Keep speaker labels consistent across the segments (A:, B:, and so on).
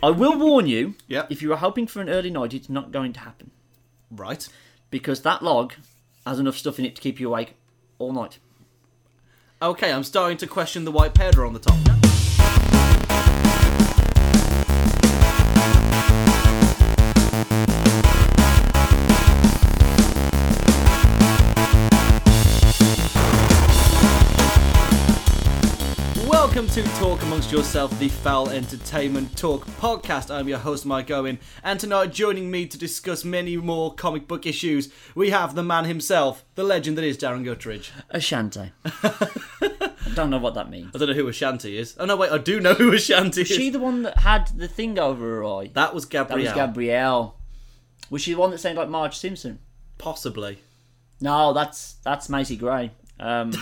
A: I will warn you
B: Yeah.
A: if you are hoping for an early night, it's not going to happen
B: Right.
A: because that log has enough stuff in it to keep you awake all night.
B: Okay, I'm starting to question the white powder on the top. Welcome to Talk Amongst Yourself, the Foul Entertainment Talk podcast. I'm your host, Mike Owen, and tonight joining me to discuss many more comic book issues, we have the man himself, the legend that is Darren Guttridge.
A: Ashante. I don't know what that means.
B: I don't know who Ashanti is. Oh no, wait, I do know who Ashanti is.
A: Is she the one that had the thing over her eye?
B: that was
A: That
B: Gabrielle.
A: was Gabrielle. Was she the one that sounded like Marge Simpson?
B: Possibly.
A: No, that's that's Macy Gray. Um,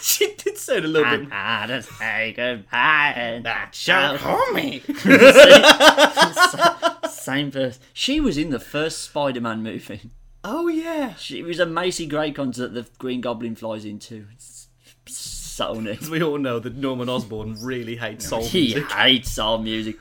B: she did sound a little
A: I
B: bit.
A: had to say goodbye and
B: Shout homie.
A: same person. She was in the first Spider-Man movie.
B: Oh yeah.
A: She was a Macy Gray concert that the Green Goblin flies into. It's so neat.
B: As we all know, that Norman Osborn really hates soul
A: He
B: music.
A: hates our music.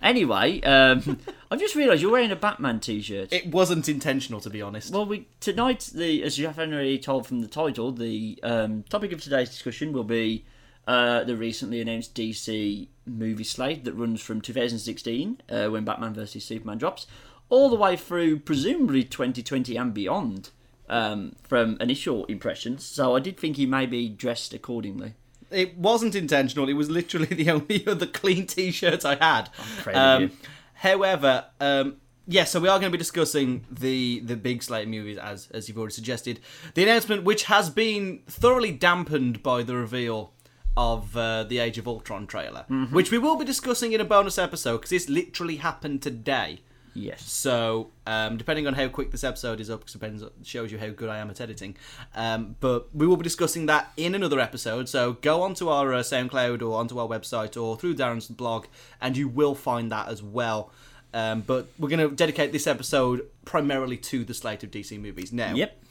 A: Anyway, um, I've just realised you're wearing a Batman T-shirt.
B: It wasn't intentional, to be honest.
A: Well, we tonight the as you have already told from the title, the um, topic of today's discussion will be uh, the recently announced DC movie slate that runs from 2016, uh, when Batman vs Superman drops, all the way through presumably 2020 and beyond. Um, from initial impressions, so I did think he may be dressed accordingly.
B: It wasn't intentional. It was literally the only other clean T-shirt I had. Um,
A: proud of you.
B: However, um, yeah, so we are going to be discussing the the big slate of movies as as you've already suggested. The announcement, which has been thoroughly dampened by the reveal of uh, the Age of Ultron trailer,
A: Mm-hmm.
B: which we will be discussing in a bonus episode because this literally happened today.
A: Yes.
B: So, um, depending on how quick this episode is up, 'cause depends shows you how good I am at editing. Um, but we will be discussing that in another episode. So go onto our uh, SoundCloud or onto our website or through Darren's blog, and you will find that as well. Um, but we're going to dedicate this episode primarily to the slate of DC movies. Now,
A: Yep.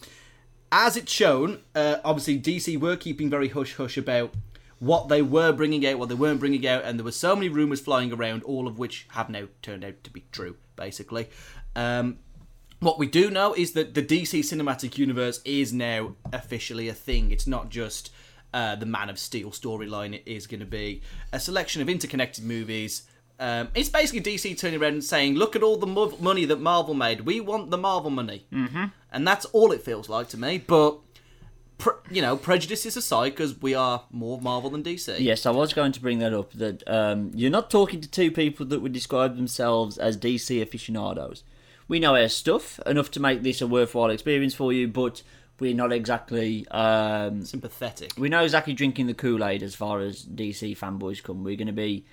B: as it's shown, uh, obviously DC were keeping very hush hush about what they were bringing out, what they weren't bringing out, and there were so many rumors flying around, all of which have now turned out to be true, basically. Um, what we do know is that the DC Cinematic Universe is now officially a thing. It's not just uh, the Man of Steel storyline, it is going to be a selection of interconnected movies. Um, it's basically DC turning around and saying, "Look at all the mov- money that Marvel made. We want the Marvel money." Mm-hmm. And that's all it feels like to me. But pre- you know, prejudices aside, because we are more Marvel than DC.
A: Yes, I was going to bring that up. That um, you're not talking to two people that would describe themselves as DC aficionados. We know our stuff enough to make this a worthwhile experience for you, but we're not exactly. Um,
B: Sympathetic.
A: we know exactly drinking the Kool Aid as far as DC fanboys come. We're going to be,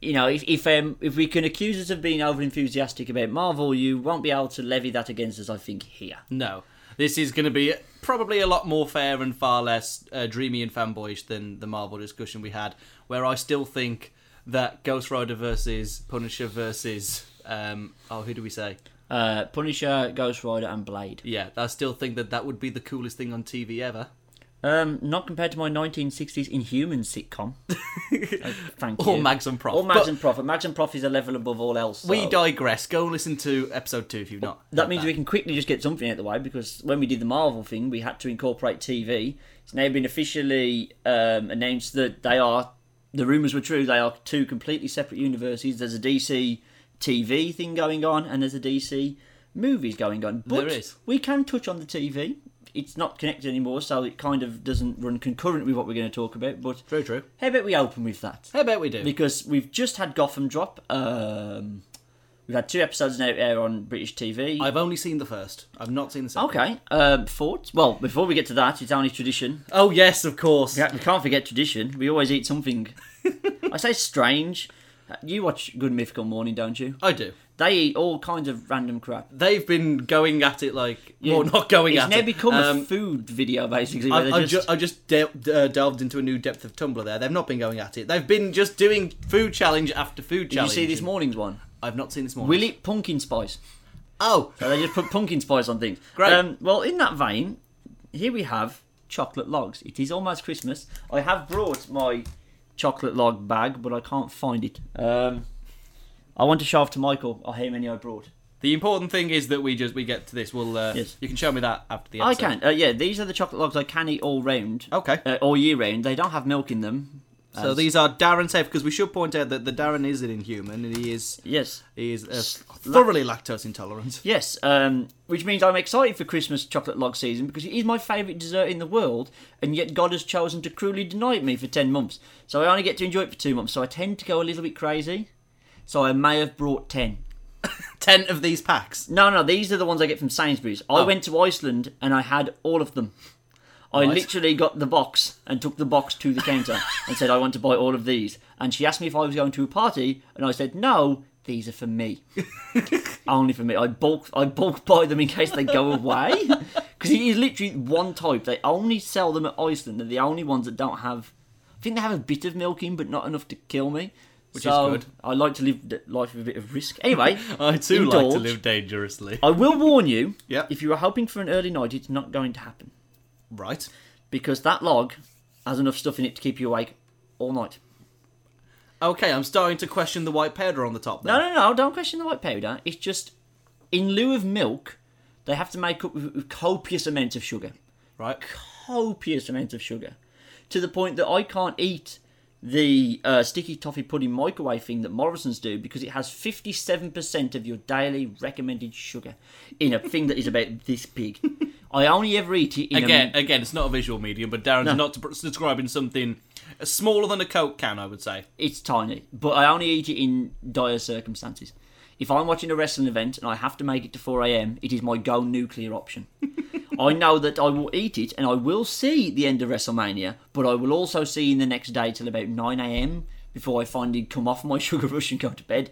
A: you know, if if um, if we can accuse us of being over enthusiastic about Marvel, you won't be able to levy that against us. I think here.
B: No, this is going to be probably a lot more fair and far less uh, dreamy and fanboyish than the Marvel discussion we had, where I still think that Ghost Rider versus Punisher versus um, oh, who do we say?
A: Uh, Punisher, Ghost Rider, and Blade.
B: Yeah, I still think that that would be the coolest thing on TV ever.
A: Um, not compared to my 1960s Inhuman sitcom. Uh, thank you.
B: Or Mags and Prof.
A: Or Mags
B: But
A: and Prof. Mags and Prof is a level above all else. so-
B: we digress. Go and listen to episode two if you've not.
A: That
B: heard
A: means we can quickly just get something out of the way because when we did the Marvel thing, we had to incorporate TV. It's now been officially um, announced that they are, the rumours were true, they are two completely separate universes. There's a DC TV thing going on and there's a DC movies going on. But
B: There is.
A: we can touch on the TV. It's not connected anymore, so it kind of doesn't run concurrent with what we're going to talk about. But
B: Very true.
A: how about we open with that?
B: How about we do?
A: because we've just had Gotham drop. Um, we've had two episodes now air on British TV.
B: I've only seen the first. I've not seen the second.
A: okay, um, thoughts? Well, before we get to that, it's only tradition.
B: Oh yes, of course.
A: We can't forget tradition. We always eat something. I say strange. You watch Good Mythical Morning, don't you?
B: I do.
A: They eat all kinds of random crap.
B: They've been going at it like, well, not going
A: it's
B: at
A: now
B: it.
A: become a
B: Um,
A: food video, basically. Where
B: I,
A: they're
B: I,
A: just,
B: just, I just de- d- uh, delved into a new depth of Tumblr there. They've not been going at it. They've been just doing food challenge after food
A: did you
B: challenge.
A: see this morning's one?
B: I've not seen this morning.
A: Will it pumpkin spice?
B: Oh,
A: So they just put pumpkin spice on things.
B: Great.
A: Um, well, in that vein, here we have chocolate logs. It is almost Christmas. I have brought my chocolate log bag, but I can't find it. Um, I want a shaft to Michael. I'll hate many I brought.
B: The important thing is that we just we get to this. We'll uh,
A: Yes.
B: you can show me that after the
A: I
B: episode.
A: can. Uh, yeah, these are the chocolate logs I can eat all round.
B: Okay.
A: Uh, all year round. They don't have milk in them.
B: So
A: As-
B: these are Darren safe because we should point out that the Darren is an inhuman and he is
A: Yes.
B: he is uh,
A: La-
B: thoroughly lactose intolerant.
A: Yes, um, which means I'm excited for Christmas chocolate log season because it is my favourite dessert in the world, and yet God has chosen to cruelly deny it me for 10 months. So I only get to enjoy it for two months, so I tend to go a little bit crazy. So I may have brought 10.
B: Ten of these packs.
A: No, no, these are the ones I get from Sainsbury's.
B: Oh.
A: I went to Iceland and I had all of them. I
B: Right.
A: literally got the box and took the box to the counter and said, I want to buy all of these. And she asked me if I was going to a party, and I said, No, these are for me. Only for me. I bulk, I bulk buy them in case they go away. Because it is literally one type. They only sell them at Iceland. They're the only ones that don't have. I think they have a bit of milk in, but not enough to kill me. Which
B: is good.
A: I like to live the life with a bit of risk. Anyway,
B: I too like to
A: indulge.
B: live dangerously.
A: I will warn you,
B: Yep.
A: if you are hoping for an early night, it's not going to happen.
B: Right.
A: Because that log has enough stuff in it to keep you awake all night.
B: Okay, I'm starting to question the white powder on the top. Then.
A: No, no, no, don't question the white powder. It's just, in lieu of milk, they have to make up with with copious amounts of sugar.
B: Right.
A: Copious amounts of sugar. To the point that I can't eat the uh, sticky toffee pudding microwave thing that Morrison's do because it has 57% of your daily recommended sugar in a thing that is about this big. I only ever eat it in a
B: Again, again, it's not a visual medium, but Darren's not de- describing something smaller than a Coke can, I would say.
A: it's tiny, but I only eat it in dire circumstances. If I'm watching a wrestling event and I have to make it to 4 a.m., it is my go nuclear option. I know that I will eat it and I will see the end of WrestleMania, but I will also see in the next day till about 9 a.m. before I finally come off my sugar rush and go to bed.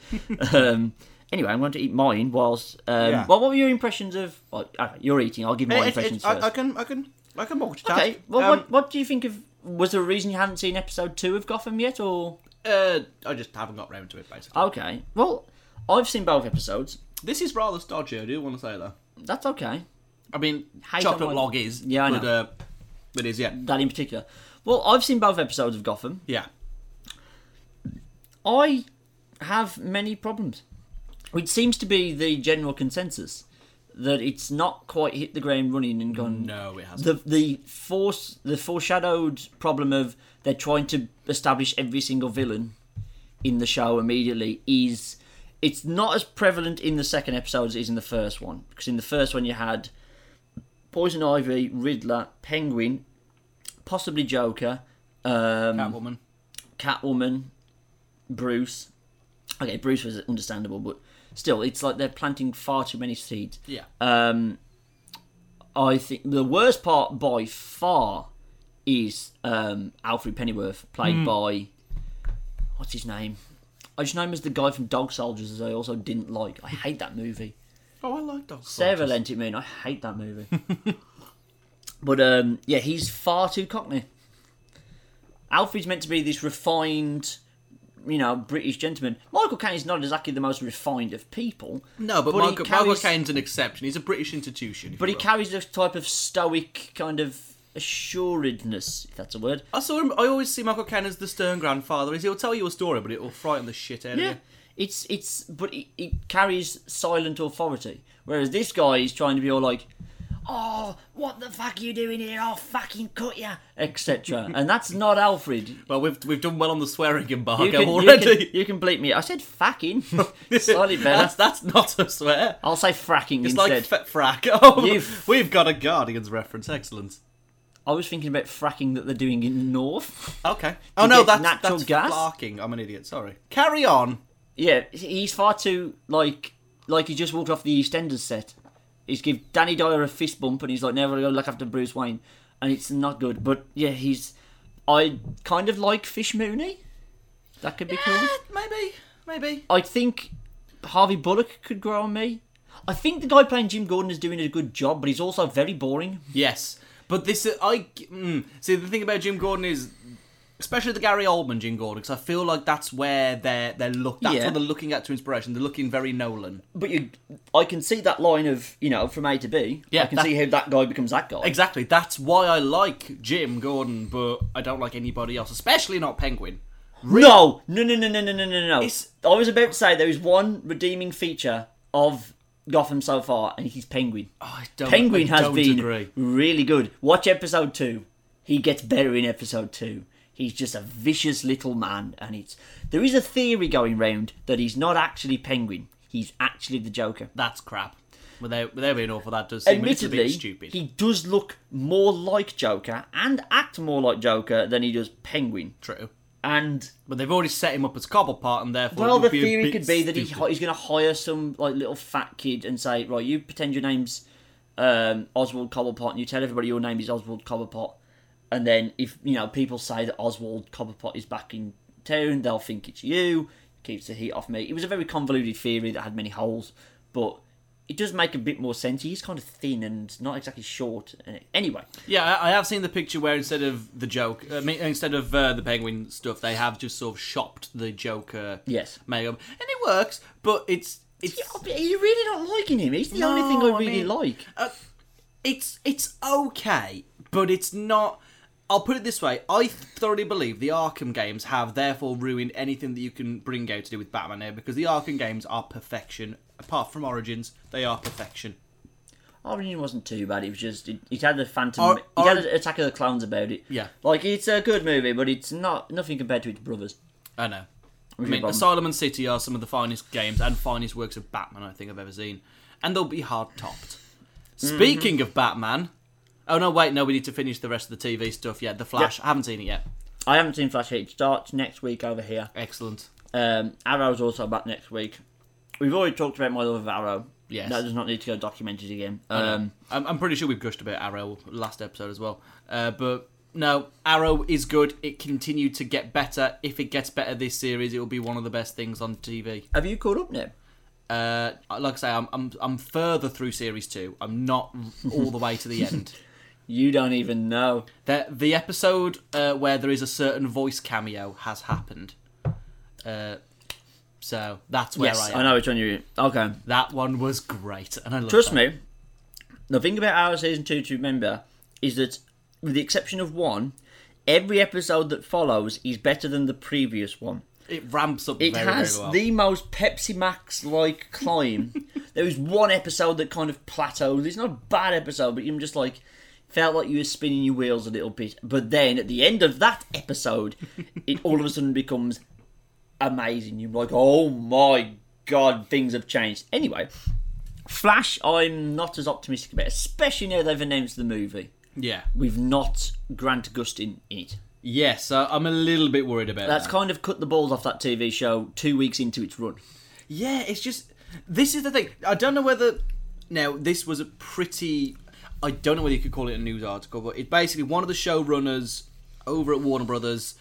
A: um, anyway, I'm going to eat mine whilst. Um,
B: Yeah.
A: Well, what were your impressions of. Well, alright, you're eating, I'll give my
B: It- it-
A: impressions
B: I,
A: first.
B: I can, I can, I can multitask.
A: okay, well,
B: Um,
A: what, what do you think of. Was there a reason you hadn't seen episode two of Gotham yet, or.
B: uh, I just haven't got round to it. Basically,
A: Okay. Well, I've seen both episodes.
B: this is rather stodgy. I do want to say that.
A: That's okay.
B: I mean,
A: Hate
B: chocolate
A: on my-
B: log is,
A: Yeah, I
B: but,
A: know.
B: Uh, but is yeah,
A: That in particular. Well, I've seen both episodes of Gotham.
B: yeah.
A: I have many problems, which seems to be the general consensus that it's not quite hit the ground running and gone.
B: No, it hasn't.
A: The the force the foreshadowed problem of they're trying to establish every single villain in the show immediately is it's not as prevalent in the second episode as it is in the first one because in the first one you had Poison Ivy, Riddler, Penguin, possibly Joker, um,
B: Catwoman.
A: Catwoman, Bruce. Okay, Bruce was understandable, but still, it's like they're planting far too many seeds.
B: Yeah.
A: Um, I think the worst part by far is um, Alfred Pennyworth, played by what's his name? I just know him as the guy from Dog Soldiers, as I also didn't like. I hate that movie.
B: oh, I like dogs.
A: Sarah lent it me, and I hate that movie. but um, yeah, he's far too cockney. Alfred's meant to be this refined, you know, British gentleman. Michael Caine is not exactly the most refined of people.
B: No, but,
A: he
B: Michael,
A: carries-
B: Michael Caine's an exception. He's a British institution.
A: But he
B: can-
A: carries this type of stoic kind of assuredness, if that's a word.
B: I saw him. I always see Michael Caine as the stern grandfather. He'll tell you a story, but it will frighten the shit out
A: Yeah.
B: of you.
A: It's it's but it, it carries silent authority. Whereas this guy is trying to be all like, Oh, what the fuck are you doing here? I'll fucking cut ya etc. and that's not Alfred.
B: Well, we've we've done well on the swearing embargo
A: You can, you, can,
B: already.
A: you can bleep me. I said fucking. Slightly better.
B: That's, that's not a swear.
A: I'll say fracking
B: It's
A: instead.
B: like fe- frack. Oh,
A: You f-
B: we've got a Guardians reference. Excellent.
A: I was thinking about fracking that they're doing in the north.
B: Okay. Oh no,
A: get
B: that's
A: natural
B: that's
A: gas?
B: flarking. I'm an idiot. Sorry. Carry on.
A: Yeah, he's far too like like he just walked off the EastEnders set. He's give Danny Dyer a fist bump and he's like, "Never go look after Bruce Wayne," and it's not good. But yeah, he's I kind of like Fish Mooney. That could be
B: Eh,
A: cool.
B: maybe. Maybe.
A: I think Harvey Bullock could grow on me. I think the guy playing Jim Gordon is doing a good job, but he's also very boring.
B: Yes, but this I mm, see. The thing about Jim Gordon is, especially the Gary Oldman Jim Gordon, because I feel like that's where they're they're look. That's
A: Yeah.
B: what they're looking at to inspiration. They're looking very Nolan.
A: But you, I can see that line of you know from A to B.
B: Yeah,
A: I can
B: that-
A: see how that guy becomes that guy.
B: Exactly. That's why I like Jim Gordon, but I don't like anybody else, especially not Penguin.
A: No, no, no, no, no, no, no, no, no.
B: It's-
A: I was about to say there is one redeeming feature of Gotham so far, and he's Penguin.
B: I don't,
A: Penguin
B: Oh, I
A: has
B: don't
A: been
B: agree.
A: really good. Watch episode two. He gets better in episode two. He's just a vicious little man, and it's there is a theory going round that he's not actually Penguin. He's actually the Joker.
B: That's crap. Without without being awful, that does seem a
A: Admittedly,
B: little bit stupid.
A: he does look more like Joker and act more like Joker than he does Penguin.
B: True.
A: And
B: But they've already set him up as Cobblepot, and therefore
A: well,
B: it would
A: the
B: be a
A: theory
B: bit
A: could be that he,
B: stupid.
A: he's going to hire some like little fat kid and say, right, you pretend your name's um, Oswald Cobblepot, and you tell everybody your name is Oswald Cobblepot, and then if you know people say that Oswald Cobblepot is back in town, they'll think it's you. Keeps the heat off me. It was a very convoluted theory that had many holes, but it does make a bit more sense. He's kind of thin and not exactly short. Anyway,
B: Yeah, I- I have seen the picture where instead of the joke, I mean, instead of uh, the penguin stuff, they have just sort of shopped the Joker
A: Yes.
B: makeup, and it works. But it's it's
A: you're really not liking him. He's the only thing
B: No,
A: I
B: I
A: really
B: mean-
A: like.
B: uh, it's it's okay, but it's not. I'll put it this way: I thoroughly believe the Arkham games have therefore ruined anything that you can bring out to do with Batman now, because the Arkham games are perfection. Apart from Origins, they are perfection.
A: Origin Oh, wasn't too bad. It was just it, it had the Phantom.
B: Or-
A: it had
B: or-
A: an Attack of the Clowns about it.
B: Yeah.
A: like it's a good movie, but it's not nothing compared to its brothers.
B: I know. I
A: your
B: mean,
A: bum.
B: Asylum and City are some of the finest games and finest works of Batman I think I've ever seen, and they'll be hard topped. Speaking of Batman, oh no, wait, no, we need to finish the rest of the TV stuff yet. The Flash, I haven't seen it yet.
A: I haven't seen Flash Heat. Starts next week over here.
B: Excellent.
A: Um, Arrow's also back next week. We've already talked about my love of Arrow.
B: Yes.
A: that does not need to go documented again. Um,
B: I'm, I'm pretty sure we've gushed about Arrow last episode as well, uh, but no, Arrow is good. It continued to get better. If it gets better this series, it will be one of the best things on TV.
A: have you caught up now?
B: Uh, like I say, I'm, I'm I'm further through series two. I'm not all the way to the end.
A: You don't even know.
B: The, the episode uh, where there is a certain voice cameo has happened. Uh, so that's where
A: yes,
B: I am.
A: I know which one you. Okay,
B: That one was great, and I love
A: Trust
B: that.
A: me, the thing about our season two to remember is that, with the exception of one, every episode that follows is better than the previous one.
B: It ramps up
A: It
B: very,
A: has
B: very well.
A: the most Pepsi Max like climb. there was one episode that kind of plateaus. It's not a bad episode, but you're just like felt like you were spinning your wheels a little bit. But then at the end of that episode, it all of a sudden becomes amazing. You're like, oh my god, things have changed. Anyway, Flash, I'm not as optimistic about, especially now they've announced the movie.
B: Yeah.
A: We've not Grant Gustin in it.
B: Yes, so I'm a little bit worried about
A: That's
B: that.
A: kind of cut the balls off that TV show two weeks into its run.
B: Yeah, it's just this is the thing. I don't know whether now this was a pretty. I don't know whether you could call it a news article, but it basically one of the showrunners over at Warner Brothers.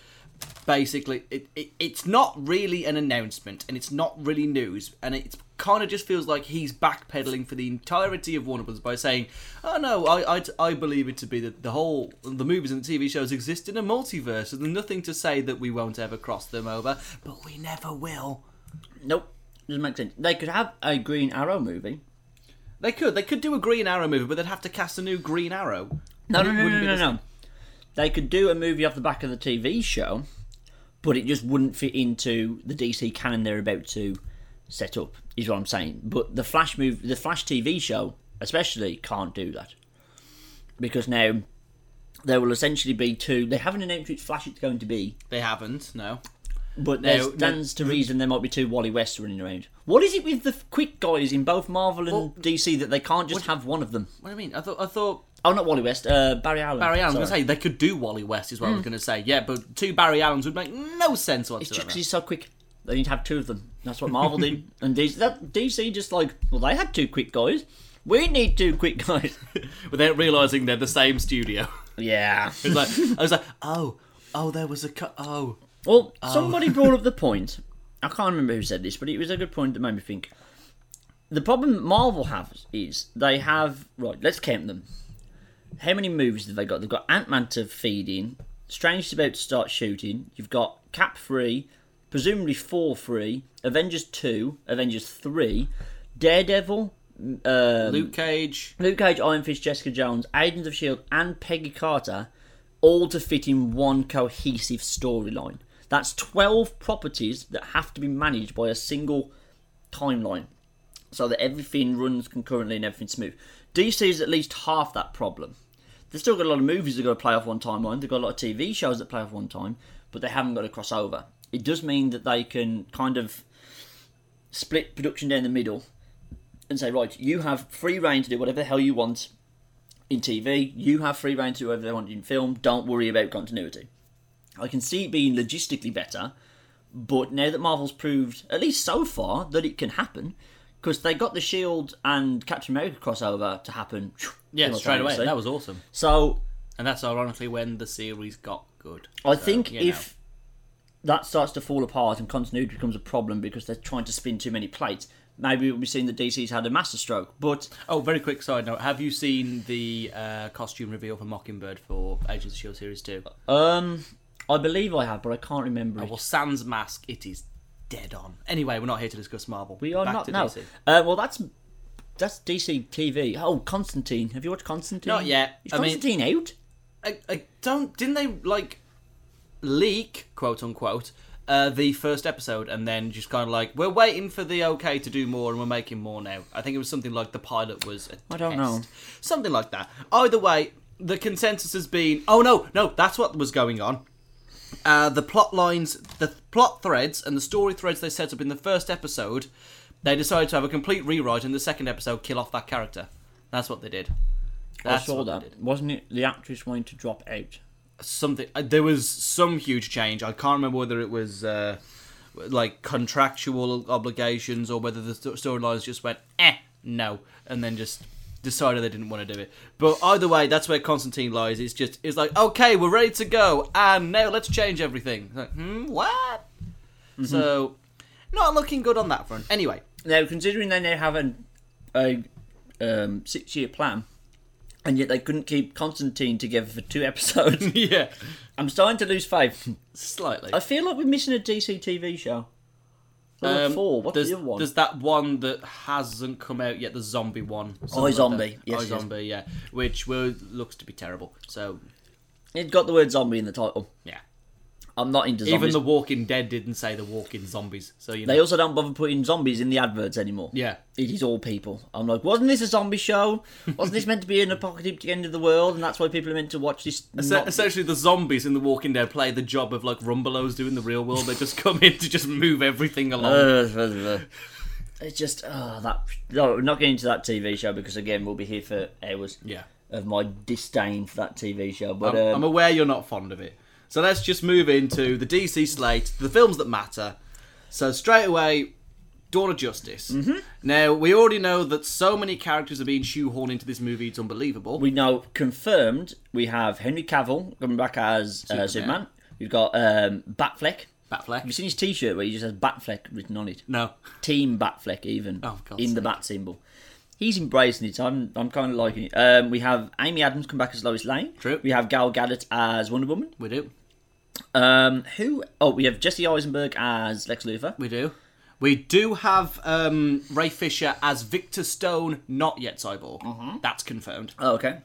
B: Basically, it, it it's not really an announcement, and it's not really news, and it kind of just feels like he's backpedaling for the entirety of Warner Brothers by saying, "Oh no, I, I, I believe it to be that the whole the movies and TV shows exist in a multiverse, and there's nothing to say that we won't ever cross them over, but we never will."
A: Nope. Doesn't make sense. They could have a Green Arrow movie.
B: They could. They could do a Green Arrow movie, but they'd have to cast a new Green Arrow.
A: No, no, no,
B: Wouldn't-
A: no,
B: wouldn't be
A: no,
B: the
A: no. They could do a movie off the back of the TV show, but it just wouldn't fit into the DC canon they're about to set up. Is what I'm saying. But the Flash move, the Flash TV show, especially, can't do that because now there will essentially be two. They haven't announced which Flash it's going to be,
B: They haven't. No.
A: but
B: No,
A: there
B: no.
A: stands to reason there might be two Wally Wests running around. What is it with the quick guys in both Marvel and DC that they can't just have one of them?
B: What do you mean? I thought. I thought
A: Oh, not Wally West. Uh, Barry Allen.
B: Barry Allen. I was
A: Sorry.
B: going to say they could do Wally West. Is what I was going to say. Yeah, but two Barry Allens would make no
A: It's
B: sense
A: just
B: whatsoever.
A: 'cause he's so quick. They need to have two of them. That's what Marvel did. And DC, that, DC just like, well, they had two quick guys. We need two quick guys.
B: Without realizing they're the same studio.
A: yeah.
B: It's like I was like, oh, oh, there was a cut. Oh,
A: Well, somebody brought up the point. I can't remember who said this, but it was a good point that made me think. The problem Marvel has is they have right. Let's count them. How many movies have they got? They've got Ant Man to feed in. Strange is about to start shooting. You've got Cap three, presumably four three, Avengers two, Avengers three, Daredevil, um,
B: Luke Cage.
A: Luke Cage, Iron Fist, Jessica Jones, Agents of Shield, and Peggy Carter, all to fit in one cohesive storyline. That's 12 properties that have to be managed by a single timeline so that everything runs concurrently and everything's smooth. DC is at least half that problem. They've still got a lot of movies that got to play off one timeline, they've got a lot of TV shows that play off one time, but they haven't got a crossover. It does mean that they can kind of split production down the middle and say, right, you have free reign to do whatever the hell you want in TV, you have free reign to do whatever they want in film, don't worry about continuity. I can see it being logistically better, but now that Marvel's proved, at least so far, that it can happen, because they got the Shield E and Captain America crossover to happen.
B: Yeah, straight away.
A: simultaneously.
B: That was awesome.
A: So
B: And that's ironically when the series got good.
A: I
B: So,
A: think
B: you
A: if that starts to fall apart and continuity becomes a problem because they're trying to spin too many plates, maybe we'll be seeing that DC's had a masterstroke. But
B: know. Oh, very quick side note. Have you seen the uh, costume reveal for Mockingbird for Agents of S.H.I.E.L.D. E Series 2?
A: um, I believe I have, but I can't remember. it.
B: Oh, Well, Sans mask, it is dead on. Anyway, we're not here to discuss Marvel.
A: We are
B: Back
A: not
B: to
A: no.
B: DC.
A: Uh, well, that's that's DC TV. Oh, Constantine. Have you watched Constantine?
B: Not yet.
A: Is
B: I mean-
A: Constantine out?
B: I, I don't. Didn't they like leak, quote unquote, uh, the first episode, and then just kind of like we're waiting for the okay to do more, and we're making more now. I think it was something like the pilot was. I
A: I don't know.
B: Something like that. Either way, the consensus has been, oh no, no, that's what was going on. Uh, the plot lines, the th- plot threads, and the story threads they set up in the first episode, they decided to have a complete rewrite in the second episode, kill off that character. That's what they did.
A: I
B: That's
A: saw
B: what they
A: that.
B: did
A: Wasn't it the actress wanting to drop out?
B: something. uh, There was some huge change. I can't remember whether it was uh, like contractual obligations or whether the sto- storylines just went eh no, and then just decided they didn't want to do it. But either way, that's where Constantine lies. It's just it's like okay, we're ready to go, and now let's change everything. It's like hmm, what? So not looking good on that front. Anyway,
A: Now, considering they now have an, a um, six-year plan, and yet they couldn't keep Constantine together for two episodes,
B: yeah,
A: I'm starting to lose faith.
B: slightly.
A: I feel like we're missing a DC TV show. There were
B: Um,
A: four. What's
B: there's,
A: the other one?
B: There's that one that hasn't come out yet, the zombie one. something
A: Oh, Zombie.
B: that.
A: Yes,
B: Eye
A: yes.
B: zombie, yeah. Which will, looks to be terrible. So,
A: It got the word zombie in the title.
B: yeah.
A: I'm not into
B: Even
A: zombies.
B: The Walking Dead didn't say The Walking Zombies. So, you know.
A: They also don't bother putting zombies in the adverts anymore.
B: yeah.
A: It is all people. I'm like, wasn't this a zombie show? Wasn't this meant to be an apocalyptic end of the world? And that's why people are meant to watch this.
B: So
A: not-
B: essentially, the zombies in The Walking Dead play the job of like Rumbelows do in the real world. They just come in to just move everything along.
A: Uh, it's just oh, that. No, we're not getting into that TV show because again, we'll be here for hours
B: yeah.
A: of my disdain for that TV show. But
B: I'm,
A: um,
B: I'm aware you're not fond of it. So let's just move into the DC slate, the films that matter. So straight away, Dawn of Justice. Mm-hmm. Now we already know that so many characters are being shoehorned into this movie; it's unbelievable.
A: we now confirmed we have Henry Cavill coming back as Superman. Uh, Superman. We've got um, Batfleck. Have you
B: Batfleck?
A: seen his T-shirt where he just has Batfleck written on it?
B: No.
A: Team Batfleck, even
B: Oh, for God's
A: in the bat symbol. He's embracing it. I'm, I'm kind of liking it. Um, we have Amy Adams come back as Lois Lane.
B: True.
A: We have Gal Gadot as Wonder Woman.
B: We do.
A: Um, who? Oh, we have Jesse Eisenberg as Lex Luthor.
B: We do. We do have um, Ray Fisher as Victor Stone, not yet Cyborg.
A: Mm-hmm.
B: That's confirmed.
A: Oh, okay.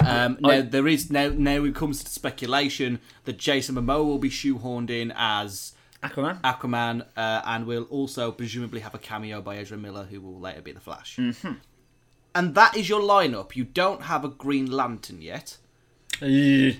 B: Um, now there is now now it comes to speculation that Jason Momoa will be shoehorned in as
A: Aquaman.
B: Aquaman, uh, and we'll also presumably have a cameo by Ezra Miller, who will later be the Flash. And that is your lineup. You don't have a Green Lantern yet.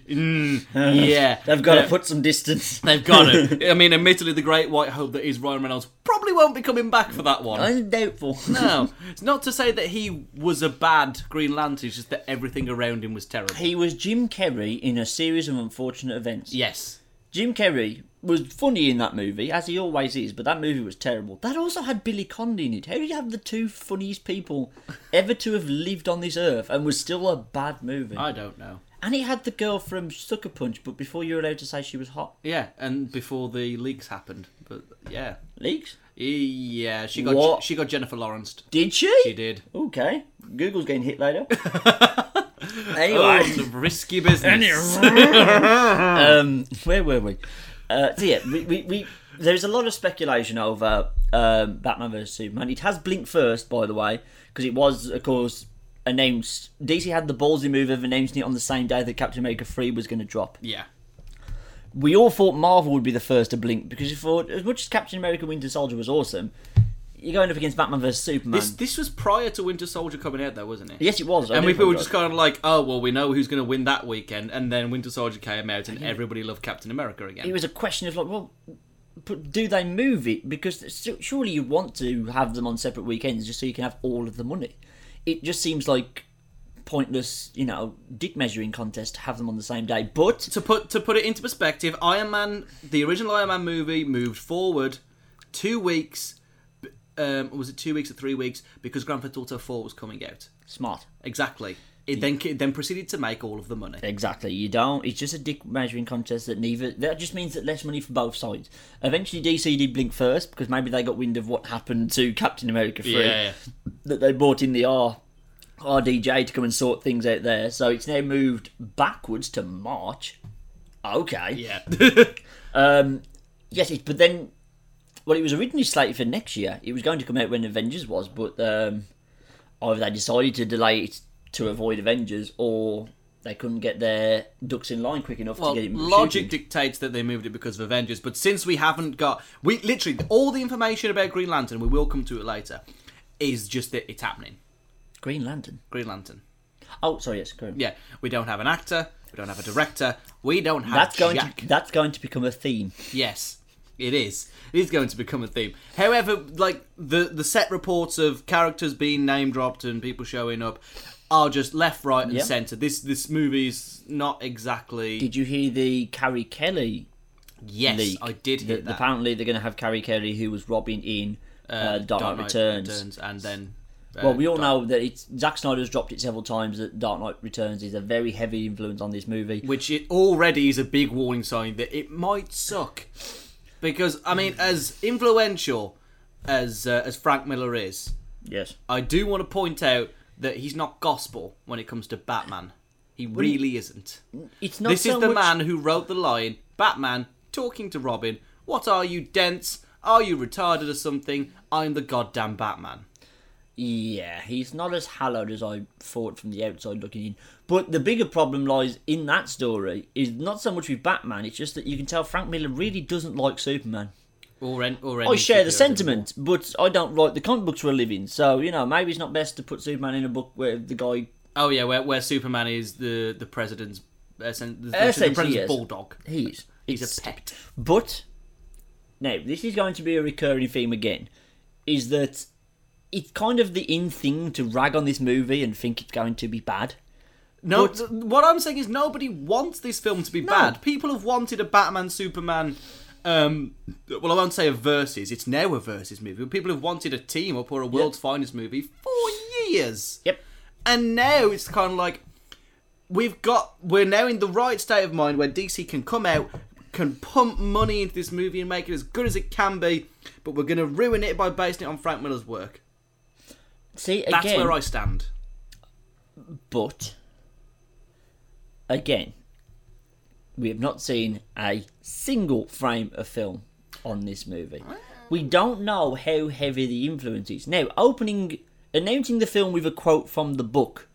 B: yeah,
A: They've got
B: Uh, Yeah.
A: to put some distance.
B: They've got it. I mean, admittedly, the Great White Hope that is Ryan Reynolds probably won't be coming back for that one.
A: I'm doubtful.
B: No, it's not to say that he was a bad Green Lantern. It's just that everything around him was terrible.
A: He was Jim Carrey in a series of unfortunate events.
B: Yes,
A: Jim Carrey was funny in that movie, as he always is, but that movie was terrible. That also had Billy Condy in it. How do you have the two funniest people ever to have lived on this earth and was still a bad movie?
B: I don't know.
A: And it had the girl from Sucker Punch, but before you were allowed to say she was hot.
B: Yeah, and before the leaks happened, but yeah, E-,
A: Leaks?
B: yeah, she got
A: What?
B: she got Jennifer Lawrence.
A: Did she?
B: She did.
A: Okay. Google's getting hit later.
B: Oh,
A: anyway.
B: it's a risky business.
A: um, where were we? Uh, so yeah, we, we, we there's a lot of speculation over um, Batman vs Superman. It has blinked first, by the way, because it was, of course, announced. DC had the ballsy move of announcing it on the same day that Captain America Three was going to drop.
B: Yeah.
A: we all thought Marvel would be the first to blink because you thought, as much as Captain America Winter Soldier was awesome, you're going up against Batman vs Superman.
B: This this was prior to Winter Soldier coming out, though, wasn't it?
A: yes, it was. I
B: And
A: did
B: we people were
A: apologise.
B: just kind of like, oh well, we know who's going to win that weekend, and then Winter Soldier came out, and everybody loved Captain America again.
A: it was a question of like, well, but do they move it? Because su- surely you want to have them on separate weekends just so you can have all of the money. It just seems like pointless, you know, dick measuring contest to have them on the same day. But
B: to put to put it into perspective, Iron Man, the original Iron Man movie, moved forward two weeks. b- Um, was it two weeks or three weeks? Because Grand Theft Auto Four was coming out.
A: smart,
B: Exactly. It then it then proceeded to make all of the money.
A: exactly. You don't. It's just a dick measuring contest that neither. That just means that less money for both sides. Eventually, DC did blink first because maybe they got wind of what happened to Captain America Three. that they brought in the R RDJ to come and sort things out there. So it's now moved backwards to March. Okay.
B: yeah.
A: Um, yes, it, but then, well, it was originally slated for next year. It was going to come out when Avengers was, but um, either they decided to delay it to avoid Avengers, or they couldn't get their ducks in line quick enough
B: Well,
A: to get it.
B: logic
A: shooting.
B: dictates that they moved it because of Avengers, but since we haven't got we literally all the information about Green Lantern, we will come to it later, is just that it's happening.
A: Green Lantern.
B: Green Lantern.
A: Oh, sorry, yes, go on.
B: Yeah, we don't have an actor, we don't have a director, we don't have
A: That's going
B: Jack.
A: to that's going to become a theme.
B: Yes, it is. It is going to become a theme. However, like the the set reports of characters being name dropped and people showing up are just left, right, and
A: Yeah.
B: centre. This this movie's not exactly.
A: Did you hear the Carrie Kelly
B: yes,
A: leak.
B: I did hear
A: that
B: that.
A: apparently they're going to have Carrie Kelly, who was Robin in uh, Dark Knight Returns.
B: and then. uh,
A: Well, we all
B: Dark-
A: know that it's Zack Snyder's dropped it several times that Dark Knight Returns is a very heavy influence on this movie.
B: which it already is a big warning sign that it might suck, because I
A: Hmm.
B: mean, as influential as uh, as Frank Miller is,
A: Yes,
B: I do want to point out that he's not gospel when it comes to Batman. He really isn't.
A: it's not.
B: This
A: so
B: is the
A: much-
B: man who wrote the line Batman talking to Robin, What are you, dense? Are you retarded or something? I'm the goddamn Batman.
A: Yeah, he's not as hallowed as I thought from the outside looking in. But the bigger problem lies in that story is not so much with Batman. It's just that you can tell Frank Miller really doesn't like Superman.
B: Or, en- or
A: I
B: any
A: share the
B: superhero.
A: sentiment, but I don't write the comic books for a living. So you know, maybe it's not best to put Superman in a book where the guy
B: Oh, yeah, where, where Superman is the, the president's. Uh, sen- the, the
A: Essentially,
B: president's
A: yes.
B: bulldog.
A: he is.
B: He's
A: It's-
B: a pet.
A: But now this is going to be a recurring theme again, is that it's kind of the in thing to rag on this movie and think it's going to be bad.
B: No, th- what I'm saying is nobody wants this film to be bad. People have wanted a Batman Superman. Um, well, I won't say a versus. It's now a versus movie. But people have wanted a team up or a world's finest movie for years.
A: Yep.
B: And now it's kind of like we've got we're now in the right state of mind where DC can come out, can pump money into this movie and make it as good as it can be, but we're going to ruin it by basing it on Frank Miller's work.
A: See again,
B: That's where I stand.
A: but again, we have not seen a single frame of film on this movie. We don't know how heavy the influence is. Now, opening announcing the film with a quote from the book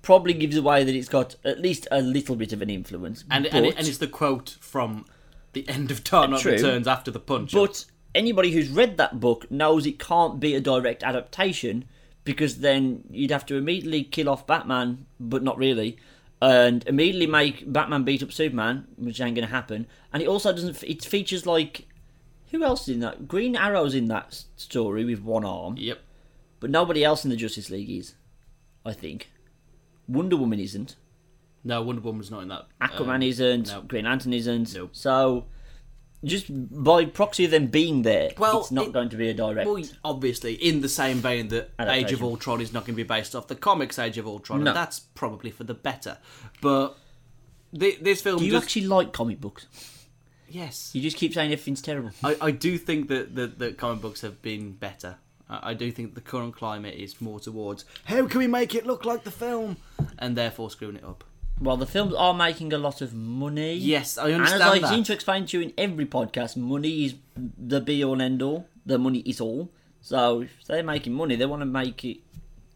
A: probably gives away that it's got at least a little bit of an influence.
B: And,
A: but,
B: and, it- and it's the quote from the end of Dark Knight
A: True.
B: Returns after the punch.
A: But anybody who's read that book knows it can't be a direct adaptation because then you'd have to immediately kill off Batman, but not really, and immediately make Batman beat up Superman, which ain't gonna happen. And it also doesn't. It features like who else is in that? Green Arrow's in that s- story with one arm,
B: yep.
A: but nobody else in the Justice League is. I think Wonder Woman isn't.
B: No, Wonder Woman's not in that.
A: Aquaman
B: um,
A: isn't.
B: no.
A: Green Lantern isn't.
B: Nope.
A: So. Just by proxy of them being there,
B: Well,
A: it's not
B: it-
A: going to be a direct.
B: Well, obviously, in the same vein that Age of
A: Adaptation.
B: Ultron is not going to be based off the comics Age of Ultron,
A: No.
B: and that's probably for the better. But thi- this film,
A: Do you
B: just,
A: actually like comic books?
B: yes,
A: You just keep saying everything's terrible.
B: I, I do think that, that that comic books have been better. I, I do think the current climate is more towards how can we make it look like the film, and therefore screwing it up.
A: Well, the films are making a lot of money.
B: Yes, I
A: And as
B: understand
A: I
B: that.
A: seem to explain to you in every podcast, money is the be all and end all. The money is all. So if they're making money, they want to make it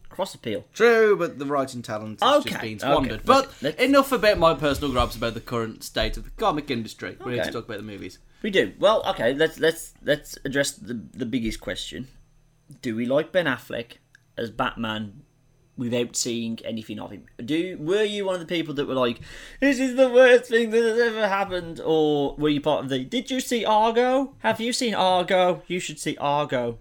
A: cross appeal.
B: True, but the writing talent has just
A: Okay, okay,
B: been squandered.
A: okay.
B: But
A: Let's-
B: enough about my personal gripes about the current state of the comic industry. We're here to
A: Okay.
B: talk about the movies.
A: We do well. Okay, let's let's let's address the the biggest question: Do we like Ben Affleck as Batman without seeing anything of him? Do were you one of the people that were like, "This is the worst thing that has ever happened," or were you part of the? Did you see Argo? Have you seen Argo? You should see Argo.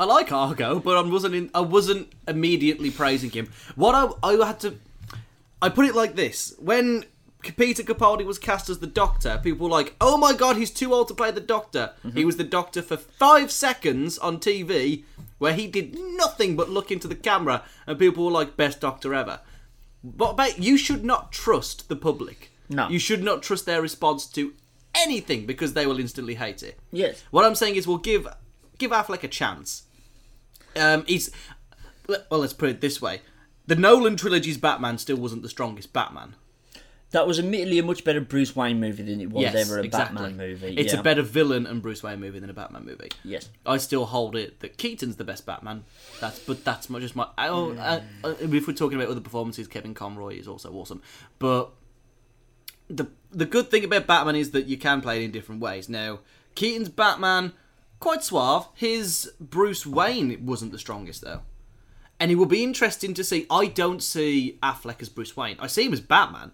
B: I like Argo, but I wasn't in, I wasn't immediately praising him. What I I had to I put it like this: when Peter Capaldi was cast as the Doctor, people were like, "Oh my God, he's too old to play the Doctor." He was the Doctor for five seconds on TV, where he did nothing but look into the camera, and people were like, "Best Doctor ever." But mate, you should not trust the public.
A: No.
B: you should not trust their response to anything because they will instantly hate it.
A: Yes.
B: What I'm saying is, we'll give give Affleck a chance. Um, he's well. Let's put it this way: the Nolan trilogy's Batman still wasn't the strongest Batman.
A: That was admittedly a much better Bruce Wayne movie than it was
B: Yes,
A: ever a
B: exactly.
A: Batman movie.
B: It's
A: Yeah.
B: a better villain and Bruce Wayne movie than a Batman movie.
A: Yes.
B: I still hold it that Keaton's the best Batman. That's but that's my, just my. I, oh, I, I- if we're talking about other performances, Kevin Conroy is also awesome. But the the good thing about Batman is that you can play it in different ways. Now, Keaton's Batman quite suave. His Bruce Wayne wasn't the strongest though. And it will be interesting to see. I don't see Affleck as Bruce Wayne. I see him as Batman.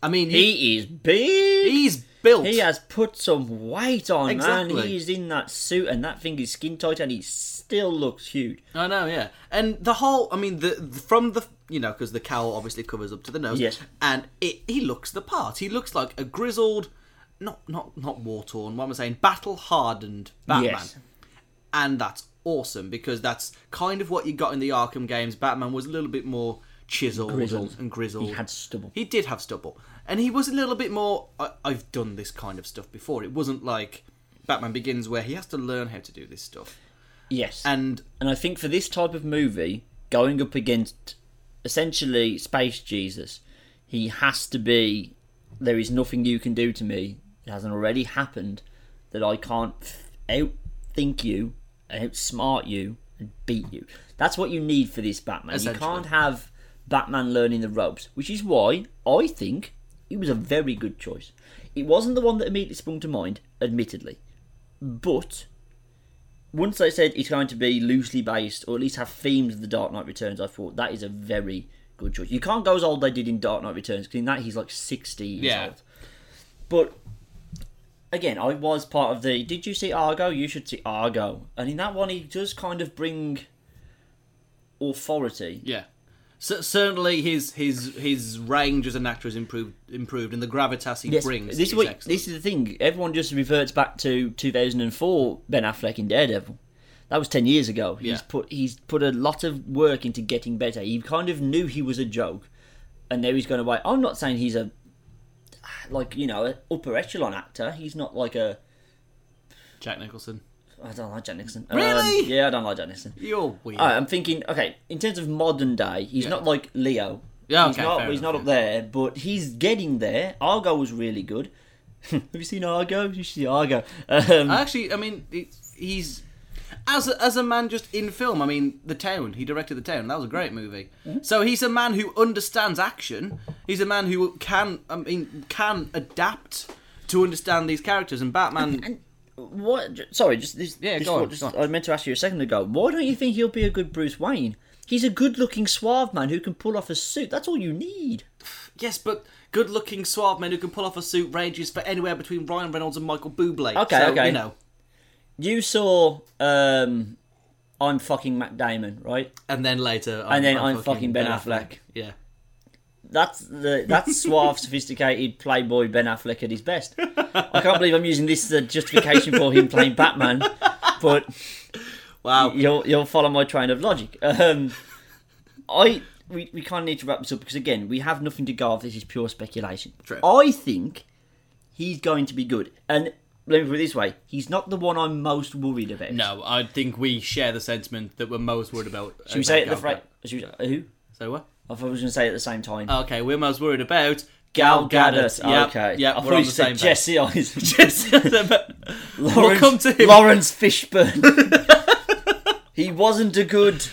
B: I mean, he,
A: He is big.
B: he's built.
A: He has put some weight on, man.
B: Exactly.
A: He is in that suit, and that thing is skin tight, and he still looks huge.
B: I know, yeah. And the whole, I mean, the, the- from the you know because the cowl obviously covers up to the nose.
A: Yes.
B: And it he looks the part. He looks like a grizzled, not not not war torn. What am I saying? Battle hardened Batman.
A: Yes.
B: And that's awesome because that's kind of what you got in the Arkham games. Batman was a little bit more chiseled
A: Grizzled.
B: And, and grizzled.
A: He had stubble.
B: He did have stubble, and he was a little bit more. I, I've done this kind of stuff before. It wasn't like Batman Begins where he has to learn how to do this stuff.
A: Yes. And,
B: And
A: I think for this type of movie, going up against essentially Space Jesus, he has to be. There is nothing you can do to me that hasn't already happened that I can't outthink you, outsmart you, and beat you. That's what you need for this Batman. You
B: Essentially.
A: can't have Batman learning the ropes, which is why I think it was a very good choice. It wasn't the one that immediately sprung to mind, admittedly. But once I said it's going to be loosely based, or at least have themes of the Dark Knight Returns, I thought that is a very good choice. You can't go as old they did in Dark Knight Returns, because in that he's like 60 years
B: Yeah.
A: old. But again, I was part of the did you see Argo? You should see Argo. And in that one, he does kind of bring authority.
B: Yeah. C- certainly, his his his range as an actor has improved, improved, and the gravitas he
A: Yes,
B: brings.
A: this is
B: is
A: what,
B: excellent.
A: this is the thing. Everyone just reverts back to 2004 Ben Affleck in Daredevil. That was 10 years ago.
B: Yeah.
A: He's put he's put a lot of work into getting better. He kind of knew he was a joke, and now he's going away. I'm not saying he's a like you know an upper echelon actor. He's not like a
B: Jack Nicholson.
A: I don't like Jack Nicholson. Um,
B: Really?
A: yeah, I don't like Jack Nicholson.
B: You're weird.
A: Alright, I'm thinking. Okay, in terms of modern day, he's not like Leo.
B: Yeah,
A: he's
B: okay,
A: not.
B: fair
A: he's
B: enough,
A: not up there, but he's getting there. Argo was really good. Have you seen Argo? You should see Argo. Um,
B: Actually, I mean, it, he's as a, as a man just in film. I mean, The Town. He directed The Town. That was a great movie.
A: Mm-hmm.
B: So he's a man who understands action. He's a man who can I mean can adapt to understand these characters. And Batman.
A: and what? j- Sorry, just this.
B: Yeah,
A: this
B: go
A: what
B: on,
A: just-
B: go on.
A: I meant to ask you a second ago. Why don't you think he'll be a good Bruce Wayne? He's a good-looking suave man who can pull off a suit. That's all you need.
B: Yes, but good-looking suave men who can pull off a suit ranges for anywhere between Ryan Reynolds and Michael Bublé.
A: Okay,
B: so,
A: okay.
B: You know,
A: You saw. Um, I'm fucking Matt Damon, right?
B: and then later,
A: And then I'm fucking Ben Affleck.
B: Yeah,
A: That's the that's suave, sophisticated playboy Ben Affleck at his best. I can't believe I'm using this as a justification for him playing Batman, but
B: wow.
A: you'll you'll follow my train of logic. Um, I we, we kind of need to wrap this up because again we have nothing to go off. This is pure speculation.
B: True.
A: I think he's going to be good, and let me put it this way: he's not the one I'm most worried about.
B: No, I think we share the sentiment that we're most worried about.
A: Should we say it at the fra- should we, uh, who?
B: So what?
A: I thought I was going to say it at the same time.
B: Okay, we're most worried about
A: Gal
B: Uh, Gal Gadot. Yep,
A: okay.
B: yeah,
A: I
B: we're on
A: thought
B: the
A: you said
B: same
A: Jesse Eisenberg.
B: Jesse. we'll
A: Lawrence-
B: come to him.
A: Lawrence Fishburne. he wasn't a good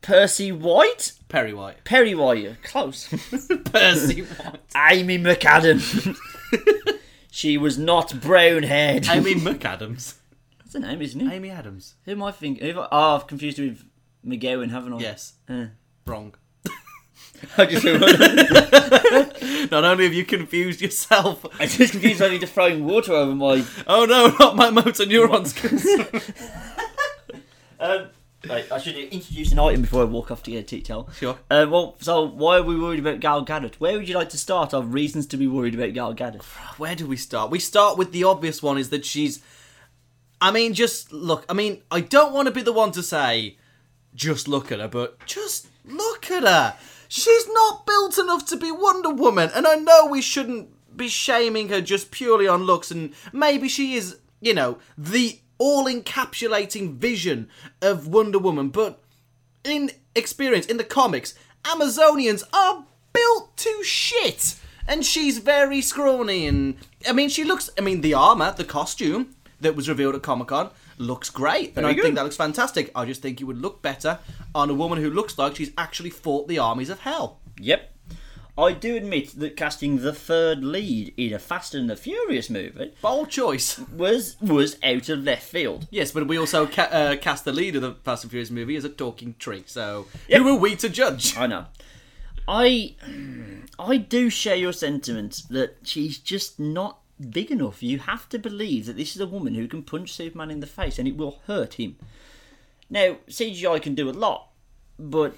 A: Percy White?
B: Perry White.
A: Perry White, close.
B: Percy White.
A: Amy McAdam. she was not brown haired.
B: Amy McAdams.
A: That's her name, isn't it?
B: Amy Adams.
A: Who am I thinking? Who have I- Oh, I've confused her with McGowan, haven't I?
B: Yes.
A: Uh.
B: Wrong.
A: I just, I
B: Not only have you confused yourself.
A: just confused. I need to throwing water over my.
B: Oh no, not my motor neurons.
A: Um, right, I should introduce an item before I walk off to get a tea towel.
B: sure.
A: Uh, well, so why are we worried about Gal Gadot? Where would you like to start? Of reasons to be worried about Gal Gadot.
B: Where do we start? We start with the obvious one is that she's. I mean, just look. I mean, I don't want to be the one to say, just look at her, but just look at her. She's not built enough to be Wonder Woman, and I know we shouldn't be shaming her just purely on looks, and maybe she is, you know, the all encapsulating vision of Wonder Woman, but in experience in the comics, Amazonians are built to shit, and she's very scrawny. And I mean, she looks. I mean, the armor, the costume that was revealed at Comic Con looks great, and I
A: good.
B: think that looks fantastic. I just think it would look better on a woman who looks like she's actually fought the armies of hell.
A: Yep. I do admit that casting the third lead in a Fast and the Furious movie
B: Bold choice.
A: was was out of left field.
B: Yes, but we also ca- uh, cast the lead of the Fast and Furious movie as a talking tree, so
A: Yep.
B: who are we to judge?
A: I know. I I do share your sentiment that she's just not big enough. You have to believe that this is a woman who can punch Superman in the face and it will hurt him. Now, CGI can do a lot, but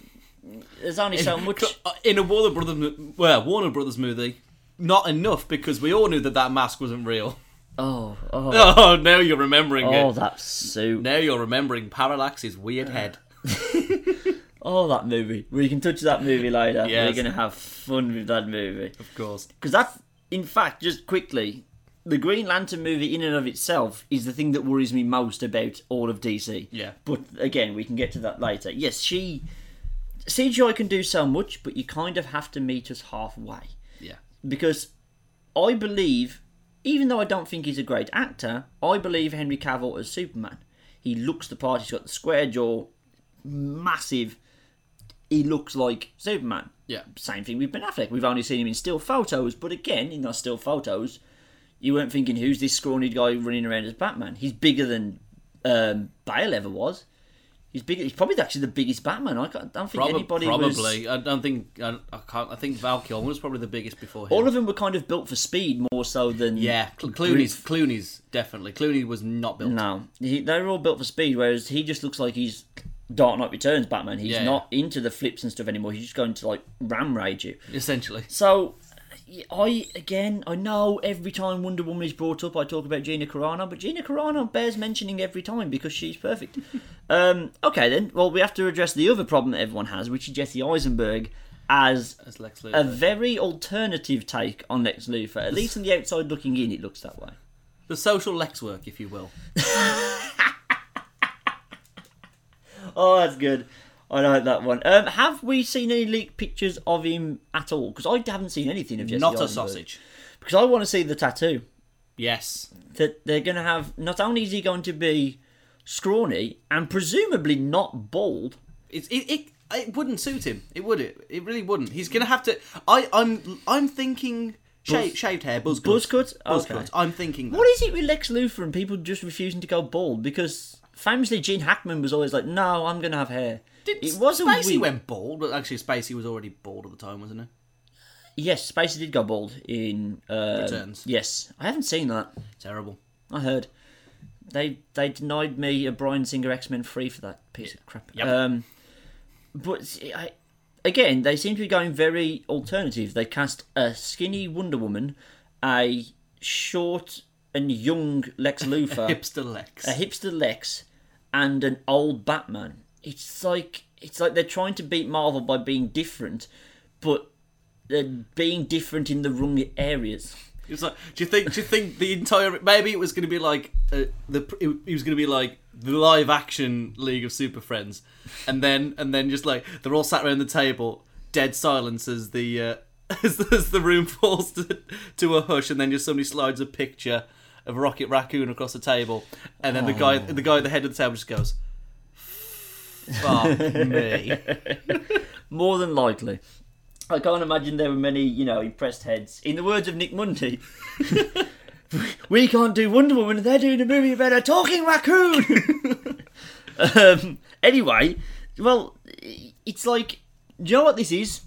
A: there's only so much.
B: uh, in a Warner Brothers, well, Warner Brothers movie, not enough because we all knew that that mask wasn't real.
A: Oh, oh,
B: Oh, now you're remembering
A: oh
B: it.
A: that suit.
B: Now you're remembering Parallax's weird head.
A: Oh, that movie. We can touch that movie later.
B: Yes.
A: We're going to have fun with that movie.
B: Of course.
A: Because that's, in fact, just quickly, the Green Lantern movie in and of itself is the thing that worries me most about all of DC.
B: Yeah.
A: But again, we can get to that later. Yes, she. CGI can do so much, but you kind of have to meet us halfway.
B: Yeah.
A: Because I believe, even though I don't think he's a great actor, I believe Henry Cavill as Superman. He looks the part, he's got the square jaw, massive. He looks like Superman
B: Yeah.
A: same thing with Ben Affleck. We've only seen him in still photos, but again, in those still photos, you weren't thinking, who's this scrawny guy running around as Batman? He's bigger than um, Bale ever was. He's bigger. He's probably actually the biggest Batman. I can't, I don't think
B: Probab-
A: anybody was.
B: probably. I don't think. I, I can't. I think Val Kilmer was probably the biggest before him.
A: All of them were kind of built for speed more so than
B: yeah. Cl- Clooney's. Clooney's definitely. Clooney was not built.
A: No, he, they're all built for speed. Whereas he just looks like he's Dark Knight Returns Batman. He's
B: Yeah.
A: not into the flips and stuff anymore. He's just going to like ram rage you.
B: Essentially.
A: So, I again, I know every time Wonder Woman is brought up, I talk about Gina Carano, but Gina Carano bears mentioning every time because she's perfect. um, okay, then. Well, we have to address the other problem that everyone has, which is Jesse Eisenberg as
B: As Lex
A: a
B: Luthor.
A: very alternative take on Lex Luthor. At least on the outside looking in, it looks that way.
B: the social Lex work, if you will.
A: Oh, that's good. I like that one. Um, have we seen any leaked pictures of him at all? Because I haven't seen anything of Jesse.
B: not a
A: Eisenberg.
B: sausage.
A: Because I want to see the tattoo.
B: Yes.
A: that they're going to have not only is he going to be scrawny and presumably not bald
B: It's it, it it wouldn't suit him. It would it. It really wouldn't. He's gonna have to. I I'm I'm thinking sha- shaved hair, buzz
A: buzz
B: cut,
A: cut
B: buzz
A: Okay.
B: cut. I'm thinking. That.
A: what is it with lex luthor and people just refusing to go bald because famously gene hackman was always like no i'm going to have hair
B: Did
A: it was a
B: Spacey
A: weird-
B: went bald, but actually Spacey was already bald at the time, wasn't he?
A: yes spacey did go bald in uh
B: Returns.
A: yes i haven't seen that
B: Terrible.
A: i heard they they denied me a brian singer x-men 3 for that piece of crap
B: Yep.
A: um but see, I, again, they seem to be going very alternative. They cast a skinny Wonder Woman, a short and young Lex Luthor,
B: Hipster Lex.
A: a hipster Lex, and an old Batman. It's like it's like they're trying to beat Marvel by being different, but they're being different in the wrong areas.
B: It's like, do you think? Do you think the entire maybe it was going to be like uh, the pr- it, it was going to be like the live action League of Super Friends, and then and then just like they're all sat around the table, dead silence as the uh, as, as the room falls to, to a hush, and then just somebody slides a picture of Rocket Raccoon across the table, and then the guy the guy at the head of the table just goes, Fuck me.
A: More than likely. I can't imagine there were many, you know, impressed heads. In the words of Nick Mundy, we can't do Wonder Woman, they're doing a movie about a talking raccoon! um, anyway, well, it's like, do you know what this is?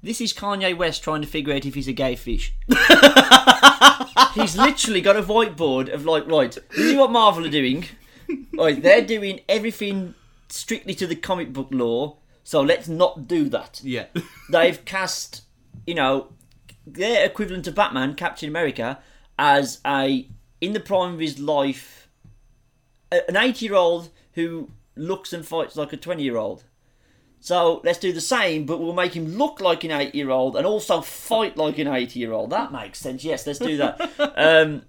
A: This is Kanye West trying to figure out if he's a gay fish. he's literally got a whiteboard of like, right, this is what Marvel are doing. Right, they're doing everything strictly to the comic book law, so let's not do that
B: Yeah.
A: they've cast, you know, their equivalent to Batman, Captain America, as a in the prime of his life, a- an eighty-year-old who looks and fights like a twenty-year-old. So let's do the same, but we'll make him look like an eight-year-old and also fight like an eighty-year-old. That makes sense. Yes, let's do that. um,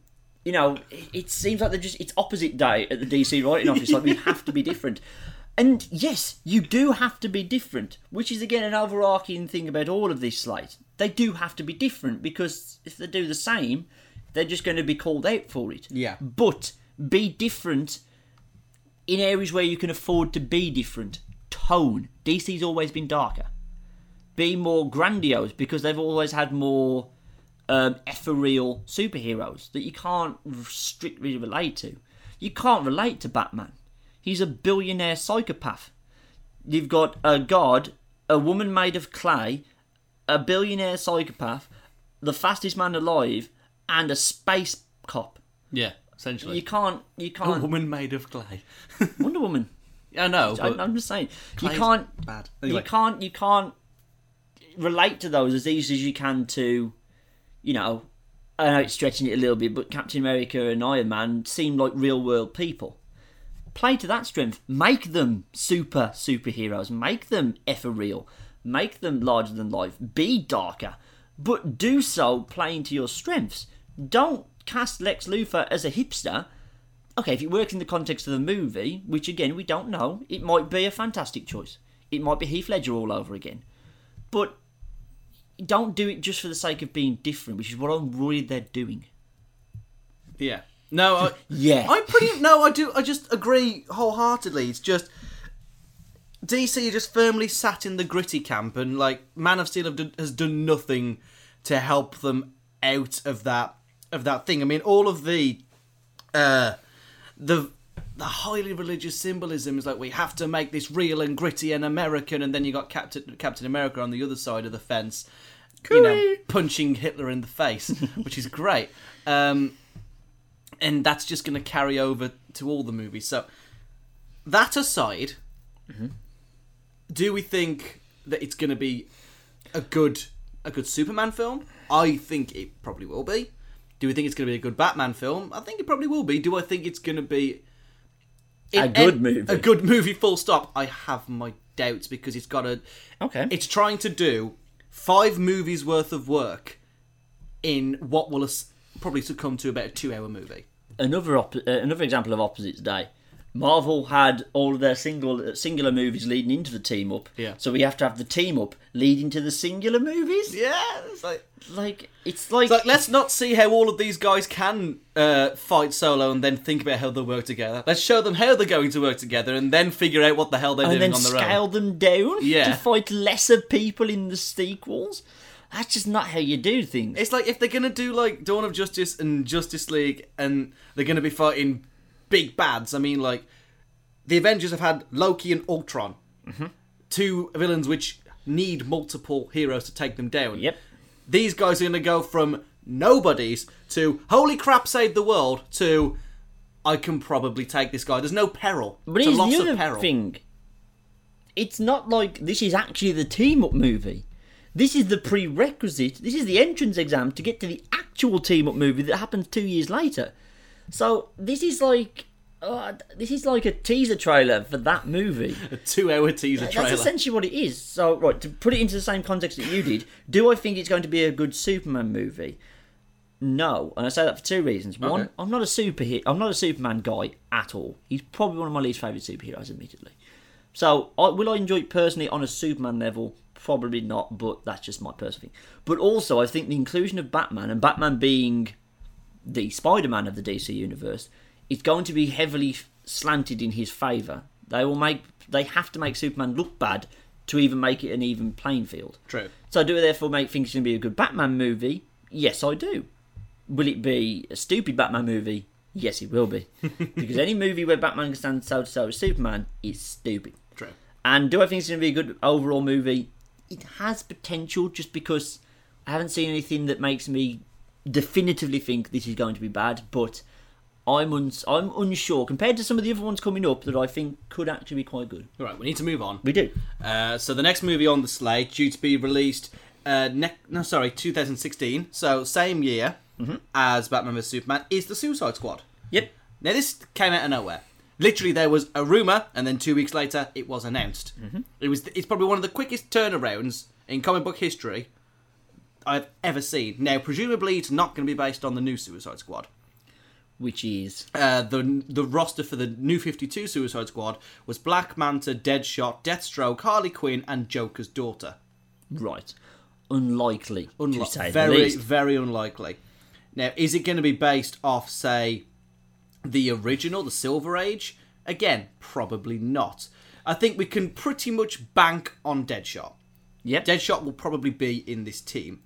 A: you know, it, it seems like they're just it's opposite day at the DC writing office. Like we have to be different. And yes, you do have to be different, which is again an overarching thing about all of this slate. They do have to be different because if they do the same, they're just going to be called out for it.
B: Yeah.
A: But be different in areas where you can afford to be different. Tone. DC's always been darker. Be more grandiose because they've always had more um, ethereal superheroes that you can't strictly relate to. You can't relate to Batman. He's a billionaire psychopath. You've got a god, a woman made of clay, a billionaire psychopath, the fastest man alive, and a space cop.
B: Yeah.
A: You
B: Essentially.
A: can't. You
B: A
A: can't.
B: woman made of clay.
A: Wonder Woman.
B: I know,
A: I,
B: but
A: I'm just saying.
B: clay's
A: you can't.
B: Bad.
A: You can't. You can't relate to those as easy as you can to, you know. I know it's stretching it a little bit, but Captain America and Iron Man seem like real world people. Play to that strength. Make them super superheroes. Make them ethereal. Make them larger than life. Be darker. But do so playing to your strengths. Don't cast Lex Luthor as a hipster okay, if it works in the context of the movie, which again we don't know, it might be a fantastic choice. It might be Heath Ledger all over again. But don't do it just for the sake of being different, which is what I'm worried they're doing.
B: Yeah. No, I,
A: Yeah.
B: I'm pretty. No, I do. I just agree wholeheartedly. It's just DC are just firmly sat in the gritty camp, and like Man of Steel have done, has done nothing to help them out of that of that thing. I mean, all of the uh, the the highly religious symbolism is like we have to make this real and gritty and American, and then you got Captain Captain America on the other side of the fence, you know, punching Hitler in the face, which is great. Um, and that's just going to carry over to all the movies. So, that aside,
A: Mm-hmm.
B: do we think that it's going to be a good a good Superman film? I think it probably will be. Do we think it's going to be a good Batman film? I think it probably will be. Do I think it's going to be
A: A
B: it-
A: good movie.
B: A good movie, full stop. I have my doubts because it's got a
A: Okay.
B: it's trying to do five movies worth of work in what will us probably succumb to about a two-hour movie.
A: another op- uh, another example of opposites day. Marvel had all of their single uh, singular movies leading into the team up.
B: Yeah.
A: So we have to have the team up leading to the singular movies.
B: Yeah, it's like
A: Like it's like,
B: It's like let's not see how all of these guys can uh, fight solo and then think about how they'll work together. Let's show them how they're going to work together and then figure out what the hell they're
A: and
B: doing
A: then
B: on their
A: scale
B: own.
A: them down
B: Yeah.
A: to fight lesser people in the sequels. That's just not how you do things.
B: It's like if they're gonna do like Dawn of Justice and Justice League and they're gonna be fighting big bads. I mean, like the Avengers have had Loki and Ultron,
A: Mm-hmm.
B: two villains which need multiple heroes to take them down.
A: Yep.
B: These guys are going to go from nobodies to holy crap, save the world to I can probably take this guy. There's no peril.
A: But
B: it's a
A: here's
B: loss
A: the
B: of
A: other
B: peril.
A: thing. It's not like this is actually the team up movie. This is the prerequisite. This is the entrance exam to get to the actual team up movie that happens two years later. So this is like. Uh, this is like a teaser trailer for that movie.
B: A two-hour teaser
A: That's
B: trailer.
A: essentially what it is. So, right, to put it into the same context that you did, do I think it's going to be a good Superman movie? No, and I say that for two reasons. One,
B: Okay.
A: I'm not a superhero. I'm not a Superman guy at all. He's probably one of my least favorite superheroes, admittedly. So, I, will I enjoy it personally on a Superman level? Probably not, but that's just my personal thing. But also, I think the inclusion of Batman and Batman being the Spider-Man of the DC universe, it's going to be heavily f- slanted in his favor. They will make they have to make Superman look bad to even make it an even playing field.
B: True.
A: So do I therefore make think it's going to be a good Batman movie? Yes, I do. Will it be a stupid Batman movie? Yes, it will be. because any movie where Batman can stand side to side with Superman is stupid.
B: True.
A: And do I think it's going to be a good overall movie? It has potential just because I haven't seen anything that makes me definitively think this is going to be bad, but I'm uns- I'm unsure compared to some of the other ones coming up that I think could actually be quite good.
B: All right, we need to move on.
A: We do.
B: Uh, so the next movie on the slate, due to be released, uh, ne- no, sorry, 2016, so same year
A: Mm-hmm.
B: as Batman vs Superman, is the Suicide Squad.
A: Yep.
B: Now this came out of nowhere. Literally, there was a rumor, and then two weeks later, it was announced. It was. It's probably one of the quickest turnarounds in comic book history I've ever seen. Now, presumably, it's not going to be based on the new Suicide Squad.
A: Which is
B: Uh, the the roster for the new 52 Suicide Squad was Black Manta, Deadshot, Deathstroke, Harley Quinn, and Joker's daughter.
A: right. Unlikely.
B: Unli-
A: to say the
B: very,
A: least.
B: very unlikely. Now, is it going to be based off, say, the original, the Silver Age? Again, probably not. I think we can pretty much bank on Deadshot.
A: Yep.
B: Deadshot will probably be in this team.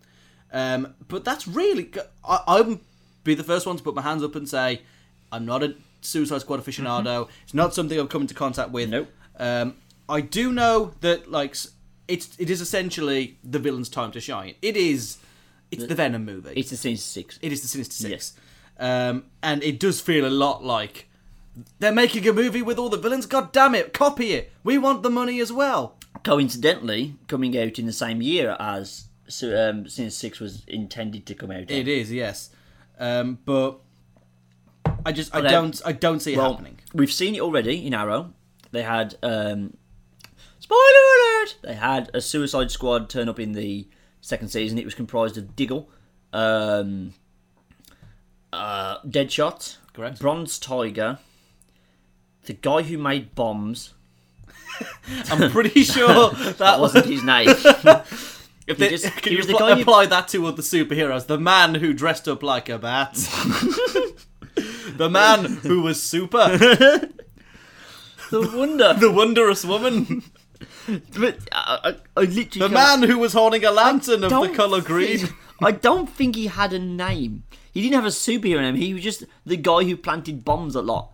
B: Um, but that's really. go- I, I'll be the first one to put my hands up and say, I'm not a Suicide Squad aficionado. It's not something I've come into contact with.
A: Mm-hmm. Nope.
B: Um, I do know that like s- it's it is essentially the villain's time to shine. It is. It's the, Venom movie.
A: it's a season six.
B: It is the Sinister Six. Um, and it does feel a lot like they're making a movie with all the villains. God damn it, copy it. We want the money as well.
A: Coincidentally, coming out in the same year as Su- um, season six was intended to come out.
B: It is, yes. Um, but I just I
A: Okay.
B: don't I don't see it
A: Well,
B: happening.
A: We've seen it already in Arrow. They had um, spoiler alert. They had a Suicide Squad turn up in the second season. It was comprised of Diggle, um, uh, Deadshot,
B: Correct.
A: Bronze Tiger, the guy who made bombs.
B: I'm pretty sure that
A: That
B: was
A: wasn't his name.
B: if they,
A: just-
B: can
A: he
B: you
A: was the
B: appl-
A: guy who-
B: apply that to other superheroes. The man who dressed up like a bat. the man who was super.
A: the wonder.
B: The wondrous woman.
A: But I, I, I literally
B: The
A: can't-
B: man who was holding a lantern of the
A: don't
B: colour
A: think-
B: green.
A: I don't think he had a name. He didn't have a superhero name. He was just the guy who planted bombs a lot.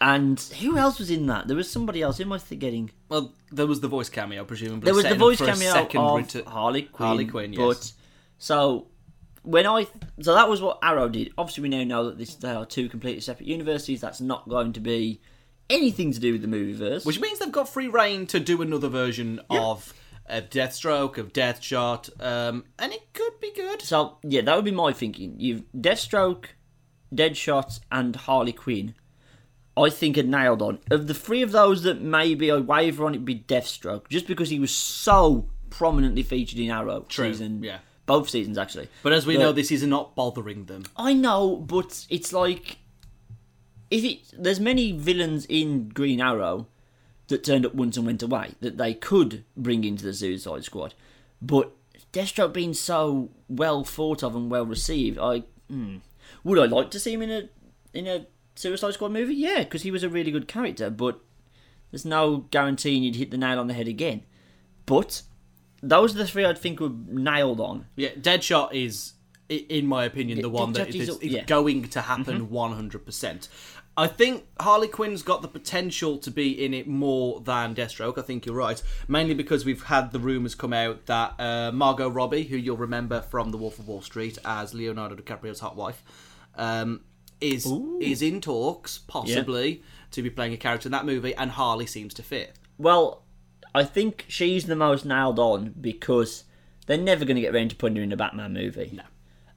A: And who else was in that? There was somebody else. Who am I forgetting?
B: Well, there was the voice cameo, presumably.
A: There was
B: setting
A: the
B: up
A: voice
B: for a
A: cameo
B: second
A: of
B: retu-
A: Harley Quinn.
B: Harley Quinn, yes.
A: But so when I so that was what Arrow did. Obviously, we now know that this, they are two completely separate universes. That's not going to be anything to do with the movieverse.
B: Which means they've got free reign to do another version of uh, Deathstroke, of Deathshot, um, and it could be good.
A: So yeah, that would be my thinking. You've Deathstroke, Deadshot, and Harley Quinn. I think are nailed on. Of the three of those that maybe I waver on, it'd be Deathstroke, just because he was so prominently featured in Arrow
B: True,
A: season,
B: yeah.
A: both seasons actually.
B: But as we know, this is not bothering them.
A: I know, but it's like if it there's many villains in Green Arrow that turned up once and went away that they could bring into the Suicide Squad, but Deathstroke being so well thought of and well received, I hmm. would I like to see him in a in a Suicide Squad movie? Yeah, because he was a really good character, but there's no guaranteeing you'd hit the nail on the head again. But those are the three I'd think were nailed on.
B: Yeah, Deadshot is, i- in my opinion, the one that
A: Deadshot
B: is,
A: is-
B: Mm-hmm. is
A: yeah.
B: going to happen 100%. I think Harley Quinn's got the potential to be in it more than Deathstroke. I think you're right. Mainly because we've had the rumours come out that uh, Margot Robbie, who you'll remember from The Wolf of Wall Street as Leonardo DiCaprio's hot wife, um, is is in talks, possibly, to be playing a character in that movie, and Harley seems to fit.
A: Well, I think she's the most nailed on because they're never going to get around to putting her in a Batman movie. No.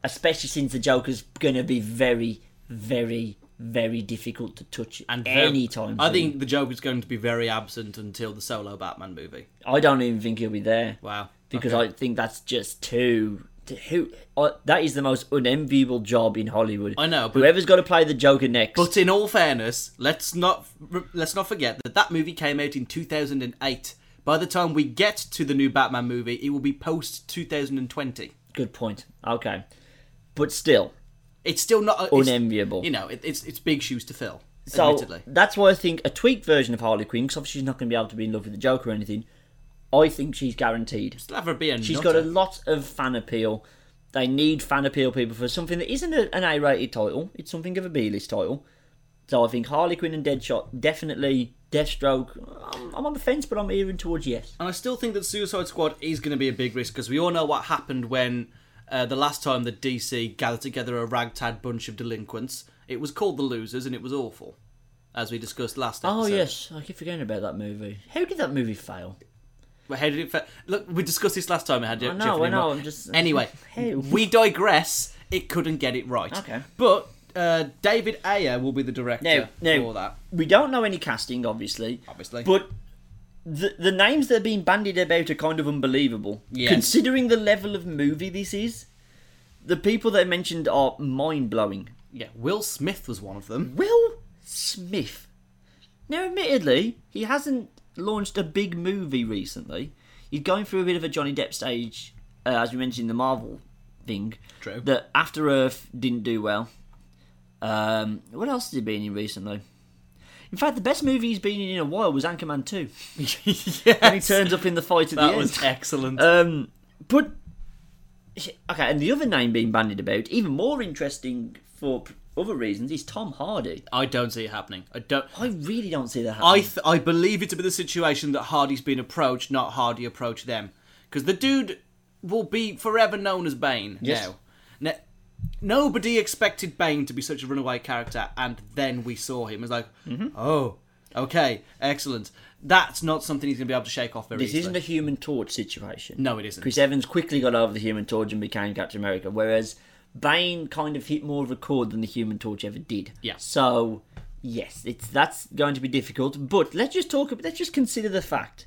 A: Especially since the Joker's going to be very, very, very difficult to touch
B: And very-
A: anytime.
B: I think the Joker's going to be very absent until the solo Batman movie.
A: I don't even think he'll be there
B: Wow.
A: because I think that's just too. to- Who I, that is the most unenviable job in Hollywood.
B: I know, but-
A: whoever's got to play the Joker next.
B: But in all fairness, let's not let's not forget that that movie came out in 2008. By the time we get to the new Batman movie, it will be post 2020.
A: good point. Okay, but still
B: It's still not it's,
A: unenviable.
B: You know, it, it's it's big shoes to fill.
A: So
B: Admittedly.
A: that's why I think a tweaked version of Harley Quinn, because obviously she's not going to be able to be in love with the Joker or anything. I think she's guaranteed.
B: Still have her be a
A: She's
B: nutter.
A: got a lot of fan appeal. They need fan appeal people for something that isn't a, an A-rated title. It's something of a B-list title. So I think Harley Quinn and Deadshot definitely. Deathstroke. I'm, I'm on the fence, but I'm hearing towards yes.
B: And I still think that Suicide Squad is going to be a big risk because we all know what happened when uh, the last time that DC gathered together a ragtag bunch of delinquents. It was called The Losers and it was awful, as we discussed last episode.
A: Oh yes, I keep forgetting about that movie. How did that movie fail?
B: But how did it? Fa- Look, we discussed this last time. I had
A: I
B: Jeff
A: know, I
B: and
A: know.
B: Rob.
A: I'm just
B: Anyway,
A: How?
B: we digress. It couldn't get it right.
A: Okay.
B: But uh, David Ayer will be the director
A: No, no.
B: for that.
A: we don't know any casting, obviously.
B: Obviously.
A: But the the names that are being bandied about are kind of unbelievable.
B: Yes.
A: Considering the level of movie this is, the people they mentioned are mind blowing.
B: Yeah, Will Smith was one of them.
A: Will Smith. Now, admittedly, he hasn't launched a big movie recently. He's going through a bit of a Johnny Depp stage, uh, as we mentioned, the Marvel thing.
B: True.
A: That After Earth didn't do well. Um, what else has he been in recently? In fact, the best movie he's been in in a while was Anchorman 2. He
B: yes,
A: turns up in the fight at the
B: that
A: end.
B: was excellent.
A: Um, but okay, and the other name being bandied about, even more interesting for p- other reasons, is Tom Hardy.
B: I don't see it happening. I don't.
A: I really don't see that
B: I
A: happening.
B: th- I believe it to be the situation that Hardy's been approached, not Hardy approached them, because the dude will be forever known as Bane
A: Yes.
B: now. Now, nobody expected Bane to be such a runaway character, and then we saw him. It's like,
A: Mm-hmm.
B: oh, okay, excellent. That's not something he's going to be able to shake off very
A: this
B: easily.
A: isn't a Human Torch situation.
B: No, it isn't.
A: Chris Evans quickly got over the Human Torch and became Captain America, whereas Bane kind of hit more of a chord than the Human Torch ever did.
B: Yeah.
A: So yes, it's that's going to be difficult. But let's just talk. ab- Let's just consider the fact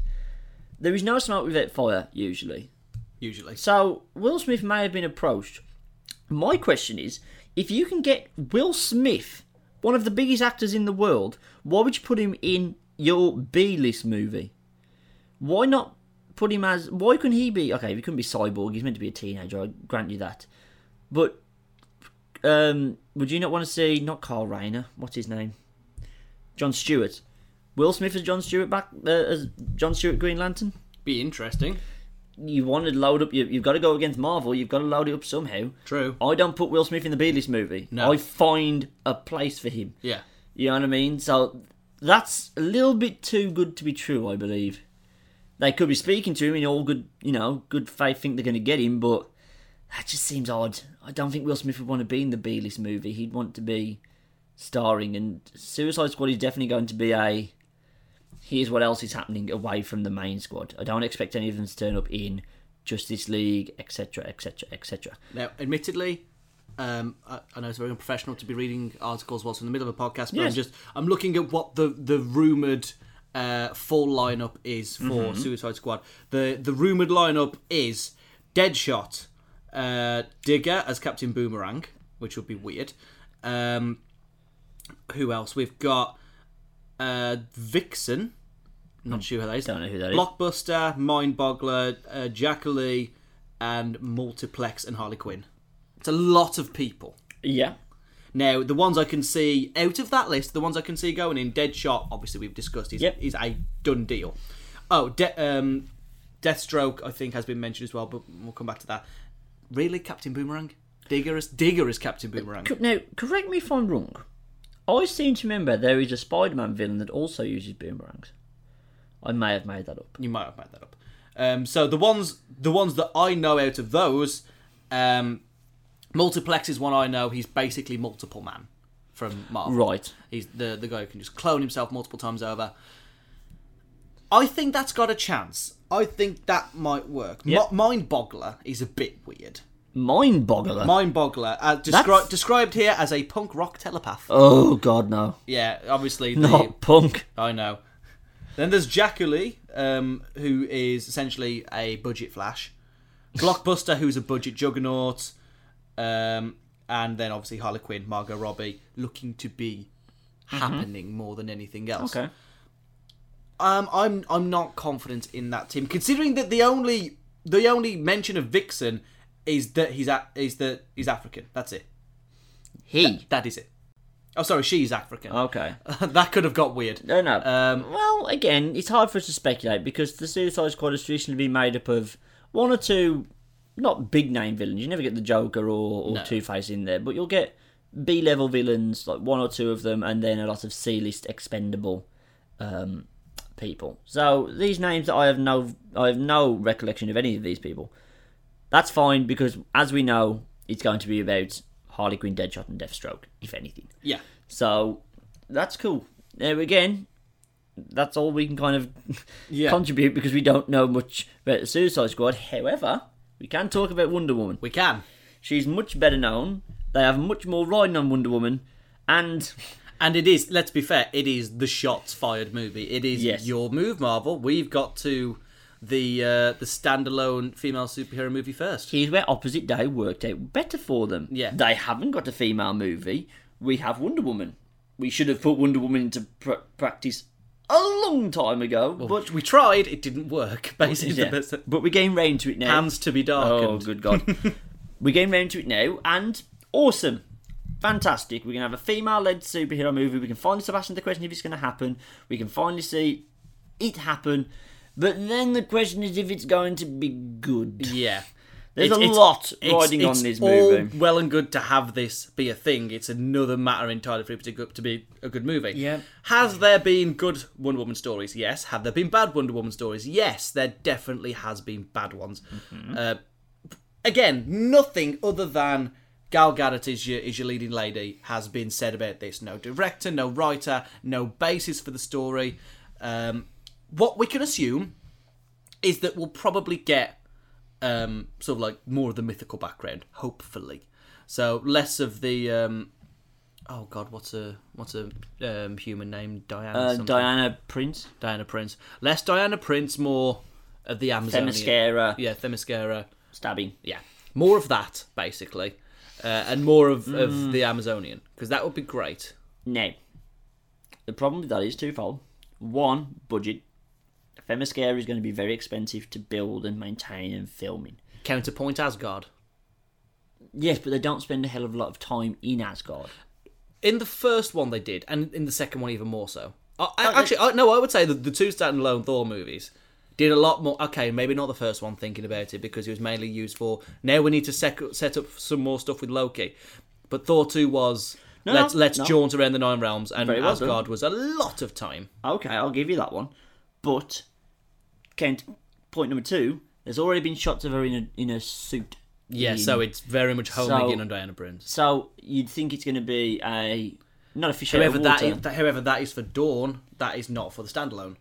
A: there is no smoke without fire usually.
B: usually.
A: So Will Smith may have been approached. My question is, if you can get Will Smith, one of the biggest actors in the world, why would you put him in your B-list movie? Why not put him as? Why couldn't he be? Okay, he couldn't be Cyborg. He's meant to be a teenager. I grant you that. But um, would you not want to see not Carl Rayner? What's his name? John Stewart. Will Smith as John Stewart back uh, as John Stewart Green Lantern
B: Be interesting.
A: you want to load up. You, you've got to go against Marvel. You've got to load it up somehow.
B: True.
A: I don't put Will Smith in the B-list movie.
B: No.
A: I find a place for him.
B: Yeah.
A: You know what I mean? So that's a little bit too good to be true. I believe they could be speaking to him in all good, you know, good faith. Think they're going to get him, but that just seems odd. I don't think Will Smith would want to be in the B-list movie. He'd want to be starring, and Suicide Squad is definitely going to be a. Here's what else is happening away from the main squad. I don't expect any of them to turn up in Justice League, etc., etc., etc.
B: Now, admittedly, um, I, I know it's very unprofessional to be reading articles whilst in the middle of a podcast, but I'm
A: Yes.
B: just I'm looking at what the the rumored uh, full lineup is for Suicide Squad. The the rumored lineup is Deadshot, uh, Digger as Captain Boomerang, which would be weird. Um, who else? We've got uh, Vixen. Not sure who that is.
A: Hmm. Don't know who that is.
B: Blockbuster, Mindboggler, uh, Jackalee, and Multiplex and Harley Quinn. It's a lot of people.
A: Yeah.
B: Now, the ones I can see out of that list, the ones I can see going in, Deadshot, obviously we've discussed, is,
A: Yep.
B: is a done deal. Oh, De- um, Deathstroke, I think, has been mentioned as well, but we'll come back to that. Really, Captain Boomerang? Digger is, Digger is Captain Boomerang.
A: Co- Now, correct me if I'm wrong. I seem to remember there is a Spider-Man villain that also uses boomerangs. I may have made that up.
B: You might have made that up. Um, so the ones the ones that I know out of those, um, Multiplex is one I know. He's basically multiple man from Marvel.
A: Right.
B: He's the the guy who can just clone himself multiple times over. I think that's got a chance. I think that might work.
A: Yep.
B: Mi- Mind Boggler is a bit weird.
A: Mind boggler.
B: Mind Boggler, uh, descri-
A: That's-
B: described here as a punk rock telepath.
A: oh god no.
B: Yeah, obviously the,
A: Not punk.
B: I know. Then there's Jacqueline, um, who is essentially a budget flash. Blockbuster, who's a budget juggernaut. Um, and then obviously Harley Quinn, Margot Robbie, looking to be happening more than anything else.
A: Mm-hmm. Okay.
B: Um, I'm I'm not confident in that team, considering that the only the only mention of Vixen is that he's a, is that he's African. That's it.
A: He.
B: That is it. Oh, sorry, she's African.
A: Okay.
B: that could have got weird.
A: No, no.
B: Um,
A: well, again, it's hard for us to speculate because the Suicide Squad has traditionally been made up of one or two, not big name villains. You never get the Joker or, or
B: No.
A: Two Face in there, but you'll get B level villains, like one or two of them, and then a lot of C list expendable um, people. So these names that I have no, I have no recollection of any of these people. That's fine because, as we know, it's going to be about Harley Quinn, Deadshot, and Deathstroke, if anything.
B: Yeah.
A: So that's cool. There again, that's all we can kind of
B: Yeah.
A: contribute because we don't know much about the Suicide Squad. However, we can talk about Wonder Woman.
B: We can.
A: She's much better known. They have much more riding on Wonder Woman, and
B: And it is, let's be fair, it is the shots fired movie. It is
A: Yes.
B: your move, Marvel. We've got to the uh, the standalone female superhero movie first.
A: here's where Opposite Day worked out better for them.
B: Yeah.
A: they haven't got a female movie. We have Wonder Woman. We should have put Wonder Woman into pr- practice a long time ago, but
B: But we tried, it didn't work. Basically,
A: yeah.
B: the best
A: but we're getting round to it now.
B: hands to be darkened.
A: Oh, good God. We're getting round to it now, and awesome. Fantastic. We can have a female led superhero movie. We can finally stop asking the question if it's going to happen. We can finally see it happen. But then the question is if it's going to be good.
B: Yeah.
A: There's a lot riding on this movie.
B: All well and good to have this be a thing. It's another matter entirely for it to, go, to be a good movie.
A: Yeah.
B: Has there been good Wonder Woman stories? Yes. Have there been bad Wonder Woman stories? Yes. There definitely has been bad ones.
A: Mm-hmm.
B: Uh, again, nothing other than Gal Gadot is your is your leading lady has been said about this. No director, no writer, no basis for the story. Um, what we can assume is that we'll probably get um, sort of like more of the mythical background, hopefully. So less of the um, oh god, what's a what's a um, human name? Diana.
A: Uh,
B: something.
A: Diana Prince,
B: Diana Prince. Less Diana Prince, more of the Amazonian.
A: Themyscira,
B: Yeah, Themyscira.
A: stabbing.
B: Yeah, more of that basically, uh, and more of,
A: Hmm.
B: of the Amazonian because that would be great.
A: Now, the problem with that is twofold. One, budget. Femiscare is going to be very expensive to build and maintain and filming.
B: Counterpoint Asgard.
A: Yes, but they don't spend a hell of a lot of time in Asgard.
B: In the first one they did, and in the second one even more so. I, I,
A: Oh, they-
B: actually, I, no, I would say that the two standalone Thor movies did a lot more. Okay, maybe not the first one. Thinking about it, because it was mainly used for. Now we need to sec- set up some more stuff with Loki, but Thor two was.
A: No,
B: let's
A: no,
B: let's
A: no.
B: jaunt around the nine realms, and
A: Very well done.
B: Asgard was a lot of time.
A: Okay, I'll give you that one. But count point number two. There's already been shots of her in a in a suit.
B: Yeah,
A: In-
B: so it's very much homing
A: So-
B: in on Diana Prince.
A: so you'd think it's going to be a not a fish out of
B: However,
A: water.
B: that, is, that however that is for Dawn, that is not for the standalone.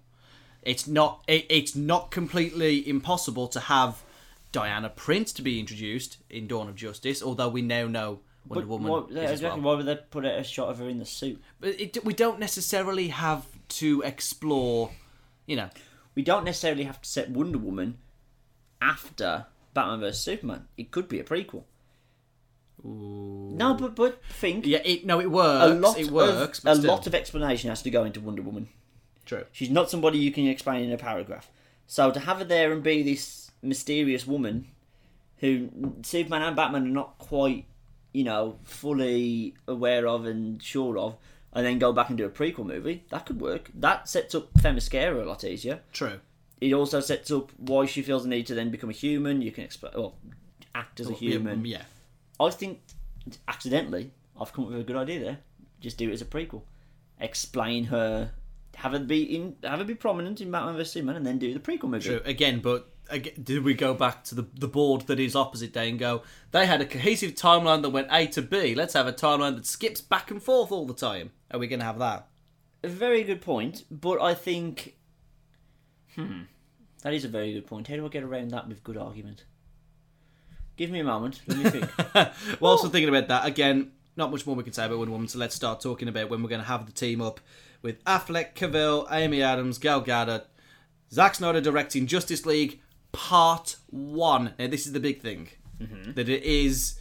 B: It's not. It, it's not completely impossible to have Diana Prince to be introduced in Dawn of Justice, although we now know Wonder
A: But
B: Woman
A: why,
B: is as
A: exactly,
B: well.
A: why would they put a a shot of her in the suit?
B: But it, we don't necessarily have to explore, you know.
A: We don't necessarily have to set Wonder Woman after Batman vs Superman. It could be a prequel. No, but but think
B: Yeah, it, no, it works.
A: a lot
B: it works.
A: of,
B: but
A: a
B: still.
A: lot of explanation has to go into Wonder Woman.
B: true.
A: She's not somebody you can explain in a paragraph. So to have her there and be this mysterious woman who Superman and Batman are not quite, you know, fully aware of and sure of, and then go back and do a prequel movie, that could work. That sets up Themyscira a lot easier.
B: True.
A: It also sets up why she feels the need to then become a human. You can explain, well, act as a human.
B: Yeah.
A: I think accidentally I've come up with a good idea there. Just do it as a prequel. Explain her, have her be in, have her be prominent in Batman vs Superman, and then do the prequel movie.
B: True. Again, but again, did we go back to the, the board that is opposite day and go, they had a cohesive timeline that went A to B. Let's have a timeline that skips back and forth all the time. Are we going to have that?
A: A very good point, but I think, hmm, that is a very good point. How do I get around that with good argument? Give me a moment. Let me think.
B: Whilst I'm thinking about that, again, not much more we can say about Wonder Woman, so let's start talking about when we're going to have the team up with Affleck, Cavill, Amy Adams, Gal Gadot, Zack Snyder directing Justice League Part 1. Now, this is the big thing.
A: Mm-hmm.
B: That it is...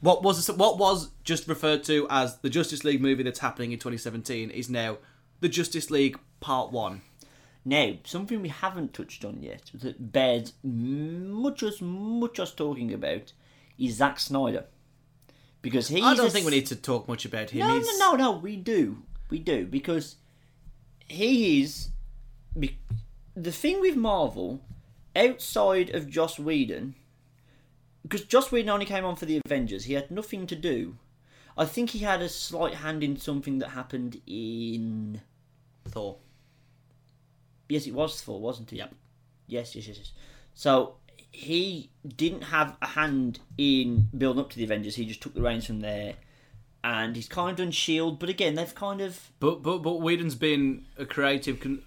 B: What was what was just referred to as the Justice League movie that's happening in 2017 is now the Justice League Part One.
A: Now, something we haven't touched on yet that bears much as much as talking about is Zack Snyder, because he's.
B: I
A: a
B: don't
A: s-
B: think we need to talk much about him.
A: No,
B: He's-
A: no, no, no. We do, we do, because he is. be- The thing with Marvel, outside of Joss Whedon, because Joss Whedon only came on for the Avengers, he had nothing to do. I think he had a slight hand in something that happened in.
B: Thor.
A: Yes, it was Thor, wasn't it?
B: Yep.
A: Yes, yes, yes, yes. So he didn't have a hand in building up to the Avengers. He just took the reins from there, and he's kind of done Shield. E But again, they've kind of
B: But but but Whedon's been a creative. Con-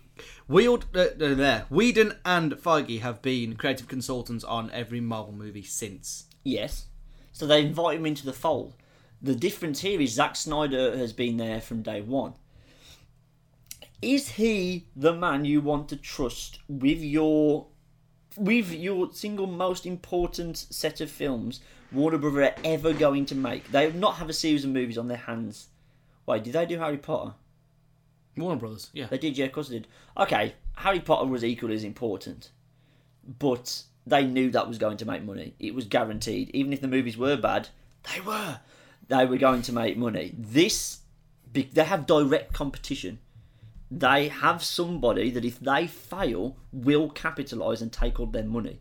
B: Whedon, uh, uh, there. Whedon and Feige have been creative consultants on every Marvel movie since.
A: yes. So they invite him into the fold. The difference here is Zack Snyder has been there from day one. Is he the man you want to trust with your with your single most important set of films Warner Brother are ever going to make? They have not have a series of movies on their hands. Wait, did they do Harry Potter?
B: Warner Brothers. Yeah.
A: They did, yeah, of course they did. Okay, Harry Potter was equally as important, but they knew that was going to make money. It was guaranteed. Even if the movies were bad, they were. They were going to make money. This, be- they have direct competition. They have somebody that if they fail, will capitalise and take all their money.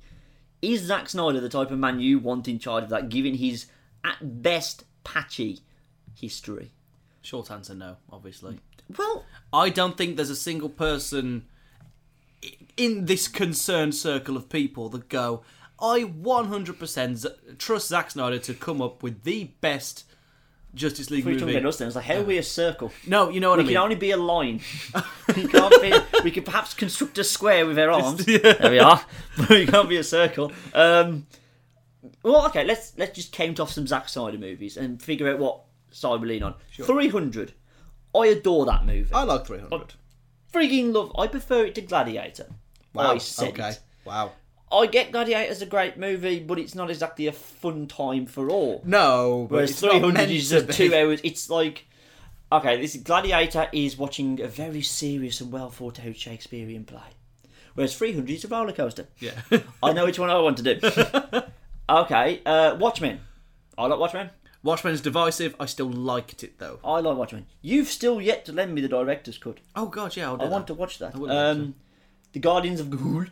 A: Is Zack Snyder the type of man you want in charge of that, given his at best patchy history?
B: Short answer, no. Obviously,
A: Well,
B: I don't think there's a single person i- in this concerned circle of people that go, I 100% z- trust Zack Snyder to come up with the best Justice League
A: we were
B: movie.
A: talking about us then. It's like, how are we a circle?
B: No, you know what
A: It
B: I mean.
A: can only be a line. we, can't be, we could perhaps construct a square with our arms. There we are. But it can't be a circle. Um, well, okay, let's let's just count off some Zack Snyder movies and figure out what side we lean on. 300. I adore that movie.
B: I like 300.
A: Frigging love. I prefer it to Gladiator. I said
B: okay.
A: it.
B: Wow.
A: I get Gladiator's a great movie, but it's not exactly a fun time for all.
B: No, but
A: Whereas
B: it's not
A: 300
B: meant
A: is
B: to
A: just
B: be.
A: two hours. It's like, okay, this Gladiator is watching a very serious and well thought out Shakespearean play. Whereas 300 is a roller coaster.
B: Yeah.
A: I know which one I want to do. okay, uh, Watchmen. I like Watchmen.
B: Watchmen's divisive. I still liked it though.
A: I like Watchmen. You've still yet to lend me the director's cut.
B: Oh god, yeah, I'll do
A: I
B: that.
A: want to watch that.
B: would like
A: Um, the Guardians of Ghoul.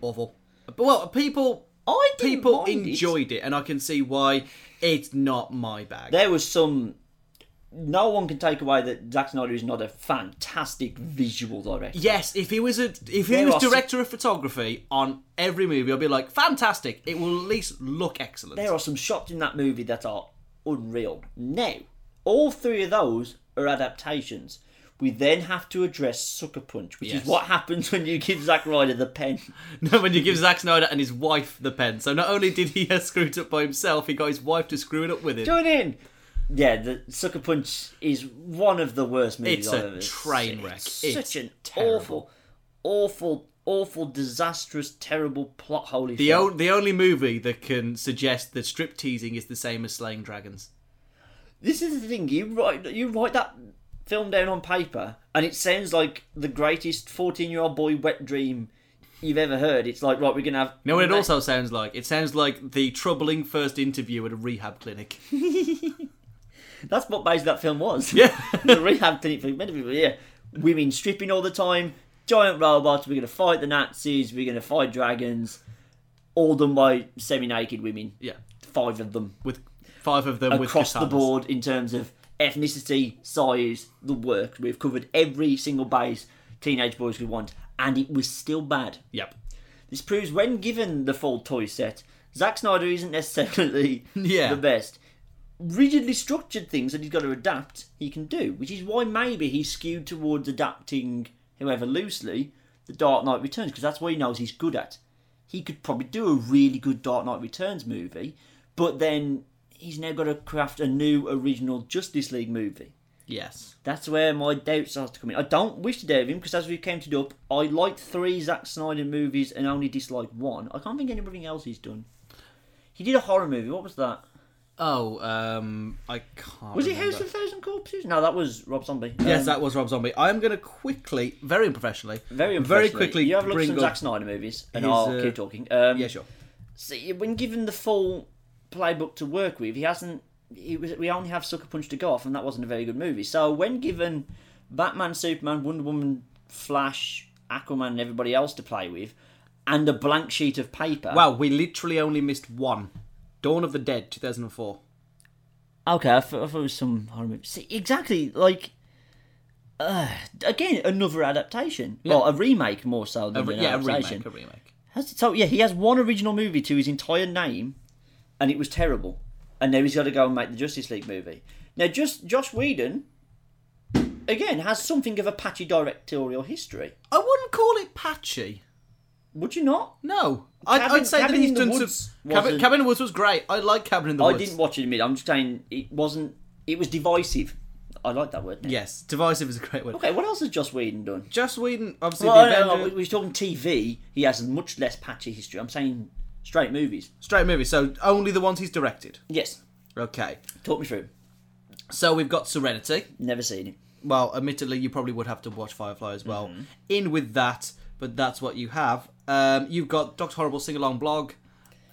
B: awful. But well, people
A: I didn't
B: people
A: mind it.
B: enjoyed it. and I can see why it's not my bag.
A: there was some. No one can take away that Zack Snyder is not a fantastic visual director.
B: Yes, if he was a if he
A: There
B: was
A: are some-
B: director of photography on every movie, I'd be like, fantastic. It will at least look excellent.
A: There are some shots in that movie that are unreal. Now, all three of those are adaptations. We then have to address Sucker Punch, which
B: Yes.
A: is what happens when you give Zack Ryder the pen.
B: when you give Zack Snyder and his wife the pen, so not only did he have screwed up by himself, he got his wife to screw it up with him.
A: Join in! Yeah, the Sucker Punch is one of the worst movies
B: It's
A: I've
B: a
A: ever
B: train
A: seen.
B: wreck.
A: It's
B: It's
A: such an
B: terrible.
A: awful, awful, awful, disastrous, terrible plot hole. The
B: The, o- the only movie that can suggest that strip teasing is the same as slaying dragons.
A: This is the thing. You write you write that film down on paper, and it sounds like the greatest fourteen year old boy wet dream you've ever heard. It's like right, we're gonna have
B: You know what it also sounds like? It sounds like the troubling first interview at a rehab clinic.
A: That's what basically that film was.
B: Yeah.
A: the rehab clinic for many people. Yeah, women stripping all the time, giant robots. We're gonna fight the Nazis. We're gonna fight dragons. All done by semi naked women.
B: yeah.
A: Five of them
B: With five of them with
A: across the
B: katanas.
A: board in terms of ethnicity, size, the work. We've covered every single base teenage boys could want, and it was still bad.
B: Yep.
A: This proves when given the full toy set, Zack Snyder isn't necessarily
B: Yeah.
A: the best. Rigidly structured things that he's got to adapt, he can do, which is why maybe he's skewed towards adapting, however loosely, the Dark Knight Returns, because that's what he knows he's good at. He could probably do a really good Dark Knight Returns movie, but then he's now got to craft a new original Justice League movie.
B: Yes.
A: That's where my doubts start to come in. I don't wish to doubt him because, as we counted up, I like three Zack Snyder movies and only dislike one. I can't think of anything else he's done. He did a horror movie. What was that?
B: Oh, um, I can't.
A: Was it
B: remember.
A: House of Thousand Corpses? No, that was Rob Zombie.
B: Yes,
A: Um,
B: that was Rob Zombie. I'm going to quickly, very unprofessionally,
A: very
B: very
A: unprofessionally.
B: quickly
A: You have looked at
B: bring
A: some
B: up.
A: Zack Snyder movies, and
B: his,
A: I'll
B: uh,
A: keep talking. Um,
B: Yeah, sure.
A: See, when given the full playbook to work with, he hasn't it was we only have Sucker Punch to go off, and that wasn't a very good movie. So when given Batman, Superman, Wonder Woman, Flash, Aquaman, and everybody else to play with, and a blank sheet of paper.
B: Wow, we literally only missed one. Dawn of the Dead, 2004.
A: Okay, I thought, I thought it was some horror movie. See, exactly, like. Uh, again, another adaptation. Well, a remake more so than
B: A re-
A: an
B: yeah, a
A: adaptation.
B: remake. A remake.
A: Has- so, yeah, he has one original movie to his entire name, and it was terrible. And now he's got to go and make the Justice League movie. Now, just Josh Whedon, again, has something of a patchy directorial history.
B: I wouldn't call it patchy.
A: Would you not?
B: No, I'd,
A: Cabin-
B: I'd say
A: Cabin
B: that he's
A: in the
B: done
A: Woods
B: some. Cabin,
A: wasn't-
B: Cabin in the Woods was great. I like Cabin in the
A: I
B: Woods.
A: didn't watch it. Admit, I'm just saying it wasn't. It was divisive. I like that word. now.
B: Yes, divisive is a great word.
A: Okay, what else has Josh Whedon done?
B: Joss Whedon, obviously,
A: Well, Oh,
B: the
A: no, no,
B: Avenger-
A: no, we- we're talking TV. He has much less patchy history. I'm saying straight movies.
B: straight movie. So only the ones he's directed.
A: Yes,
B: Okay.
A: talk me through.
B: So we've got Serenity.
A: Never seen him.
B: Well, admittedly, you probably would have to watch Firefly as well.
A: Mm-hmm.
B: In with that, but that's what you have. Um, you've got Doctor Horrible sing along blog.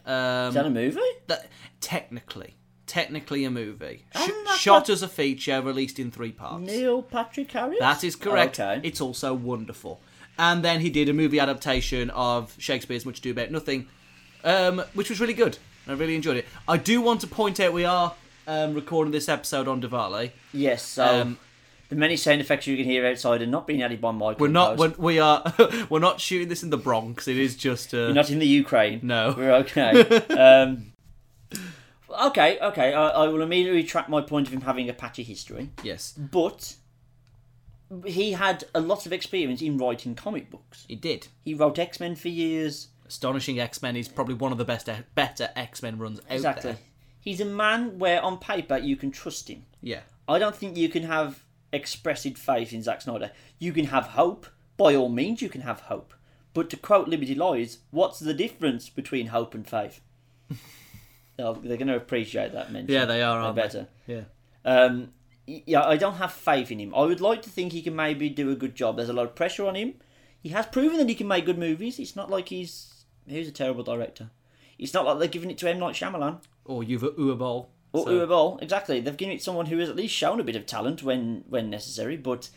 B: Um,
A: Is that a movie?
B: that technically, technically a movie Sh-
A: And that's
B: shot
A: not-
B: as a feature, released in three parts.
A: Neil Patrick Harris.
B: That is correct.
A: Okay.
B: It's also wonderful. And then he did a movie adaptation of Shakespeare's Much Ado About Nothing, um, which was really good. I really enjoyed it. I do want to point out we are um, recording this episode on Diwali.
A: Yes. So
B: Um,
A: the many sound effects you can hear outside are not being added by Michael.
B: We're not.
A: Post.
B: We're, we are. we're not shooting this in the Bronx. It is just. Uh,
A: We're not in the Ukraine.
B: No.
A: We're okay. um, okay. Okay. I, I will immediately retract my point of him having a patchy history,
B: yes,
A: but he had a lot of experience in writing comic books.
B: he did.
A: He wrote X Men for years.
B: Astonishing X Men is probably one of the best, better X Men runs out
A: Exactly.
B: there.
A: He's a man where on paper you can trust him.
B: Yeah.
A: I don't think you can have expressed faith in Zack Snyder. You can have hope. By all means, you can have hope. But to quote Limited Lies, what's the difference between hope and faith? They'll- They're going to appreciate that mention.
B: Yeah, they are. Aren't they?
A: better.
B: Yeah.
A: Um, y- yeah, I don't have faith in him. I would like to think he can maybe do a good job. There's a lot of pressure on him. He has proven that he can make good movies. It's not like he's he's a terrible director. It's not like they're giving it to M Night Shyamalan.
B: Or you've Uwe Boll.
A: Or
B: So-
A: Uwe Boll, exactly. They've given it someone who has at least shown a bit of talent when when necessary, but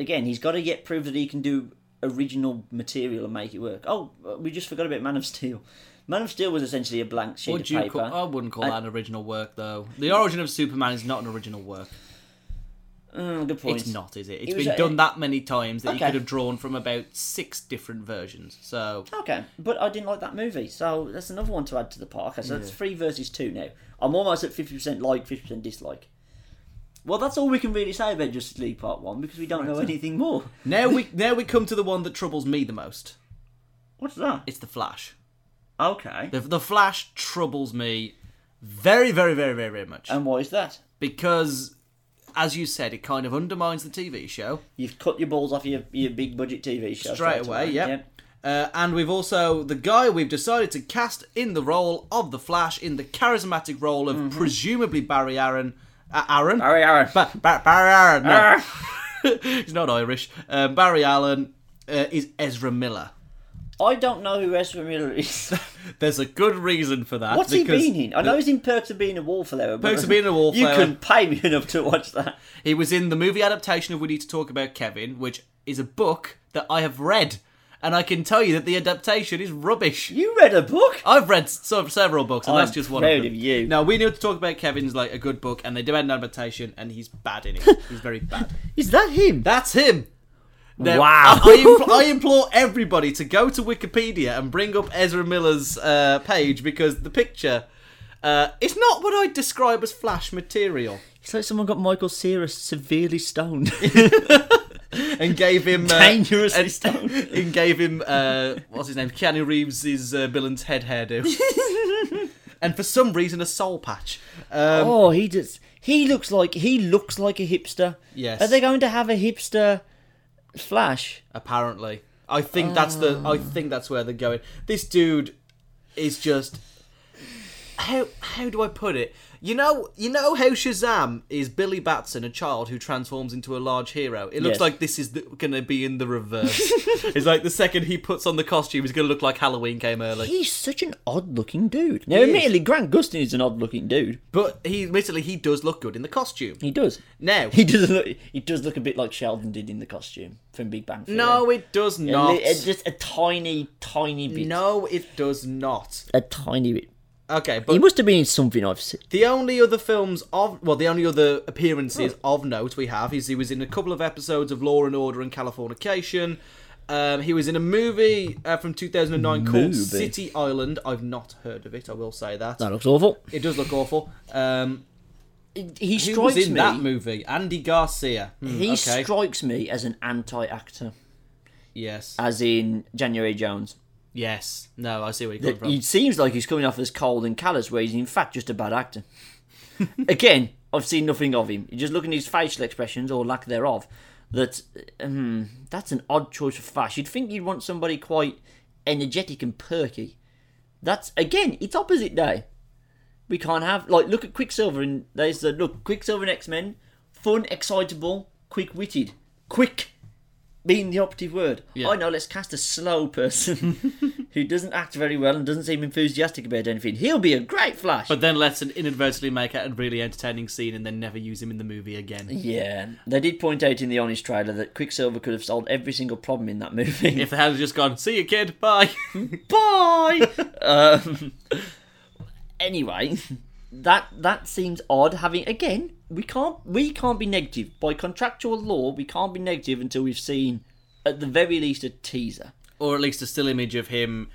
A: again, he's got to yet prove that he can do original material and make it work. Oh, we just forgot about Man of Steel. Man of Steel was essentially a blank sheet
B: Would
A: of
B: you
A: paper.
B: call, I wouldn't call that an original work, though. The origin of Superman is not an original work.
A: Mm, good point.
B: Oh, It's not, is it? It's
A: It was
B: been
A: a-
B: done that many times that you
A: Okay.
B: could have drawn from about six different versions. So
A: Okay, but I didn't like that movie, so that's another one to add to the park. So it's three versus two now. I'm almost at fifty percent like, fifty percent dislike. Well, that's all we can really say about Justice League Part One because we don't know anything more.
B: now we now we come to the one that troubles me the most.
A: What's that?
B: It's the Flash.
A: Okay.
B: The, the Flash troubles me very, very, very, very, very much
A: And why is that?
B: because, as you said, it kind of undermines the TV show.
A: You've cut your balls off your, your big budget TV show
B: straight away. Yep. Uh, and we've also the guy we've decided to cast in the role of the Flash in the charismatic role of presumably Barry Aaron. Uh, Aaron.
A: Mm-hmm. Barry Ah. Aaron.
B: Ba- Ba- Barry Aaron. No.
A: Arr.
B: He's not Irish. Um, Barry Allen uh, is Ezra Miller.
A: I don't know who Ezra Miller is.
B: There's a good reason for that.
A: What's he
B: because
A: been in? I know he's in Perks of Being a Wallflower. but-
B: Perks of Being a Wallflower.
A: You can pay me enough to watch that.
B: He was in the movie adaptation of We Need to Talk About Kevin, which is a book that I have read, and I can tell you that the adaptation is rubbish.
A: You read a book?
B: I've read so- several books, and that's
A: I'm
B: just one
A: proud
B: of them.
A: of you.
B: Now we need to talk about Kevin's like a good book, and they demand an adaptation, and he's bad in it. he's very bad.
A: Is that him?
B: That's him. Now,
A: Wow.
B: I, I, impl- I implore everybody to go to Wikipedia and bring up Ezra Miller's uh, page because the picture. Uh, it's not what I'd describe as flash material,
A: It's like someone got Michael Cera severely stoned.
B: and gave him uh,
A: Dangerously
B: and-
A: stoned.
B: and gave him uh, what's his name, Keanu Reeves' his uh, Billen's head hairdo, and for some reason a soul patch. Um,
A: oh, he just he looks like he looks like a hipster.
B: Yes.
A: Are they going to have a hipster flash?
B: apparently. I think
A: Oh.
B: that's the I think that's where they're going. This dude is just how how do I put it? You know, you know how Shazam is Billy Batson, a child who transforms into a large hero. It looks
A: Yes.
B: like this is the, gonna be in the reverse. it's like the second he puts on the costume, he's gonna look like Halloween came early.
A: He's such an odd looking dude. Now,
B: He is.
A: admittedly, Grant Gustin is an odd looking dude.
B: But he, admittedly, he does look good in the costume.
A: He does.
B: Now,
A: He does look. He does look a bit like Sheldon did in the costume from Big Bang Theory.
B: no, it does
A: A
B: not.
A: li- a- just a tiny, tiny bit.
B: No, it does not.
A: A tiny bit.
B: Okay,
A: He
B: but
A: must have been in something I've seen.
B: the only other films of well, the only other appearances
A: Oh.
B: of note we have is he was in a couple of episodes of Law and Order and Californication. Um, he was in a movie uh, from 2009 called
A: Movie.
B: City Island. I've not heard of it. I will say that
A: That looks awful.
B: it does look awful. Um,
A: He
B: who
A: strikes
B: was in
A: me.
B: that movie? Andy Garcia. Hmm,
A: He
B: okay.
A: strikes me as an anti-actor,
B: yes.
A: as in January Jones.
B: yes. No, I see where you're coming from.
A: He seems like he's coming off as cold and callous, where he's in fact just a bad actor. Again, I've seen nothing of him. You just look at his facial expressions or lack thereof. That um, that's an odd choice for Flash. You'd think you'd want somebody quite energetic and perky. That's again, it's opposite day. We can't have like look at Quicksilver and they said look Quicksilver and X Men, fun, excitable, quick witted, quick being the operative word.
B: Yeah.
A: I know. Let's cast a slow person who doesn't act very well and doesn't seem enthusiastic about anything. He'll be a great Flash.
B: But then lets an inadvertently make out a really entertaining scene and then never use him in the movie again.
A: Yeah, they did point out in the Honest trailer that Quicksilver could have solved every single problem in that movie.
B: If they had just gone, see you, kid, bye.
A: Bye. um, anyway, that that seems odd. Having again, we can't we can't be negative by contractual law. We can't be negative until we've seen at the very least a teaser.
B: or at least a still image of him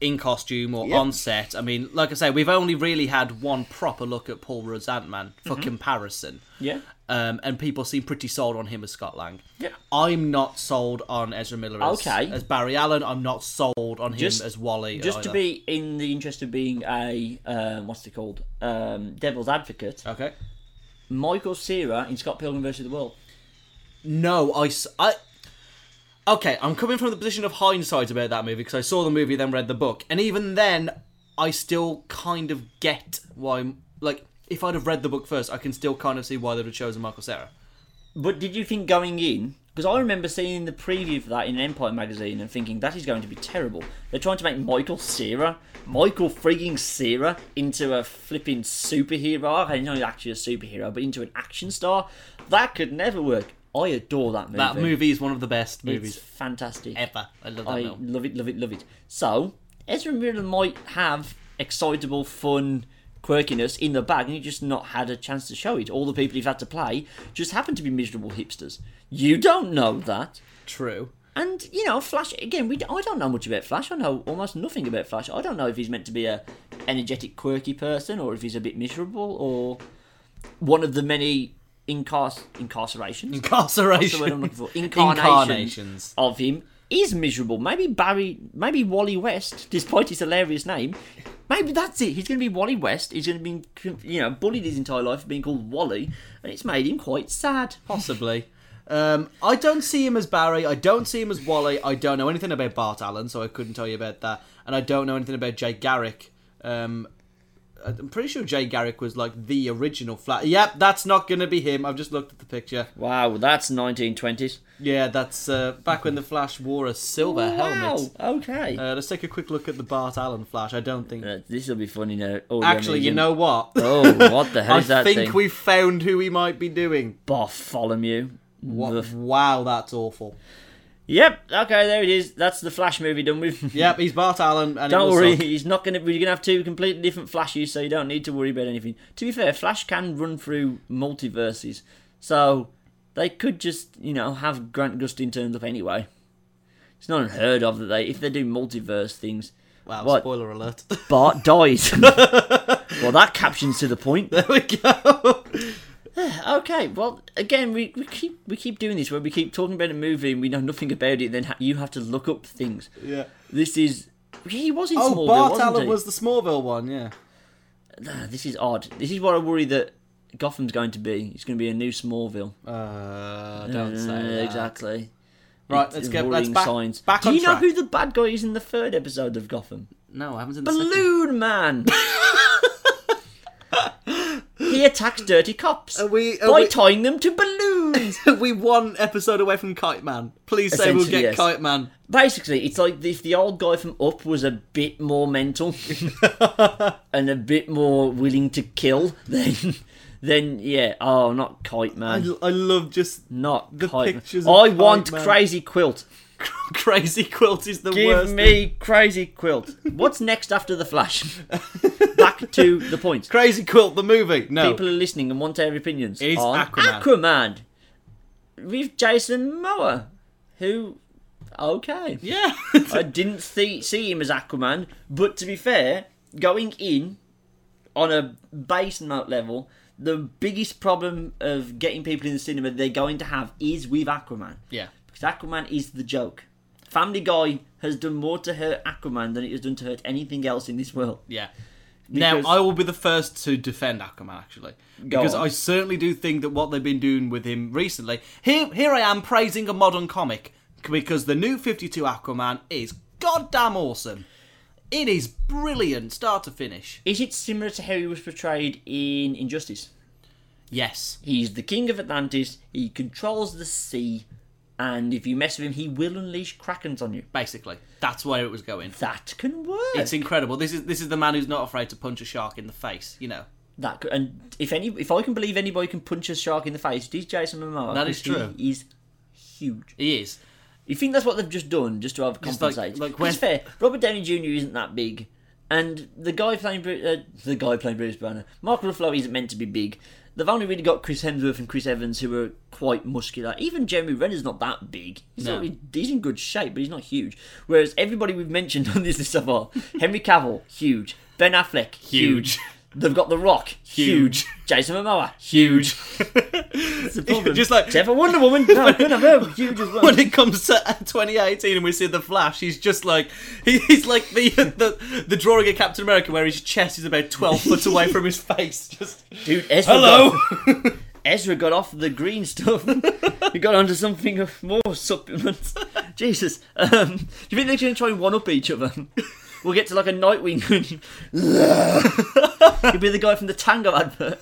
B: in costume or
A: Yeah.
B: on set. I mean, like I say, we've only really had one proper look at Paul Rudd's Ant Man
A: Mm-hmm.
B: for comparison.
A: Yeah.
B: Um, and people seem pretty sold on him as Scott Lang.
A: Yeah.
B: I'm not sold on Ezra Miller as,
A: Okay.
B: as Barry Allen. I'm not sold on
A: Just-
B: him as Wally.
A: Just to
B: either.
A: be in the interest of being a um, what's it called um, devil's advocate,
B: okay.
A: Michael Cera in Scott Pilgrim versus the World.
B: No, I, s- I- Okay, I'm coming from the position of hindsight about that movie because I saw the movie, then read the book, and even then, I still kind of get why. m- Like, if I'd have read the book first, I can still kind of see why they'd have chosen Michael Sarah.
A: But did you think going in? Because I remember seeing the preview for that in Empire magazine and thinking that is going to be terrible. They're trying to make Michael Cera, Michael freaking Cera, into a flipping superhero. Okay, not actually a superhero, but into an action star. That could never work. I adore that movie.
B: That movie is one of the best
A: It's
B: movies
A: fantastic.
B: ever. I love that
A: I
B: film.
A: love it, love it, love it. So Ezra Miller might have excitable, fun quirkiness in the bag, and he just not had a chance to show it. All the people he's had to play just happen to be miserable hipsters. You don't know that,
B: True.
A: and you know Flash again. We d- I don't know much about Flash. I know almost nothing about Flash. I don't know if he's meant to be a energetic, quirky person, or if he's a bit miserable, or one of the many incar- incarcerations the word I'm
B: Incarceration.
A: looking for. Incarnations,
B: Incarnations.
A: of him is miserable. Maybe Barry, maybe Wally West, despite his hilarious name, maybe that's it. He's going to be Wally West. He's going to be, you know, bullied his entire life for being called Wally, and it's made him quite sad.
B: Possibly. Um, I don't see him as Barry. I don't see him as Wally. I don't know anything about Bart Allen, so I couldn't tell you about that. And I don't know anything about Jay Garrick. Um, I'm pretty sure Jay Garrick was like the original flat. Yep, that's not going to be him. I've just looked at the picture.
A: Wow, that's 1920s.
B: Yeah, that's uh, back when the Flash wore a silver helmet.
A: Wow. Okay.
B: Uh, let's take a quick look at the Bart Allen Flash. I don't think.
A: Uh, this will be funny now. Oh,
B: Actually, you know what?
A: Oh, what the hell
B: I
A: is that
B: think
A: thing?
B: we found who he might be doing.
A: Bartholomew.
B: What?
A: Ugh.
B: Wow, that's awful.
A: Yep. Okay, there it is. That's the Flash movie done with.
B: Yep, he's Bart Allen, and it
A: Don't
B: will
A: worry,
B: suck.
A: he's not going to. We're going to have two completely different flashes, so you don't need to worry about anything. To be fair, Flash can run through multiverses, so they could just, you know, have Grant Gustin turned up anyway. It's not unheard of that they, if they do multiverse things,
B: Wow,
A: What?
B: spoiler alert.
A: Bart dies. well, that captions to the point.
B: there we go.
A: Okay, well, again, we, we keep we keep doing this where we keep talking about a movie and we know nothing about it, then ha- you have to look up things.
B: Yeah.
A: This is. He was in
B: Oh,
A: Smallville,
B: Bart
A: wasn't
B: Allen
A: he?
B: was the Smallville one, yeah.
A: Ah, this is odd. This is what I worry that Gotham's going to be. It's going to be a new Smallville.
B: Uh, don't say
A: Uh,
B: that.
A: exactly.
B: Right,
A: It's
B: let's get let's
A: worrying
B: back,
A: signs.
B: back
A: Do
B: on
A: you
B: track.
A: know who the bad guy is in the third episode of Gotham?
B: No, I haven't seen the second.
A: Balloon Man. He attacks dirty cops
B: Are we- are
A: by
B: we-
A: tying them to balloons.
B: we one episode away from Kite Man. Please say we'll
A: Essentially,
B: get
A: yes.
B: Kite Man.
A: Basically, it's like if the old guy from Up was a bit more mental and a bit more willing to kill, then then yeah. Oh, not kite
B: I,
A: man.
B: l- I love just
A: Not
B: the
A: kite.
B: pictures
A: Man.
B: of
A: I
B: Kite
A: want
B: Man.
A: crazy quilt.
B: crazy quilt is the
A: Give
B: worst.
A: me crazy quilt. What's next after the Flash? Back to the point.
B: Crazy quilt, the movie. No,
A: People are listening and want our opinions
B: It is
A: on
B: Aquaman.
A: Aquaman with Jason Momoa, who okay.
B: yeah,
A: I didn't see see him as Aquaman, but to be fair, going in on a base note level, the biggest problem of getting people in the cinema they're going to have is with Aquaman.
B: yeah.
A: Because Aquaman is the joke. Family Guy has done more to hurt Aquaman than it has done to hurt anything else in this world.
B: Yeah. Now
A: Because-
B: I will be the first to defend Aquaman actually,
A: Go
B: because
A: on.
B: I certainly do think that what they've been doing with him recently. Here, here I am praising a modern comic c- because the new Fifty Two Aquaman is goddamn awesome. It is brilliant, start to finish.
A: Is it similar to how he was portrayed in Injustice?
B: Yes,
A: He's the king of Atlantis, he controls the sea, and if you mess with him, he will unleash krakens on you.
B: basically, that's where it was going.
A: That can work.
B: It's incredible. This is this is the man who's not afraid to punch a shark in the face. You know.
A: That could, and if any, if I can believe anybody can punch a shark in the face, it is Jason Momoa.
B: That is
A: because He is huge.
B: He is.
A: You think that's what they've just done, just to have
B: like-
A: compensate?
B: like
A: Because
B: when-
A: it's fair. Robert Downey Jr. isn't that big, and the guy playing Bru- uh, the guy playing Bruce Banner, Mark Ruffalo, isn't meant to be big. They've only really got Chris Hemsworth and Chris Evans, who are quite muscular. Even Jeremy Renner's not that big. He's,
B: No.
A: not, really- he's in good shape, but he's not huge. Whereas everybody we've mentioned on this list so far, Henry Cavill, huge. Ben Affleck, huge.
B: Huge.
A: They've got The Rock, huge.
B: Huge.
A: Jason Momoa,
B: Huge.
A: it's a problem.
B: Just like-
A: Except for Wonder Woman, no, no, no, huge as well.
B: when it comes to 2018 and we see the Flash, he's just like he- he's like the the, the drawing of Captain America where his chest is about 12 foot away from his face. Just
A: Dude, Ezra
B: hello.
A: Got, Ezra got off the green stuff. he got onto something of more supplements. Jesus. Um, do you think they're going to try and one up each other? We'll get to like a Nightwing. and- You'll be the guy from the Tango advert.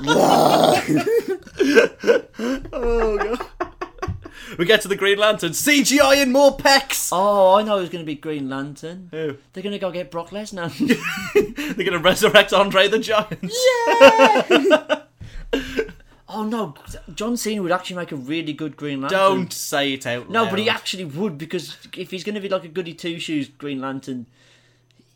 B: we get to the Green Lantern CGI in more pecs.
A: Oh, I know who's going to be Green Lantern.
B: Who?
A: They're going to go get Brock Lesnar.
B: They're gonna resurrect Andre the Giant.
A: oh no, John Cena would actually make a really good Green Lantern.
B: Don't say it out
A: No,
B: loud.
A: but he actually would because if he's going to be like a goody two shoes Green Lantern,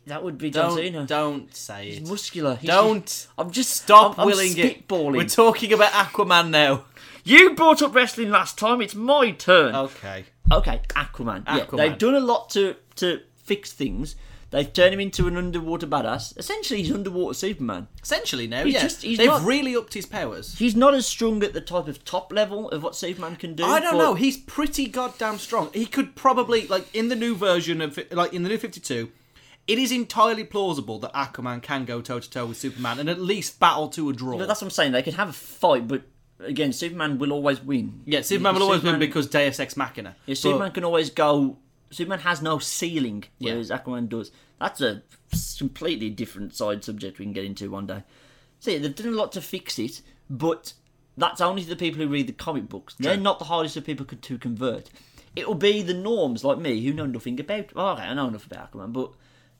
A: that would be John Cena.
B: don't don't say
A: He's
B: it.
A: muscular. He's
B: Don't
A: I'm just
B: stop
A: I'm, I'm
B: willing it.
A: spitballing.
B: We're talking about Aquaman now.
A: you brought up wrestling last time. It's my turn.
B: Okay.
A: Okay, Aquaman. Yeah,
B: Oh. Aquaman.
A: they've done a lot to to fix things. They've turned him into an underwater badass. Essentially, he's underwater Superman.
B: Essentially, now,
A: He's
B: yes,
A: just- he's
B: they've
A: not-
B: really upped his powers.
A: He's not as strong at the type of top level of what Superman can do.
B: I don't
A: but
B: know. He's pretty goddamn strong. He could probably, like, in the new version of, like, in the new Fifty Two, it is entirely plausible that Aquaman can go toe to toe with Superman and at least battle to a draw.
A: But that's what I'm saying. They can have a fight, but again, Superman will always win.
B: yeah, Superman will always win because Deus Ex Machina.
A: Yeah,
B: But
A: Superman can always go. Superman has no ceiling,
B: Yeah.
A: whereas Aquaman does. That's a completely different side subject we can get into one day. So yeah, they've done a lot to fix it, but that's only the people who read the comic books. They're
B: True.
A: not the hardest of people could, to convert. It will be the norms like me who know nothing about. Well, okay, I know enough about Aquaman, but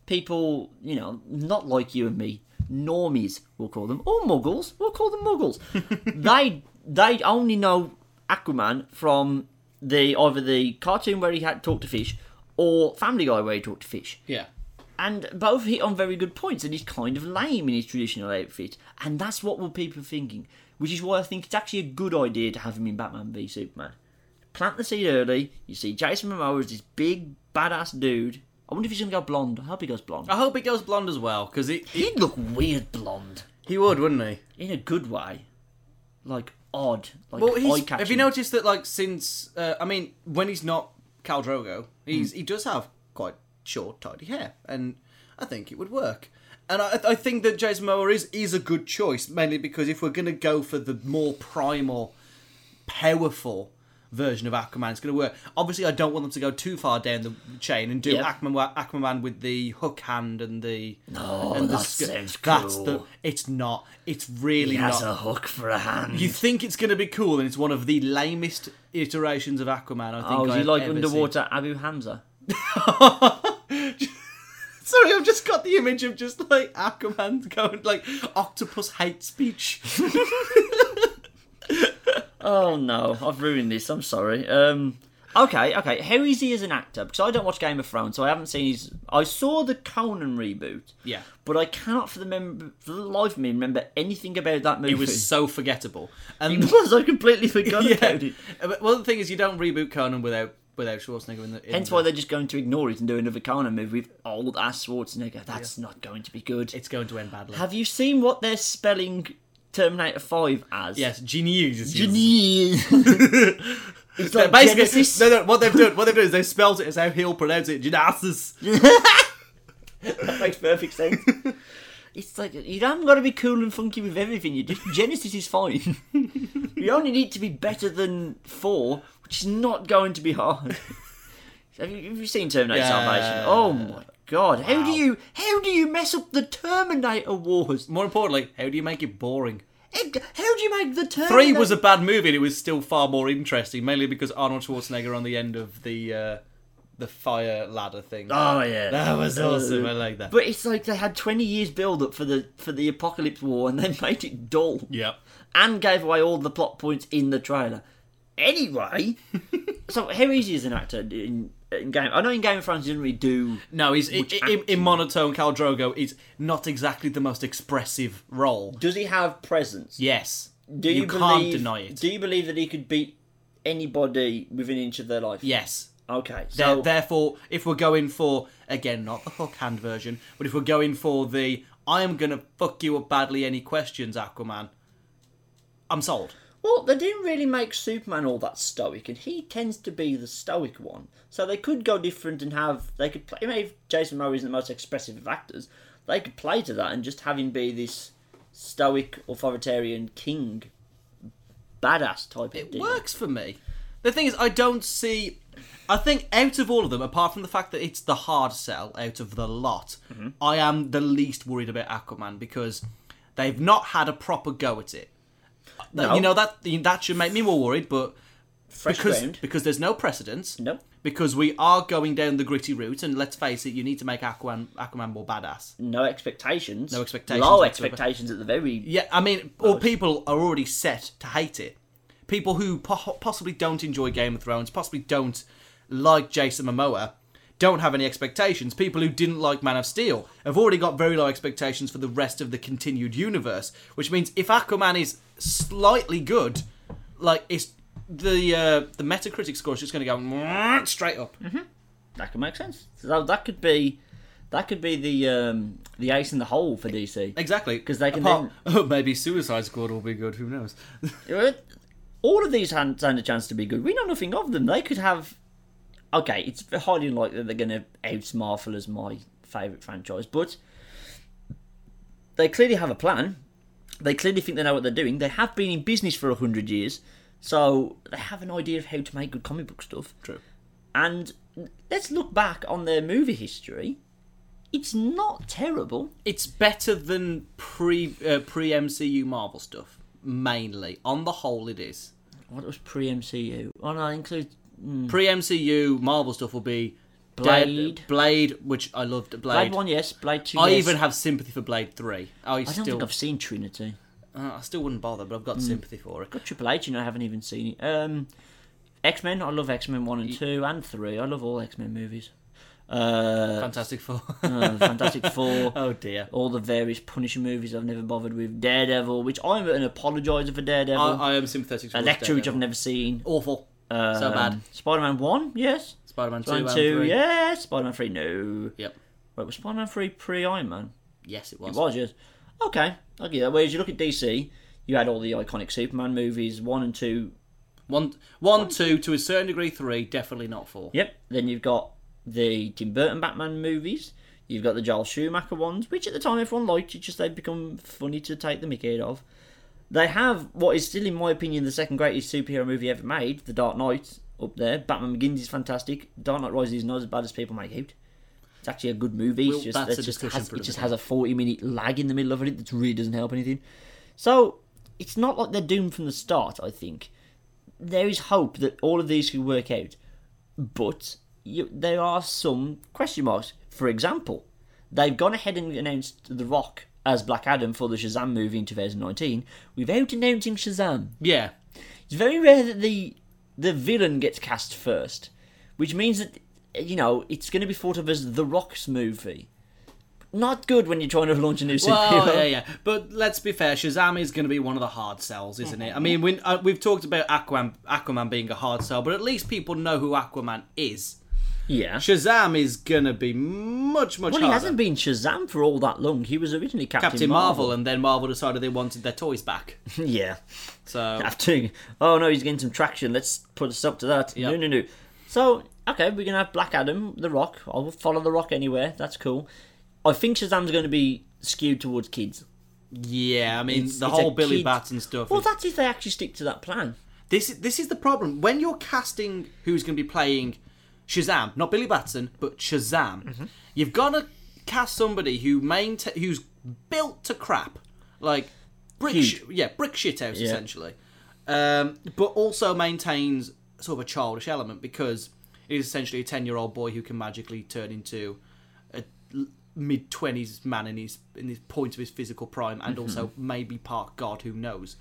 A: people, you know, not like you and me, normies, we'll call them, or muggles, we'll call them muggles. they they only know Aquaman from the either the cartoon where he had talked to fish or Family Guy where he talked to fish.
B: yeah,
A: And both hit on very good points, and he's kind of lame in his traditional outfit. And that's what were people thinking, which is why I think it's actually a good idea to have him in Batman v Superman. Plant the seed early. You see Jason Momoa as this big badass dude. I wonder if he's gonna go blonde. I hope he goes blonde.
B: I hope he goes blonde as well because he
A: He'd look weird blonde
B: he would, wouldn't he?
A: in a good way, like odd, like
B: Well,
A: eye
B: he's,
A: catching.
B: have you noticed that, like, since uh, I mean, when he's not Cal Drogo,
A: Hmm.
B: he's he does have quite short, tidy hair, and I think it would work. And I, I think that Jason Momoa is is a good choice, mainly because if we're going to go for the more primal, powerful version of Aquaman is going to work. Obviously, I don't want them to go too far down the chain and do
A: Yeah.
B: Aquaman, Aquaman with the hook hand and the.
A: No,
B: and
A: that
B: sc-
A: sounds
B: That's the.
A: cool.
B: It's not. It's really
A: He has
B: not.
A: a hook for a hand.
B: you think it's going to be cool, and it's one of the lamest iterations of Aquaman. I think.
A: oh, is he
B: I've
A: like
B: ever
A: underwater Abu Hamza?
B: seen. Sorry, I've just got the image of just like Aquaman going like octopus hate speech.
A: Oh no, I've ruined this. I'm sorry. Um, okay, okay. How is he as an actor? Because I don't watch Game of Thrones, so I haven't seen his. I saw the Conan reboot.
B: Yeah.
A: But I cannot, for the mem- for the life of me, remember anything about that movie.
B: It was so forgettable. And
A: Was, I completely forgot about it.
B: Uh, but- Well, the thing is, you don't reboot Conan without without Schwarzenegger in the. In
A: Hence
B: the-
A: why they're just going to ignore it and do another Conan movie with old ass Schwarzenegger. That's not going to be good.
B: it's going to end badly.
A: Have you seen what they're spelling Terminator 5 as?
B: yes, genius. is used.
A: Genie. it's like
B: Basically,
A: Genesis.
B: no, no, what they've done, what they've done is they've spelled it as how he'll pronounce it, Genesis.
A: makes perfect sense. It's like you haven't got to be cool and funky with everything. You just Genesis is fine. you only need to be better than four, which is not going to be hard. have, you, have you seen Terminator
B: Yeah.
A: Salvation? Oh my god! How do
B: Wow.
A: you how do you mess up the Terminator Wars?
B: More importantly, how do you make it boring?
A: How do you make the Terminator?
B: Three was a bad movie, and it was still far more interesting, mainly because Arnold Schwarzenegger on the end of the uh, the fire ladder thing.
A: oh yeah,
B: that was
A: Uh,
B: awesome. I like that.
A: But it's like they had twenty years build up for the for the apocalypse war, and they made it dull.
B: yeah,
A: and gave away all the plot points in the trailer. Anyway, so how easy is an actor in, in game? I know in Game of Thrones you didn't really do.
B: no, he's in, in,
A: actor?
B: in monotone. Khal Drogo is not exactly the most expressive role.
A: Does he have presence?
B: Yes.
A: Do you,
B: can't
A: believe-
B: deny it.
A: Do you believe that he could beat anybody within an inch of their life?
B: yes.
A: Okay. So
B: There- Therefore, if we're going for again not the hook hand version, but if we're going for the I am gonna fuck you up badly any questions Aquaman, I'm sold.
A: well, they didn't really make Superman all that stoic, and he tends to be the stoic one. So they could go different and have they could play. Maybe if Jason Momoa isn't the most expressive of actors. They could play to that and just have him be this stoic, authoritarian king, badass type of
B: It
A: deal.
B: works for me. The thing is, I don't see. I think out of all of them, apart from the fact that it's the hard sell out of the lot, I am the least worried about Aquaman because they've not had a proper go at it.
A: No.
B: You know that that should make me more worried, but
A: Fresh
B: because
A: ground.
B: because there's no precedence.
A: No.
B: because we are going down the gritty route, and let's face it, you need to make Aquaman, Aquaman more badass.
A: No expectations. No
B: expectations
A: Low
B: whatsoever.
A: expectations at the very.
B: Yeah, I mean, all people are already set to hate it. People who po- possibly don't enjoy Game of Thrones, possibly don't like Jason Momoa, don't have any expectations. People who didn't like Man of Steel have already got very low expectations for the rest of the continued universe, which means if Aquaman is slightly good, like it's the uh, the Metacritic score is just going to go straight up.
A: That could make sense. So that could be, that could be the um, the ace in the hole for DC.
B: Exactly, because
A: they can
B: maybe Suicide Squad will be good. Who knows?
A: all of these hand, stand a chance to be good. We know nothing of them. They could have. Okay, it's highly unlikely that they're going to out Marvel as my favourite franchise, but they clearly have a plan. They clearly think they know what they're doing. They have been in business for 100 years, so they have an idea of how to make good comic book stuff.
B: True.
A: And let's look back on their movie history. It's not terrible.
B: It's better than pre uh, pre MCU Marvel stuff. Mainly, on the whole, it is.
A: What Oh, was pre MCU? Oh no, include
B: Pre MCU Marvel stuff will be
A: Hmm. Blade.
B: Dead- Blade, which I loved. Blade.
A: Blade 1, yes. Blade 2,
B: I
A: yes.
B: even have sympathy for Blade Three. I,
A: I don't
B: still,
A: think I've Hmm. seen Trinity.
B: uh, I still wouldn't bother, but I've got sympathy for it.
A: Got Triple H, you know, I haven't even seen it. Um, X Men, I love X Men 1 and 2 and 3. I love all X Men movies. Uh,
B: Fantastic Four.
A: uh, Fantastic Four,
B: oh dear.
A: all the various Punisher movies I've never bothered with. Daredevil, which I'm an apologiser for Daredevil.
B: I, I am sympathetic. towards
A: Electra, which I've
B: Daredevil.
A: never seen.
B: awful. so bad.
A: Spider Man 1, yes.
B: Spider Man Two.
A: Spider Man
B: and
A: 2,
B: three.
A: yes. Spider Man 3, no.
B: Yep.
A: Wait, was Spider Man 3 pre Iron Man?
B: Yes, it
A: It
B: was.
A: was, yes. Okay, I'll give you that. Whereas you look at DC, you had all the iconic Superman movies, 1 and 2,
B: One, one, two, to a certain degree, three, definitely not four.
A: Yep. Then you've got the Tim Burton Batman movies. You've got the Joel Schumacher ones, which at the time everyone liked. It's just they've become funny to take the mickey out of. They have what is still, in my opinion, the second greatest superhero movie ever made, The Dark Knight, up there. Batman Begins is fantastic. Dark Knight Rises is not as bad as people make out. It's actually a good movie.
B: Well,
A: it's just,
B: that's
A: it
B: a
A: just,
B: discussion
A: has,
B: for
A: it
B: another
A: just
B: day.
A: has a 40 minute lag in the middle of it that really doesn't help anything. So, it's not like they're doomed from the start, I think. There is hope that all of these could work out. But you, there are some question marks. For example, they've gone ahead and announced The Rock as Black Adam for the Shazam movie in 2019 without announcing Shazam.
B: Yeah.
A: It's very rare that the the villain gets cast first, which means that you know it's going to be thought of as the Rock's movie. Not good when you're trying to launch a new superhero.
B: Well, eh, yeah, yeah. But let's be fair, Shazam is going to be one of the hard sells, isn't it? I
A: Mm-hmm.
B: mean, we, uh, we've talked about Aquaman, Aquaman being a hard sell, but at least people know who Aquaman is.
A: Yeah.
B: Shazam is going to be much, much
A: Well, he
B: harder.
A: hasn't been Shazam for all that long. He was originally Captain,
B: Captain Marvel, and then Marvel decided they wanted their toys back.
A: yeah.
B: So
A: After, oh no, he's getting some traction. Let's put a stop to that. No,
B: Yep.
A: no, no. So okay, we're gonna have Black Adam, The Rock. I'll follow The Rock anywhere. That's cool. I think Shazam's going to be skewed towards kids.
B: yeah, I mean,
A: It's-
B: the
A: it's a
B: whole Billy
A: kid-
B: Batson stuff.
A: Well,
B: is-
A: that's if they actually stick to that plan.
B: This this is the problem when you're casting who's going to be playing Shazam, not Billy Batson, but Shazam. You've got to cast somebody who mainta- who's built to crap, like brick, sh- yeah, brick shithouse essentially, um, but also maintains sort of a childish element because it is essentially a ten-year-old boy who can magically turn into a mid twenties man in his in his point of his physical prime, and also maybe part god, who knows.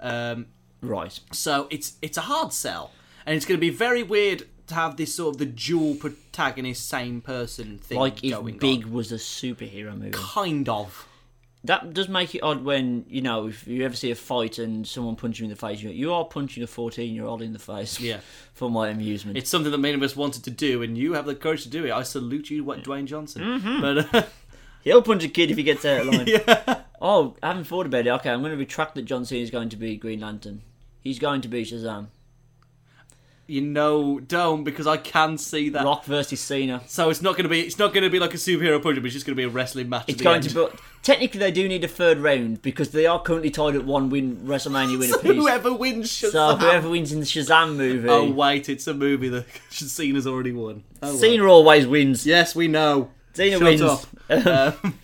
B: Um,
A: Right.
B: so it's it's a hard sell, and it's going to be very weird to have this sort of the dual protagonist, same person thing
A: like
B: going
A: if Big
B: on.
A: was a superhero movie.
B: kind of.
A: That does make it odd when you know if you ever see a fight and someone punches you in the face, you you are punching a fourteen-year-old in the face.
B: Yeah.
A: for my amusement.
B: It's something that many of us wanted to do, and you have the courage to do it. I salute you, what Dwayne Johnson.
A: Mm-hmm.
B: But uh,
A: He'll punch a kid if he gets out of line. Oh, I haven't thought about it. Okay, I'm going to retract that John Cena's going to be Green Lantern. He's going to be Shazam.
B: you know, don't because I can see that.
A: Rock versus Cena.
B: So it's not going to be it's not going to be like a superhero project, but it's just going to be a wrestling match.
A: It's going to be. Technically, they do need a third round because they are currently tied at one win WrestleMania win
B: so
A: apiece.
B: whoever wins Shazam.
A: so whoever wins in the Shazam movie,
B: Oh wait, it's a movie that Cena's already won. Oh, well.
A: Cena always wins.
B: Yes, we know.
A: Cena
B: Shut
A: wins.
B: up. Um,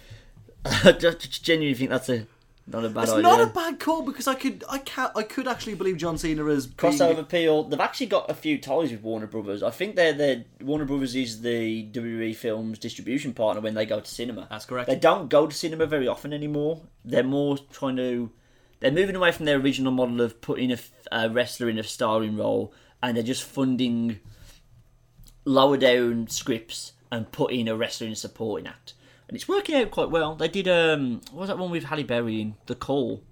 A: I just genuinely think that's a not a bad
B: It's
A: idea.
B: not a bad call because I could I can I could actually believe John Cena as being-
A: crossover appeal. They've actually got a few ties with Warner Brothers. I think they're the Warner Brothers is the WWE films distribution partner when they go to cinema.
B: That's correct.
A: They don't go to cinema very often anymore. They're more trying to. They're moving away from their original model of putting a, f- a wrestler in a starring role, and they're just funding lower down scripts and putting a wrestler in a supporting act. And it's working out quite well. They did um, what was that one with Halle Berry in The Call?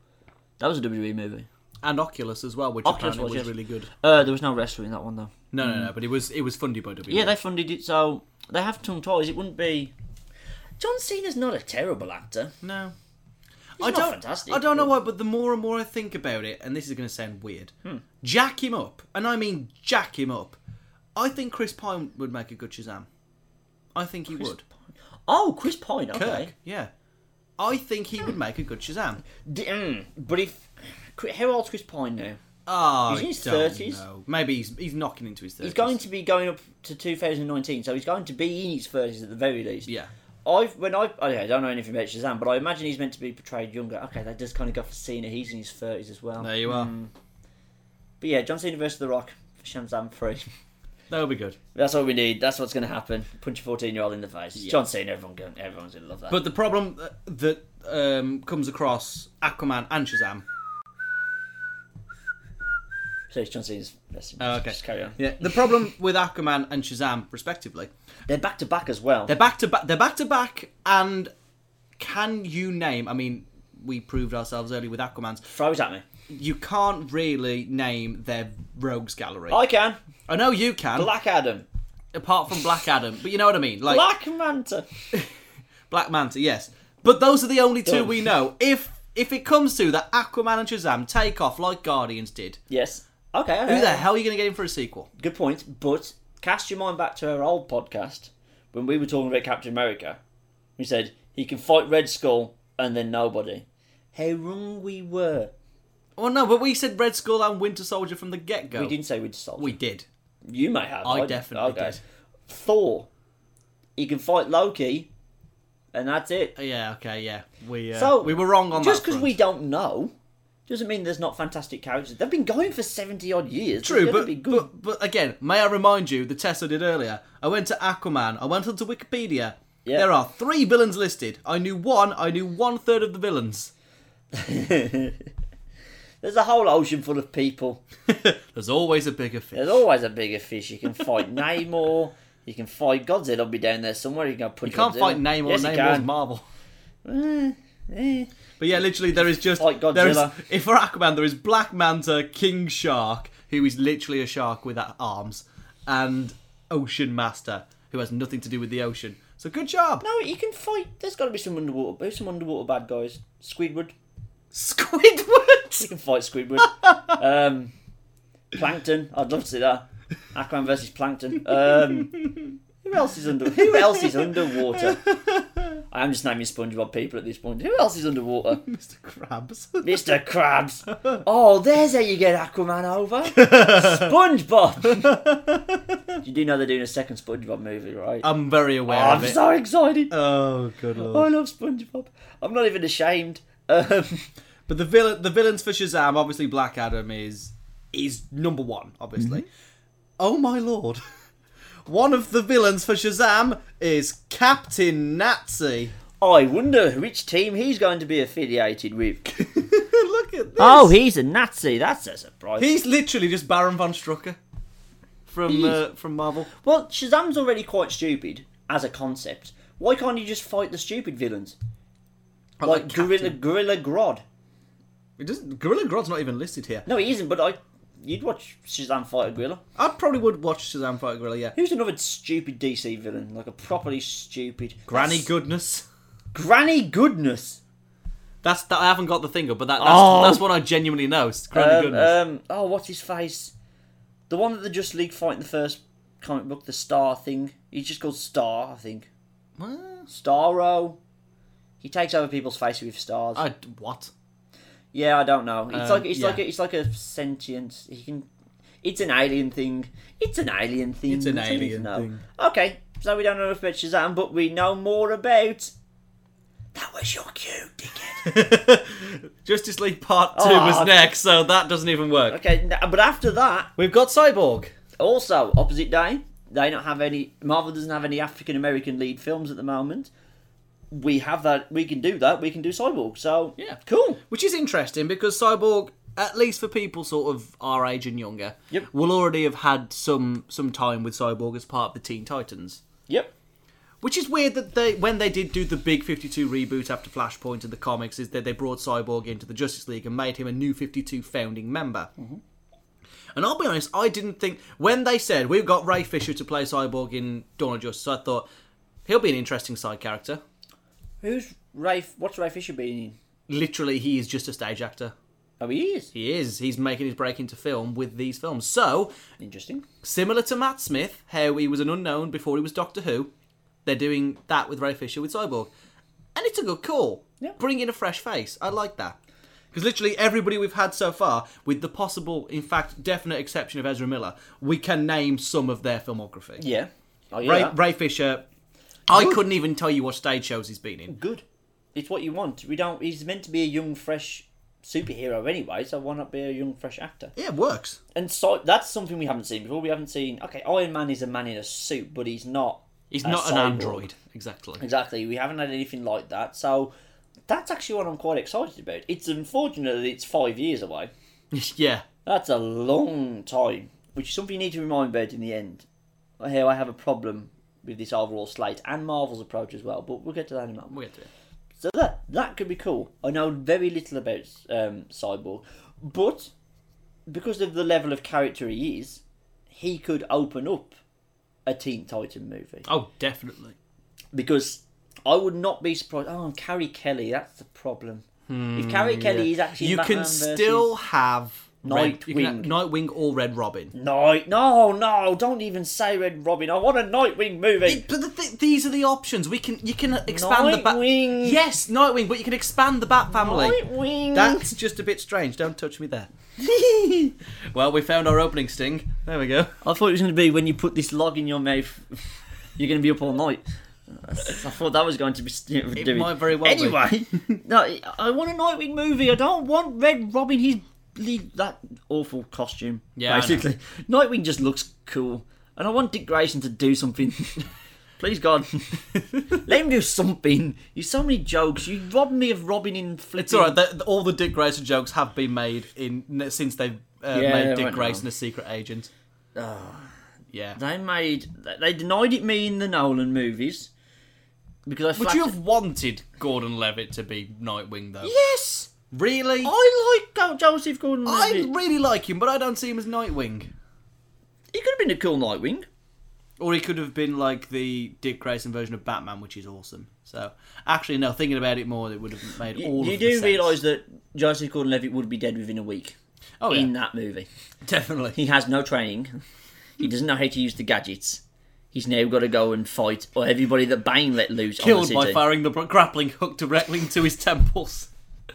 A: That was a WWE movie.
B: and Oculus as well, which
A: Oculus
B: apparently was,
A: was, yes.
B: really good.
A: Uh, there was no wrestler in that one though.
B: No, no, no, but it was it was funded by E. WWE.
A: Yeah, they funded it, so they have tongue ties. It wouldn't be. John Cena's not a terrible actor.
B: no.
A: He's
B: I
A: not
B: don't.
A: fantastic,
B: I don't
A: but-
B: know
A: Hmm.
B: why, but the more and more I think about it, and this is going to sound weird, jack him up, and I mean jack him up. I think Chris Pine would make a good Shazam. I think he would.
A: Oh, Chris Pine.
B: Kirk,
A: Okay,
B: yeah. I think he would make a good Shazam.
A: D- mm, but if how old's Chris Pine now?
B: Oh,
A: He's in his
B: I don't
A: 30s.
B: know. Maybe he's he's knocking into his thirties.
A: He's going to be going up to 2019, so he's going to be in his 30s at the very least.
B: Yeah.
A: I've when I okay, I don't know anything about Shazam, but I imagine he's meant to be portrayed younger. Okay, that does kind of go for Cena. He's in his 30s as well.
B: There you are.
A: But yeah, John Cena versus The Rock for Shazam three.
B: That would be good.
A: That's what we need. That's what's going to happen. Punch a 14 year old in the face. John Cena. Everyone, going, everyone's going to love that.
B: But the problem uh, that um, comes across Aquaman and Shazam.
A: so it's John Cena's best.
B: Oh, okay.
A: Just carry on.
B: Yeah, the problem with Aquaman and Shazam, respectively,
A: They're back to back as well.
B: they're back to back. They're back to back, and can you name? I mean, we proved ourselves early with Aquaman's.
A: Throws at me.
B: You can't really name their rogues gallery. I,
A: I can.
B: know you can,
A: Black Adam.
B: apart from Black Adam, but you know what I mean, like Black,
A: Black Manta.
B: Manta. Yes, but those are the only two
A: Done.
B: we know. If if it comes to that, Aquaman and Shazam take off like Guardians did.
A: Yes. Okay. okay.
B: Who the hell are you going to get him for a sequel?
A: Good point. But cast your mind back to our old podcast when we were talking about Captain America. We said he can fight Red Skull and then nobody. How wrong we were.
B: Well, Oh, no, but we said Red Skull and Winter Soldier from the get go.
A: We didn't say Winter Soldier.
B: We did.
A: you may have.
B: I definitely did.
A: Thor. He can fight Loki, and that's it.
B: Yeah. Okay. Yeah. We. Uh,
A: So,
B: we were wrong on
A: Just
B: that.
A: because
B: front.
A: we don't know doesn't mean there's not fantastic characters. They've been going for seventy odd years.
B: True,
A: There's gotta
B: but,
A: be good.
B: but but again, may I remind you the test I did earlier? I went to Aquaman. I went onto Wikipedia.
A: Yeah.
B: There are three villains listed. I knew one. I knew one third of the villains.
A: there's a whole ocean full of people.
B: There's always a bigger fish.
A: There's always a bigger fish. You can fight Namor. You can fight Godzilla. Will be down there somewhere. You can go punch.
B: You can't
A: Godzilla.
B: fight Namor.
A: Yes, you
B: Namor's
A: can.
B: Marvel.
A: Eh.
B: But yeah, literally, there is just
A: Fight
B: there is
A: Godzilla.
B: if for Aquaman there is Black Manta, King Shark, who is literally a shark with uh, arms, and Ocean Master, who has nothing to do with the ocean. So good job,
A: No, you can fight. There's got to be some underwater. There's some underwater bad guys. Squidward. You
B: Squidward.
A: can fight Squidward. um, Plankton. I'd love to see that. Aquaman versus Plankton. Um, who else is under? Who else is underwater? I am just naming SpongeBob people at this point. Who else is underwater?
B: Mr. Krabs.
A: Mr. Krabs. Oh, there's how you get Aquaman over. SpongeBob. you do know they're doing a second SpongeBob movie, right? Oh,
B: I'm very aware
A: I'm
B: of it.
A: so excited.
B: Oh good
A: I
B: lord!
A: love SpongeBob. I'm not even ashamed. Um,
B: But the villain, the villains for Shazam, obviously Black Adam is is number one, obviously.
A: Mm-hmm.
B: Oh my lord! One of the villains for Shazam is Captain Nazi.
A: I wonder which team he's going to be affiliated with.
B: Look at this.
A: Oh, he's a Nazi. That's a surprise.
B: he's literally just Baron von Strucker from
A: He is.
B: uh, from Marvel.
A: well, Shazam's already quite stupid as a concept. Why can't he just fight the stupid villains? Like,
B: like
A: Gorilla Gorilla Grodd.
B: It doesn't. Gorilla Grodd's not even listed here.
A: No, he isn't. But I, you'd watch Shazam fight a gorilla.
B: I probably would watch Shazam fight Gorilla. Yeah.
A: Who's another stupid DC villain? Like a properly stupid
B: Granny
A: That's-
B: Goodness.
A: Granny Goodness.
B: That's that. I haven't got the thing up, but that, that's
A: Oh.
B: that's what I genuinely know. It's Granny
A: Um,
B: Goodness.
A: um, oh, what's his face? The one that the Just League fight in the first comic book, the Star thing. He's just called Star, I think.
B: What?
A: Starro. He takes over people's faces with stars.
B: I, what?
A: Yeah, I don't know. It's
B: Um,
A: like it's
B: yeah.
A: like a, it's like a sentient. He can. It's an alien thing. It's an alien thing.
B: It's an
A: What do you need to
B: alien
A: know?
B: thing.
A: Okay, so we don't know enough about Shazam, but we know more about. That was your cue, dickhead.
B: Justice League Part Two
A: Oh.
B: was next, so that doesn't even work.
A: Okay, n- but after that,
B: We've got Cyborg.
A: also opposite day, they don't have any. Marvel doesn't have any African American lead films at the moment. We have that. We can do that. We can do Cyborg. So
B: Yeah.
A: cool.
B: Which is interesting because Cyborg, at least for people sort of our age and younger,
A: Yep.
B: will already have had some some time with Cyborg as part of the Teen Titans.
A: Yep.
B: Which is weird that they when they did do the Big 52 reboot after Flashpoint in the comics is that they brought Cyborg into the Justice League and made him a new 52 founding member. And I'll be honest, I didn't think when they said we've got Ray Fisher to play Cyborg in Dawn of Justice, I thought he'll be an interesting side character.
A: Who's Ray? What's Ray Fisher been in?
B: Literally, he is just a stage actor.
A: Oh, he is.
B: He is. He's making his break into film with these films. So,
A: Interesting.
B: similar to Matt Smith, how he was an unknown before he was Doctor Who, they're doing that with Ray Fisher with Cyborg. And it's a good call.
A: Yeah.
B: Bring in a fresh face. I like that. Because literally everybody we've had so far, with the possible, in fact, definite exception of Ezra Miller, we can name some of their filmography.
A: Yeah. Oh, yeah.
B: Ray,
A: that-
B: Ray Fisher, I couldn't even tell you what stage shows he's been in.
A: good. It's what you want. We don't. He's meant to be a young, fresh superhero anyway, so why not be a young, fresh actor?
B: Yeah, it works.
A: And so that's something we haven't seen before. We haven't seen. Okay, Iron Man is a man in a suit, but he's not.
B: He's
A: a
B: not an
A: cyborg.
B: android. Exactly.
A: Exactly. We haven't had anything like that. So that's actually what I'm quite excited about. It's unfortunate that it's five years away.
B: yeah.
A: That's a long time, which is something you need to remind about in the end. Here, I have a problem with this overall slate and Marvel's approach as well, but we'll get to that in a moment.
B: We'll get to it.
A: So that that could be cool. I know very little about um, Cyborg, but because of the level of character he is, he could open up a Teen Titan movie.
B: Oh, definitely.
A: Because I would not be surprised. Oh, and Carrie Kelly, that's the problem. if Carrie Kelly is actually
B: Hmm, you
A: Batman
B: can
A: versus-
B: still have Red- you can have
A: Nightwing.
B: Nightwing or Red Robin.
A: Night. No, no, don't even say Red Robin. I want a Nightwing movie.
B: But the th- these are the options. We can you can expand the Bat.
A: Nightwing.
B: Yes, Nightwing, but you can expand the Bat family.
A: Nightwing.
B: That's just a bit strange. Don't touch me there. well, we found our opening sting. There we go.
A: I thought it was going to be when you put this log in your mouth, you're going to be up all night. I thought that was going to be st-
B: It
A: doing.
B: might very well be.
A: Anyway, no, I- I want a Nightwing movie. I don't want Red Robin. He's le- that awful costume.
B: Yeah, I know.
A: basically, Nightwing just looks cool, and I want Dick Grayson to do something. Please God, let him do something. You so many jokes. You robbed me of Robin in flipping.
B: It's all right. The, the- all the Dick Grayson jokes have been made in since they've uh,
A: Yeah,
B: made Dick
A: right now.
B: Grayson a secret agent. Ah. yeah.
A: They made. They denied it me in the Nolan movies because I.
B: Would
A: flacked-
B: you have wanted Gordon Levitt to be Nightwing though?
A: Yes.
B: Really?
A: I like Go- Joseph Gordon
B: I
A: Levitt.
B: really like him, but I don't see him as Nightwing.
A: He could have been a cool Nightwing.
B: Or he could have been like the Dick Grayson version of Batman, which is awesome. So actually, no. Thinking about it more, it would have made
A: You,
B: all.
A: you
B: of the
A: do
B: sense.
A: realise that Joseph Gordon Levitt would be dead within a week
B: Oh yeah,
A: in that movie.
B: definitely.
A: He has no training, he doesn't know how to use the gadgets. He's now got to go and fight or everybody that Bane let loose on the
B: Killed
A: city.
B: by firing the br- grappling hook directly into his temples.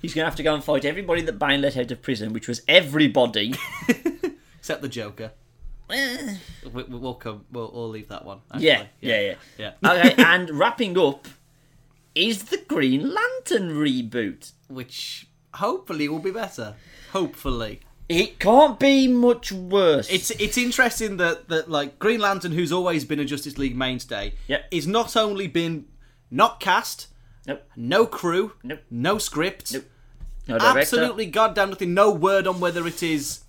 A: He's going to have to go and fight everybody that Bane let out of prison, which was everybody.
B: Except the Joker.
A: Eh.
B: We, we- we'll come. We'll, we'll leave that one. actually.
A: yeah, yeah, yeah.
B: yeah.
A: okay, and wrapping up is the Green Lantern reboot.
B: Which hopefully will be better. Hopefully,
A: It can't be much worse.
B: it's it's interesting that that like Green Lantern, who's always been a Justice League mainstay,
A: Yep.
B: is not only been not cast,
A: Nope.
B: no crew,
A: Nope.
B: no script,
A: Nope. no director.
B: absolutely goddamn nothing, no word on whether it is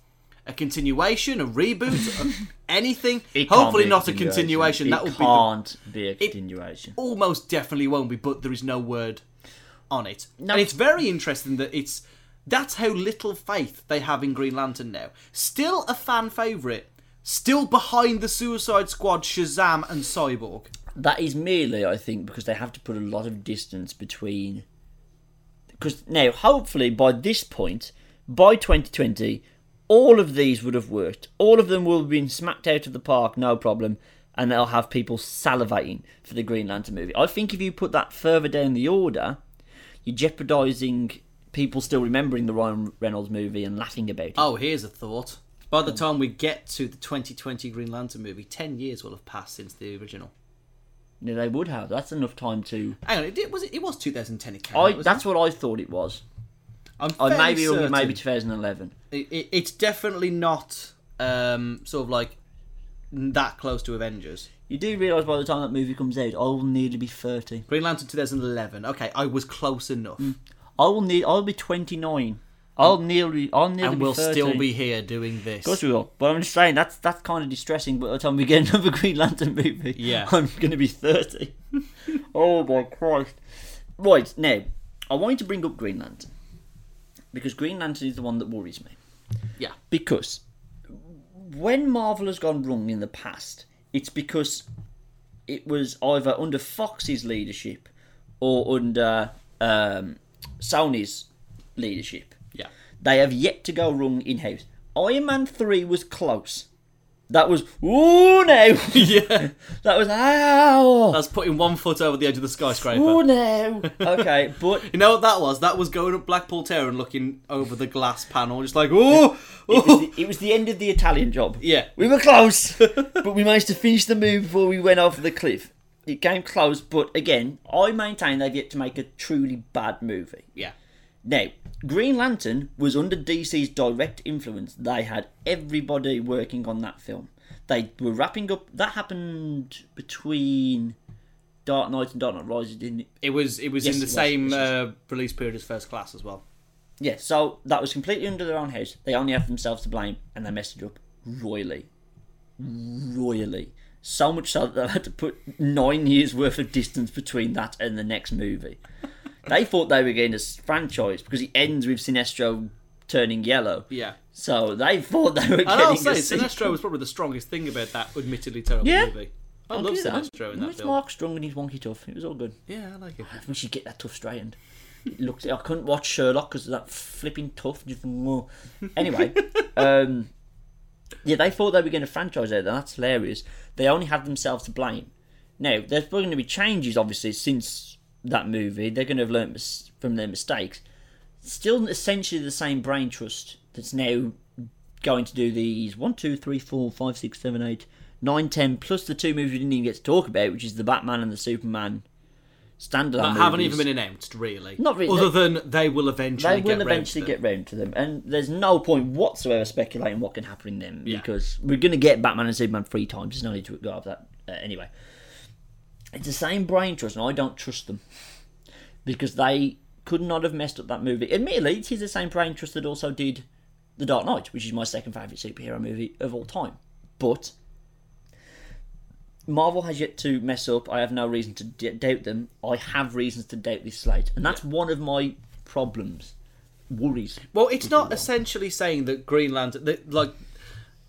B: a continuation, a reboot, a- anything.
A: It can't
B: hopefully
A: be
B: not a continuation.
A: It
B: That would be the
A: can't be a continuation.
B: almost definitely won't be, but there is no word on it.
A: No.
B: And it's very interesting that it's that's how little faith they have in Green Lantern now. Still a fan favourite, still behind the Suicide Squad, Shazam, and Cyborg.
A: that is merely, I think, because they have to put a lot of distance between. Because now, hopefully, by this point, by 2020, all of these would have worked. All of them will have been smacked out of the park, no problem, and they'll have people salivating for the Green Lantern movie. I think if you put that further down the order, you're jeopardising people still remembering the Ryan Reynolds movie and laughing about it.
B: Oh, here's a thought. By the time we get to the 2020 Green Lantern movie, 10 years will have passed since the original.
A: No, they would have. That's enough time to.
B: Hang on, it, did- was it, it was 2010 it came
A: I.
B: out, wasn't
A: That's what I thought it was.
B: it? I'm
A: I
B: fairly
A: maybe it was
B: certain.
A: maybe 2011.
B: It- it- it's definitely not um, sort of like that close to Avengers.
A: You do realise by the time that movie comes out, I will nearly be 30.
B: Green Lantern 2011. Okay, I was close enough,
A: Mm. I will need. I'll be 29. I'll nearly. I'll nearly
B: and
A: be
B: we'll
A: 30.
B: still be here doing this.
A: Of course we will. But I'm just saying that's that's kind of distressing. By the time we get another Green Lantern movie,
B: Yeah.
A: I'm going to be 30. oh my Christ! Right now, I wanted to bring up Green Lantern because Green Lantern is the one that worries me.
B: Yeah.
A: Because when Marvel has gone wrong in the past, it's because it was either under Fox's leadership or under um, Sony's leadership.
B: Yeah.
A: They have yet to go wrong in house. Iron Man 3 was close. That was, ooh, no.
B: yeah.
A: that was, ow.
B: That's putting one foot over the edge of the
A: Ooh,
B: skyscraper.
A: no. Okay, but
B: You know what that was? That was going up Blackpool Tower and looking over the glass panel, just like, oh,
A: it was, the, it was the end of the Italian job.
B: Yeah.
A: We were close, but we managed to finish the move before we went off the cliff. It came close, but again, I maintain they've yet to make a truly bad movie.
B: yeah.
A: Now, Green Lantern was under DC's direct influence. They had everybody working on that film. They were wrapping up. That happened between Dark Knight and Dark Knight Rises, didn't it?
B: It was. It was
A: Yes,
B: in the
A: it was,
B: same
A: yes,
B: uh, release period as First Class as well.
A: Yeah, so that was completely under their own house. They only have themselves to blame, and they messed it up royally. Royally. So much so that they had to put nine years' worth of distance between that and the next movie. they thought they were getting a s- franchise because it ends with Sinestro turning yellow.
B: Yeah.
A: So they thought they were getting
B: And I'll
A: a
B: say,
A: sequel.
B: Sinestro was probably the strongest thing about that admittedly terrible
A: Yeah.
B: movie. I love Sinestro in that
A: It's
B: film.
A: Mark Strong and his wonky tough. It was all good.
B: Yeah, I like it.
A: We should get that tough straightened. It looked. I couldn't watch Sherlock because of that flipping tough. Just mwah. anyway, um, yeah, they thought they were going to franchise out. there. That's hilarious. They only have themselves to blame. Now there's going to be changes, obviously, since that movie. They're going to have learned mis- from their mistakes. Still, essentially the same brain trust that's now going to do these one, two, three, four, five, six, seven, eight, nine, ten, plus the two movies we didn't even get to talk about, which is the Batman and the Superman standalone.
B: That haven't
A: movies.
B: even been announced, really.
A: Not really.
B: Other than they will eventually
A: They will
B: get
A: eventually
B: round to
A: get round to them, and there's no point whatsoever speculating what can happen in them
B: Yeah.
A: because we're going to get Batman and Superman three times. There's no need to go off that uh, anyway. It's the same brain trust, and I don't trust them because they could not have messed up that movie. Admittedly, it is the same brain trust that also did The Dark Knight, which is my second favourite superhero movie of all time. But Marvel has yet to mess up. I have no reason to d- doubt them. I have reasons to doubt this slate, and that's one of my problems, worries.
B: Well, it's not essentially saying that Green Lantern, that, like,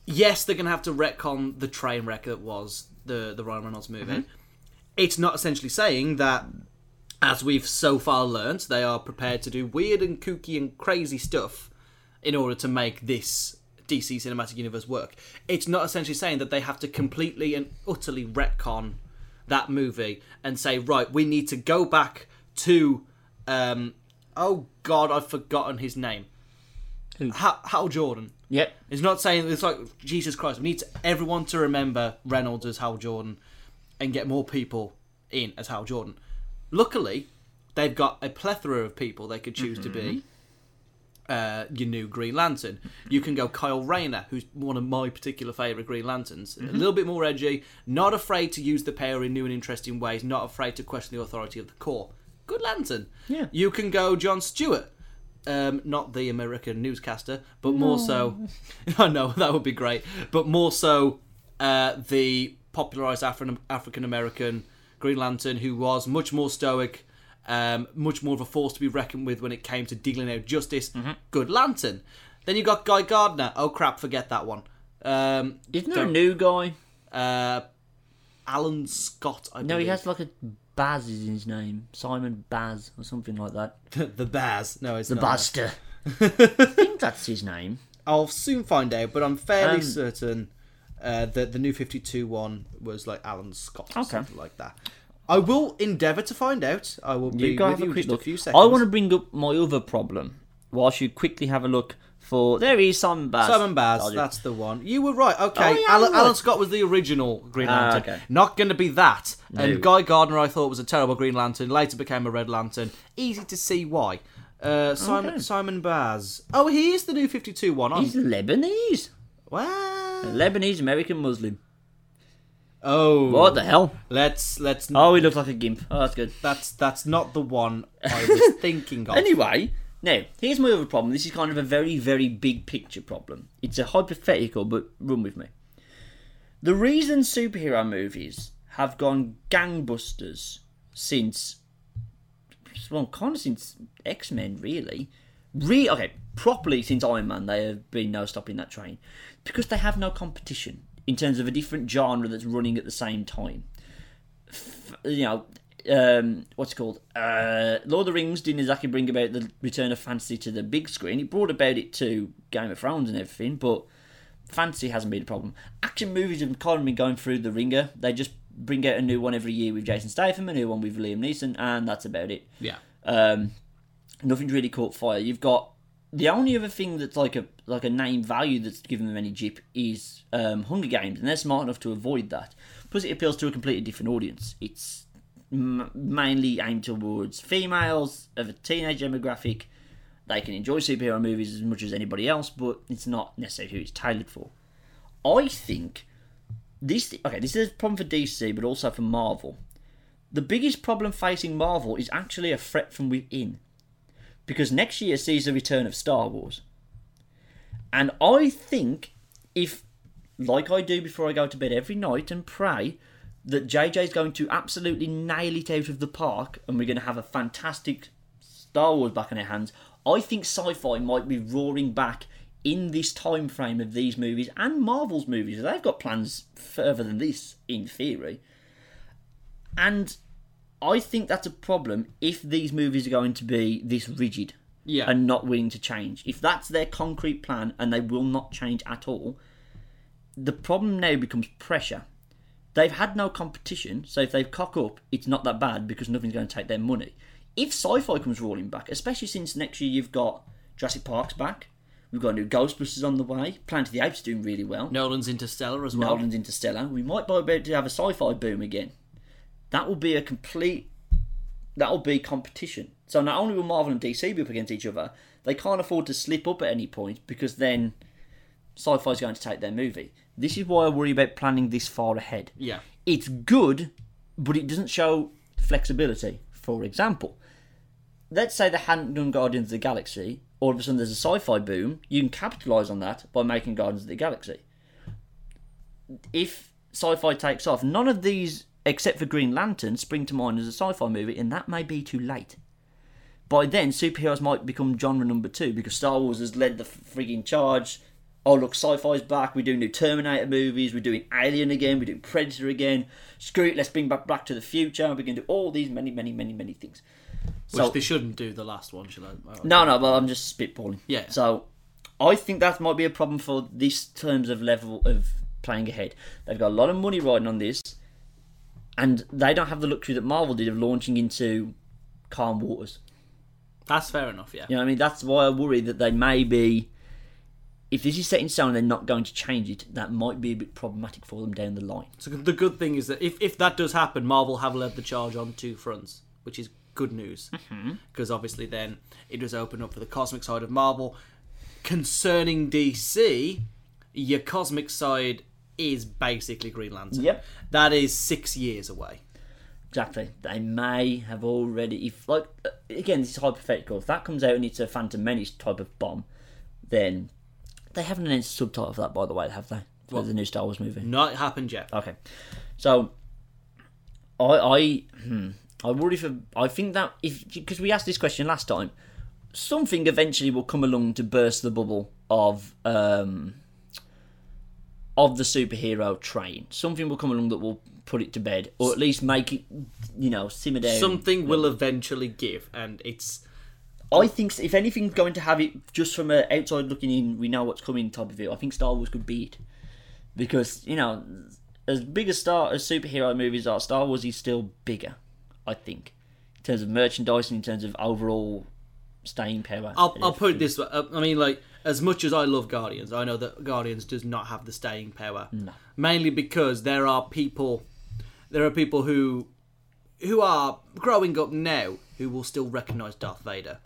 B: yes, they're going to have to retcon the train wreck that was the the Ryan Reynolds movie. It's not essentially saying that, as we've so far learnt, they are prepared to do weird and kooky and crazy stuff in order to make this DC cinematic universe work. It's not essentially saying that they have to completely and utterly retcon that movie and say, right, we need to go back to, um, oh God, I've forgotten his name.
A: Who?
B: Hal, Hal Jordan.
A: Yep.
B: It's not saying it's like Jesus Christ. We need to, everyone to remember Reynolds as Hal Jordan, and get more people in as Hal Jordan. Luckily, they've got a plethora of people they could choose to be. Uh, your new Green Lantern. You can go Kyle Rayner, who's one of my particular favourite Green Lanterns. A little bit more edgy, not afraid to use the power in new and interesting ways, not afraid to question the authority of the core. Good Lantern.
A: Yeah.
B: You can go John Stewart, um, not the American newscaster, but more so. I know that would be great, but more so uh, the popularized Afri- African American Green Lantern, who was much more stoic, um, much more of a force to be reckoned with when it came to dealing out justice.
A: Mm-hmm.
B: Good Lantern. Then you got Guy Gardner. Oh crap, forget that one. Um,
A: Isn't there a
B: don't-
A: new guy?
B: uh, Alan Scott? I
A: No, he
B: believe.
A: has like a Baz is in his name, Simon Baz or something like that.
B: the Baz. No, it's
A: The
B: not
A: Bazster. I think that's his name.
B: I'll soon find out, but I'm fairly
A: Um,
B: certain uh, that the new 52 one was like Alan Scott or
A: Okay.
B: something like that. I will endeavour to find out. I will be
A: You go
B: with
A: have a
B: you in
A: quick
B: just
A: look.
B: a few seconds.
A: I want to bring up my other problem whilst you quickly have a look for. There he is, Simon Baz.
B: Simon Baz,
A: I'll do-
B: that's the one. You were right. Okay,
A: Oh, yeah,
B: Alan,
A: I'm right.
B: Alan Scott was the original Green
A: Ah,
B: Lantern.
A: okay.
B: Not going to be that.
A: No.
B: And Guy Gardner, I thought was a terrible Green Lantern. Later became a Red Lantern. Easy to see why. Uh, Simon
A: Okay.
B: Simon Baz. Oh, he is the new 52 one. I'm-
A: He's Lebanese.
B: Wow.
A: Lebanese American Muslim.
B: Oh,
A: What the hell?
B: let's let's
A: Oh, he looks like a gimp. Oh, that's good.
B: That's that's not the one I was thinking of.
A: Anyway, now, here's my other problem. This is kind of a very, very big picture problem. It's a hypothetical, but run with me. The reason superhero movies have gone gangbusters since, well, kind of since X Men, really. Re- okay, properly since Iron Man, they have been no stopping that train. Because they have no competition in terms of a different genre that's running at the same time you know, um, what's it called? Uh, Lord of the Rings didn't exactly bring about the return of fantasy to the big screen. It brought about it to Game of Thrones and everything, but fantasy hasn't been a problem. Action movies have kind of been going through the ringer. They just bring out a new one every year with Jason Statham, a new one with Liam Neeson, and that's about it
B: yeah.
A: um, nothing's really caught fire. You've got the only other thing that's like a like a name value that's given them any jip is um, Hunger Games, and they're smart enough to avoid that. Plus, it appeals to a completely different audience. It's m- mainly aimed towards females of a teenage demographic. They can enjoy superhero movies as much as anybody else, but it's not necessarily who it's tailored for. I think this okay. This is a problem for DC, but also for Marvel the biggest problem facing Marvel is actually a threat from within. Because next year sees the return of Star Wars. And I think if, like I do before I go to bed every night and pray, that JJ's going to absolutely nail it out of the park and we're going to have a fantastic Star Wars back in our hands, I think sci fi might be roaring back in this time frame of these movies and Marvel's movies. They've got plans further than this, in theory And I think that's a problem if these movies are going to be this rigid
B: Yeah.
A: and not willing to change. If that's their concrete plan and they will not change at all, the problem now becomes pressure. They've had no competition, so if they cock up, it's not that bad because nothing's going to take their money. If sci fi comes rolling back, especially since next year you've got Jurassic Park's back, we've got a new Ghostbusters on the way, Planet of the Apes doing really well.
B: Nolan's Interstellar as well.
A: Nolan's Interstellar. We might be about to have a sci-fi boom again. That will be a complete. That will be competition. So not only will Marvel and DC be up against each other, they can't afford to slip up at any point because then sci-fi is going to take their movie. This is why I worry about planning this far ahead.
B: Yeah.
A: It's good, but it doesn't show flexibility. For example, let's say they hadn't done Guardians of the Galaxy. All of a sudden, there's a sci-fi boom. You can capitalize on that by making Guardians of the Galaxy if sci-fi takes off, none of these except for Green Lantern spring to mind as a sci-fi movie, and that may be too late. By then, superheroes might become genre number two because Star Wars has led the frigging charge. Oh look, sci-fi's back. We're doing new Terminator movies. We're doing Alien again. We're doing Predator again. Screw it. Let's bring back Back to the Future. We can do all these many, many, many, many things.
B: Which
A: So-
B: they shouldn't do the last one, should I?
A: no, no, but I'm just spitballing.
B: Yeah.
A: So I think that might be a problem for this terms of level of playing ahead. They've got a lot of money riding on this, and they don't have the luxury that Marvel did of launching into calm waters.
B: That's fair enough, yeah.
A: You know what I mean? That's why I worry that they may be. If this is set in stone and they're not going to change it, that might be a bit problematic for them down the line.
B: So the good thing is that if, if that does happen, Marvel have led the charge on two fronts, which is good news. Because obviously then it does open up for the cosmic side of Marvel. Concerning DC, your cosmic side is basically Green Lantern.
A: Yep.
B: That is six years away.
A: Exactly. They may have already. If like uh, again, this is hypothetical. If that comes out and it's a Phantom Menace type of bomb, then they haven't announced a subtitle for that, by the way, have they? For the new Star Wars movie.
B: Not happened yet.
A: Okay, so I I hmm, I worry for. I think that if because we asked this question last time, something eventually will come along to burst the bubble of um of the superhero train. Something will come along that will put it to bed, or at least make it you know simmer down.
B: Something will eventually give, and it's
A: I think if anything's going to have it just from an outside looking in, we know what's coming type of it. I think Star Wars could beat because you know, as big as star as superhero movies are, Star Wars is still bigger. I think in terms of merchandise and in terms of overall staying power.
B: I'll, I'll put it this way. uh, I I mean, like, as much as I love Guardians, I know that Guardians does not have the staying power. Mainly because there are people, there are people who, who are growing up now who will still recognise Darth Vader.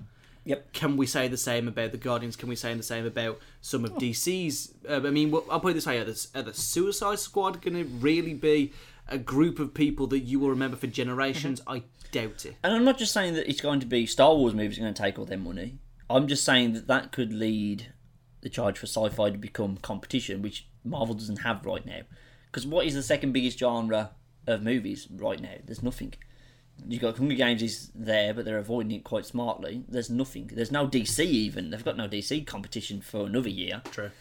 A: Yep.
B: Can we say the same about the Guardians? Can we say the same about some of DC's? Uh, I mean, well, I'll put it this way: are the, are the Suicide Squad going to really be a group of people that you will remember for generations? I doubt it.
A: And I'm not just saying that it's going to be Star Wars movies are going to take all their money. I'm just saying that that could lead the charge for sci-fi to become competition, which Marvel doesn't have right now. Because what is the second biggest genre of movies right now? There's nothing. You got Hunger Games is there, but they're avoiding it quite smartly. There's nothing. There's no DC even. They've got no DC competition for another year.
B: True.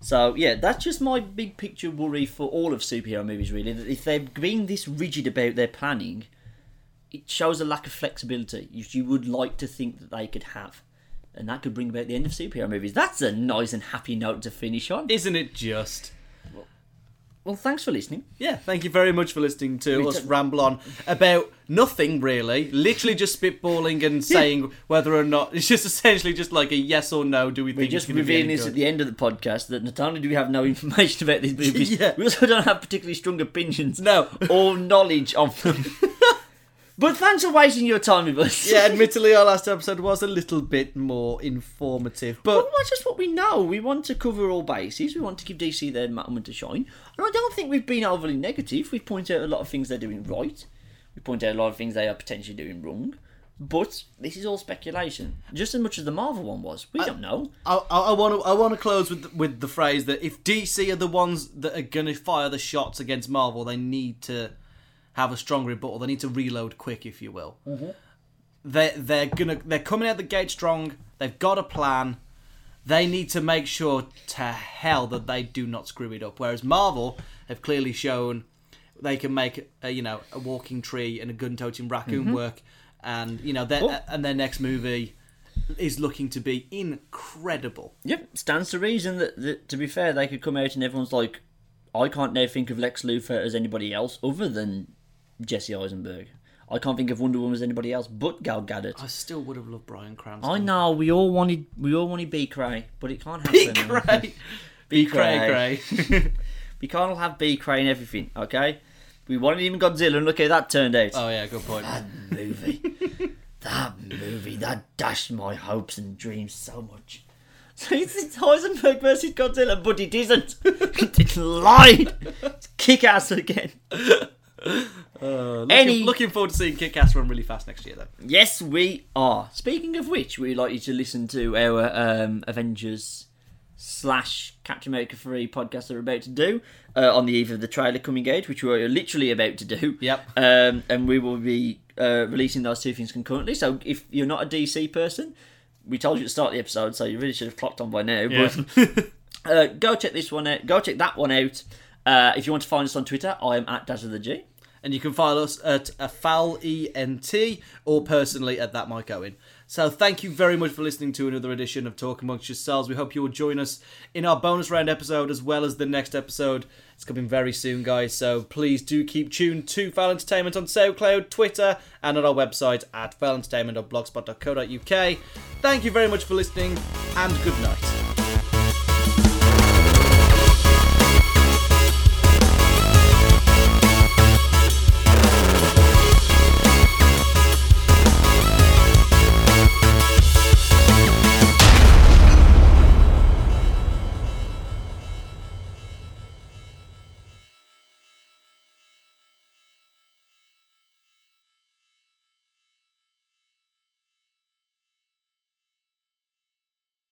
A: So yeah, that's just my big picture worry for all of superhero movies. Really, that if they're being this rigid about their planning, it shows a lack of flexibility you, you would like to think that they could have, and that could bring about the end of superhero movies. That's a nice and happy note to finish on.
B: Isn't it just?
A: Well, thanks for listening.
B: Yeah, thank you very much for listening to
A: We
B: us
A: took-
B: ramble on about nothing really. Literally just spitballing and saying whether or not it's just essentially just like a yes or no. Do we think
A: We're just
B: it's gonna be
A: revealing
B: any
A: this at
B: good?
A: the end of the podcast that not only do we have no information about these movies,
B: Yeah.
A: we also don't have particularly strong opinions
B: No.
A: or knowledge of them. but thanks for wasting your time with us.
B: yeah, admittedly, our last episode was a little bit more informative,
A: But
B: but
A: that's just what we know. We want to cover all bases. We want to give DC their moment to shine. And I don't think we've been overly negative. We point out a lot of things they're doing right. We point out a lot of things they are potentially doing wrong. But this is all speculation. Just as much as the Marvel one was. We don't know.
B: I I want to I want to close with with the phrase that if DC are the ones that are going to fire the shots against Marvel, they need to have a strong rebuttal. They need to reload quick, if you will. They they're gonna they're coming out the gate strong. They've got a plan. They need to make sure to hell that they do not screw it up. Whereas Marvel have clearly shown they can make a, you know a walking tree and a gun-toting raccoon work, and you know their
A: Oh.
B: and their next movie is looking to be incredible.
A: Yep, stands to reason that, that to be fair, they could come out and everyone's like, I can't now think of Lex Luthor as anybody else other than Jesse Eisenberg. I can't think of Wonder Woman as anybody else but Gal Gadot.
B: I still would have loved Brian Cranston.
A: I know we all wanted we all wanted B Cray, but it can't happen.
B: Be Cray, be Cray, Cray.
A: We can't all have B Cray and everything, okay? We wanted even Godzilla, and look how that turned out.
B: oh yeah, good point.
A: movie. that movie, that dashed my hopes and dreams so much. So it's, it's Heisenberg versus Godzilla, but it isn't. it lied. It's kick ass again.
B: Looking-
A: Any-
B: looking forward to seeing Kick Ass run really fast next year, though.
A: Yes, we are. Speaking of which, we'd like you to listen to our um, Avengers slash Captain America 3 podcast that we're about to do uh, on the eve of the trailer coming out, which we're literally about to do.
B: Yep.
A: Um, and we will be uh, releasing those two things concurrently. So if you're not a DC person, we told you to start the episode, so you really should have clocked on by now. But uh, go check this one out. Go check that one out. Uh, if you want to find us on Twitter, I am at Dazzle the G.
B: And you can follow us at uh, AFALENT or personally at That Might Go In. So thank you very much for listening to another edition of Talk Amongst Yourselves. We hope you will join us in our bonus round episode as well as the next episode. It's coming very soon, guys. So please do keep tuned to Foul Entertainment on SoundCloud, Twitter, and on our website at foulentertainment.blogspot.co.uk. Thank you very much for listening and good night.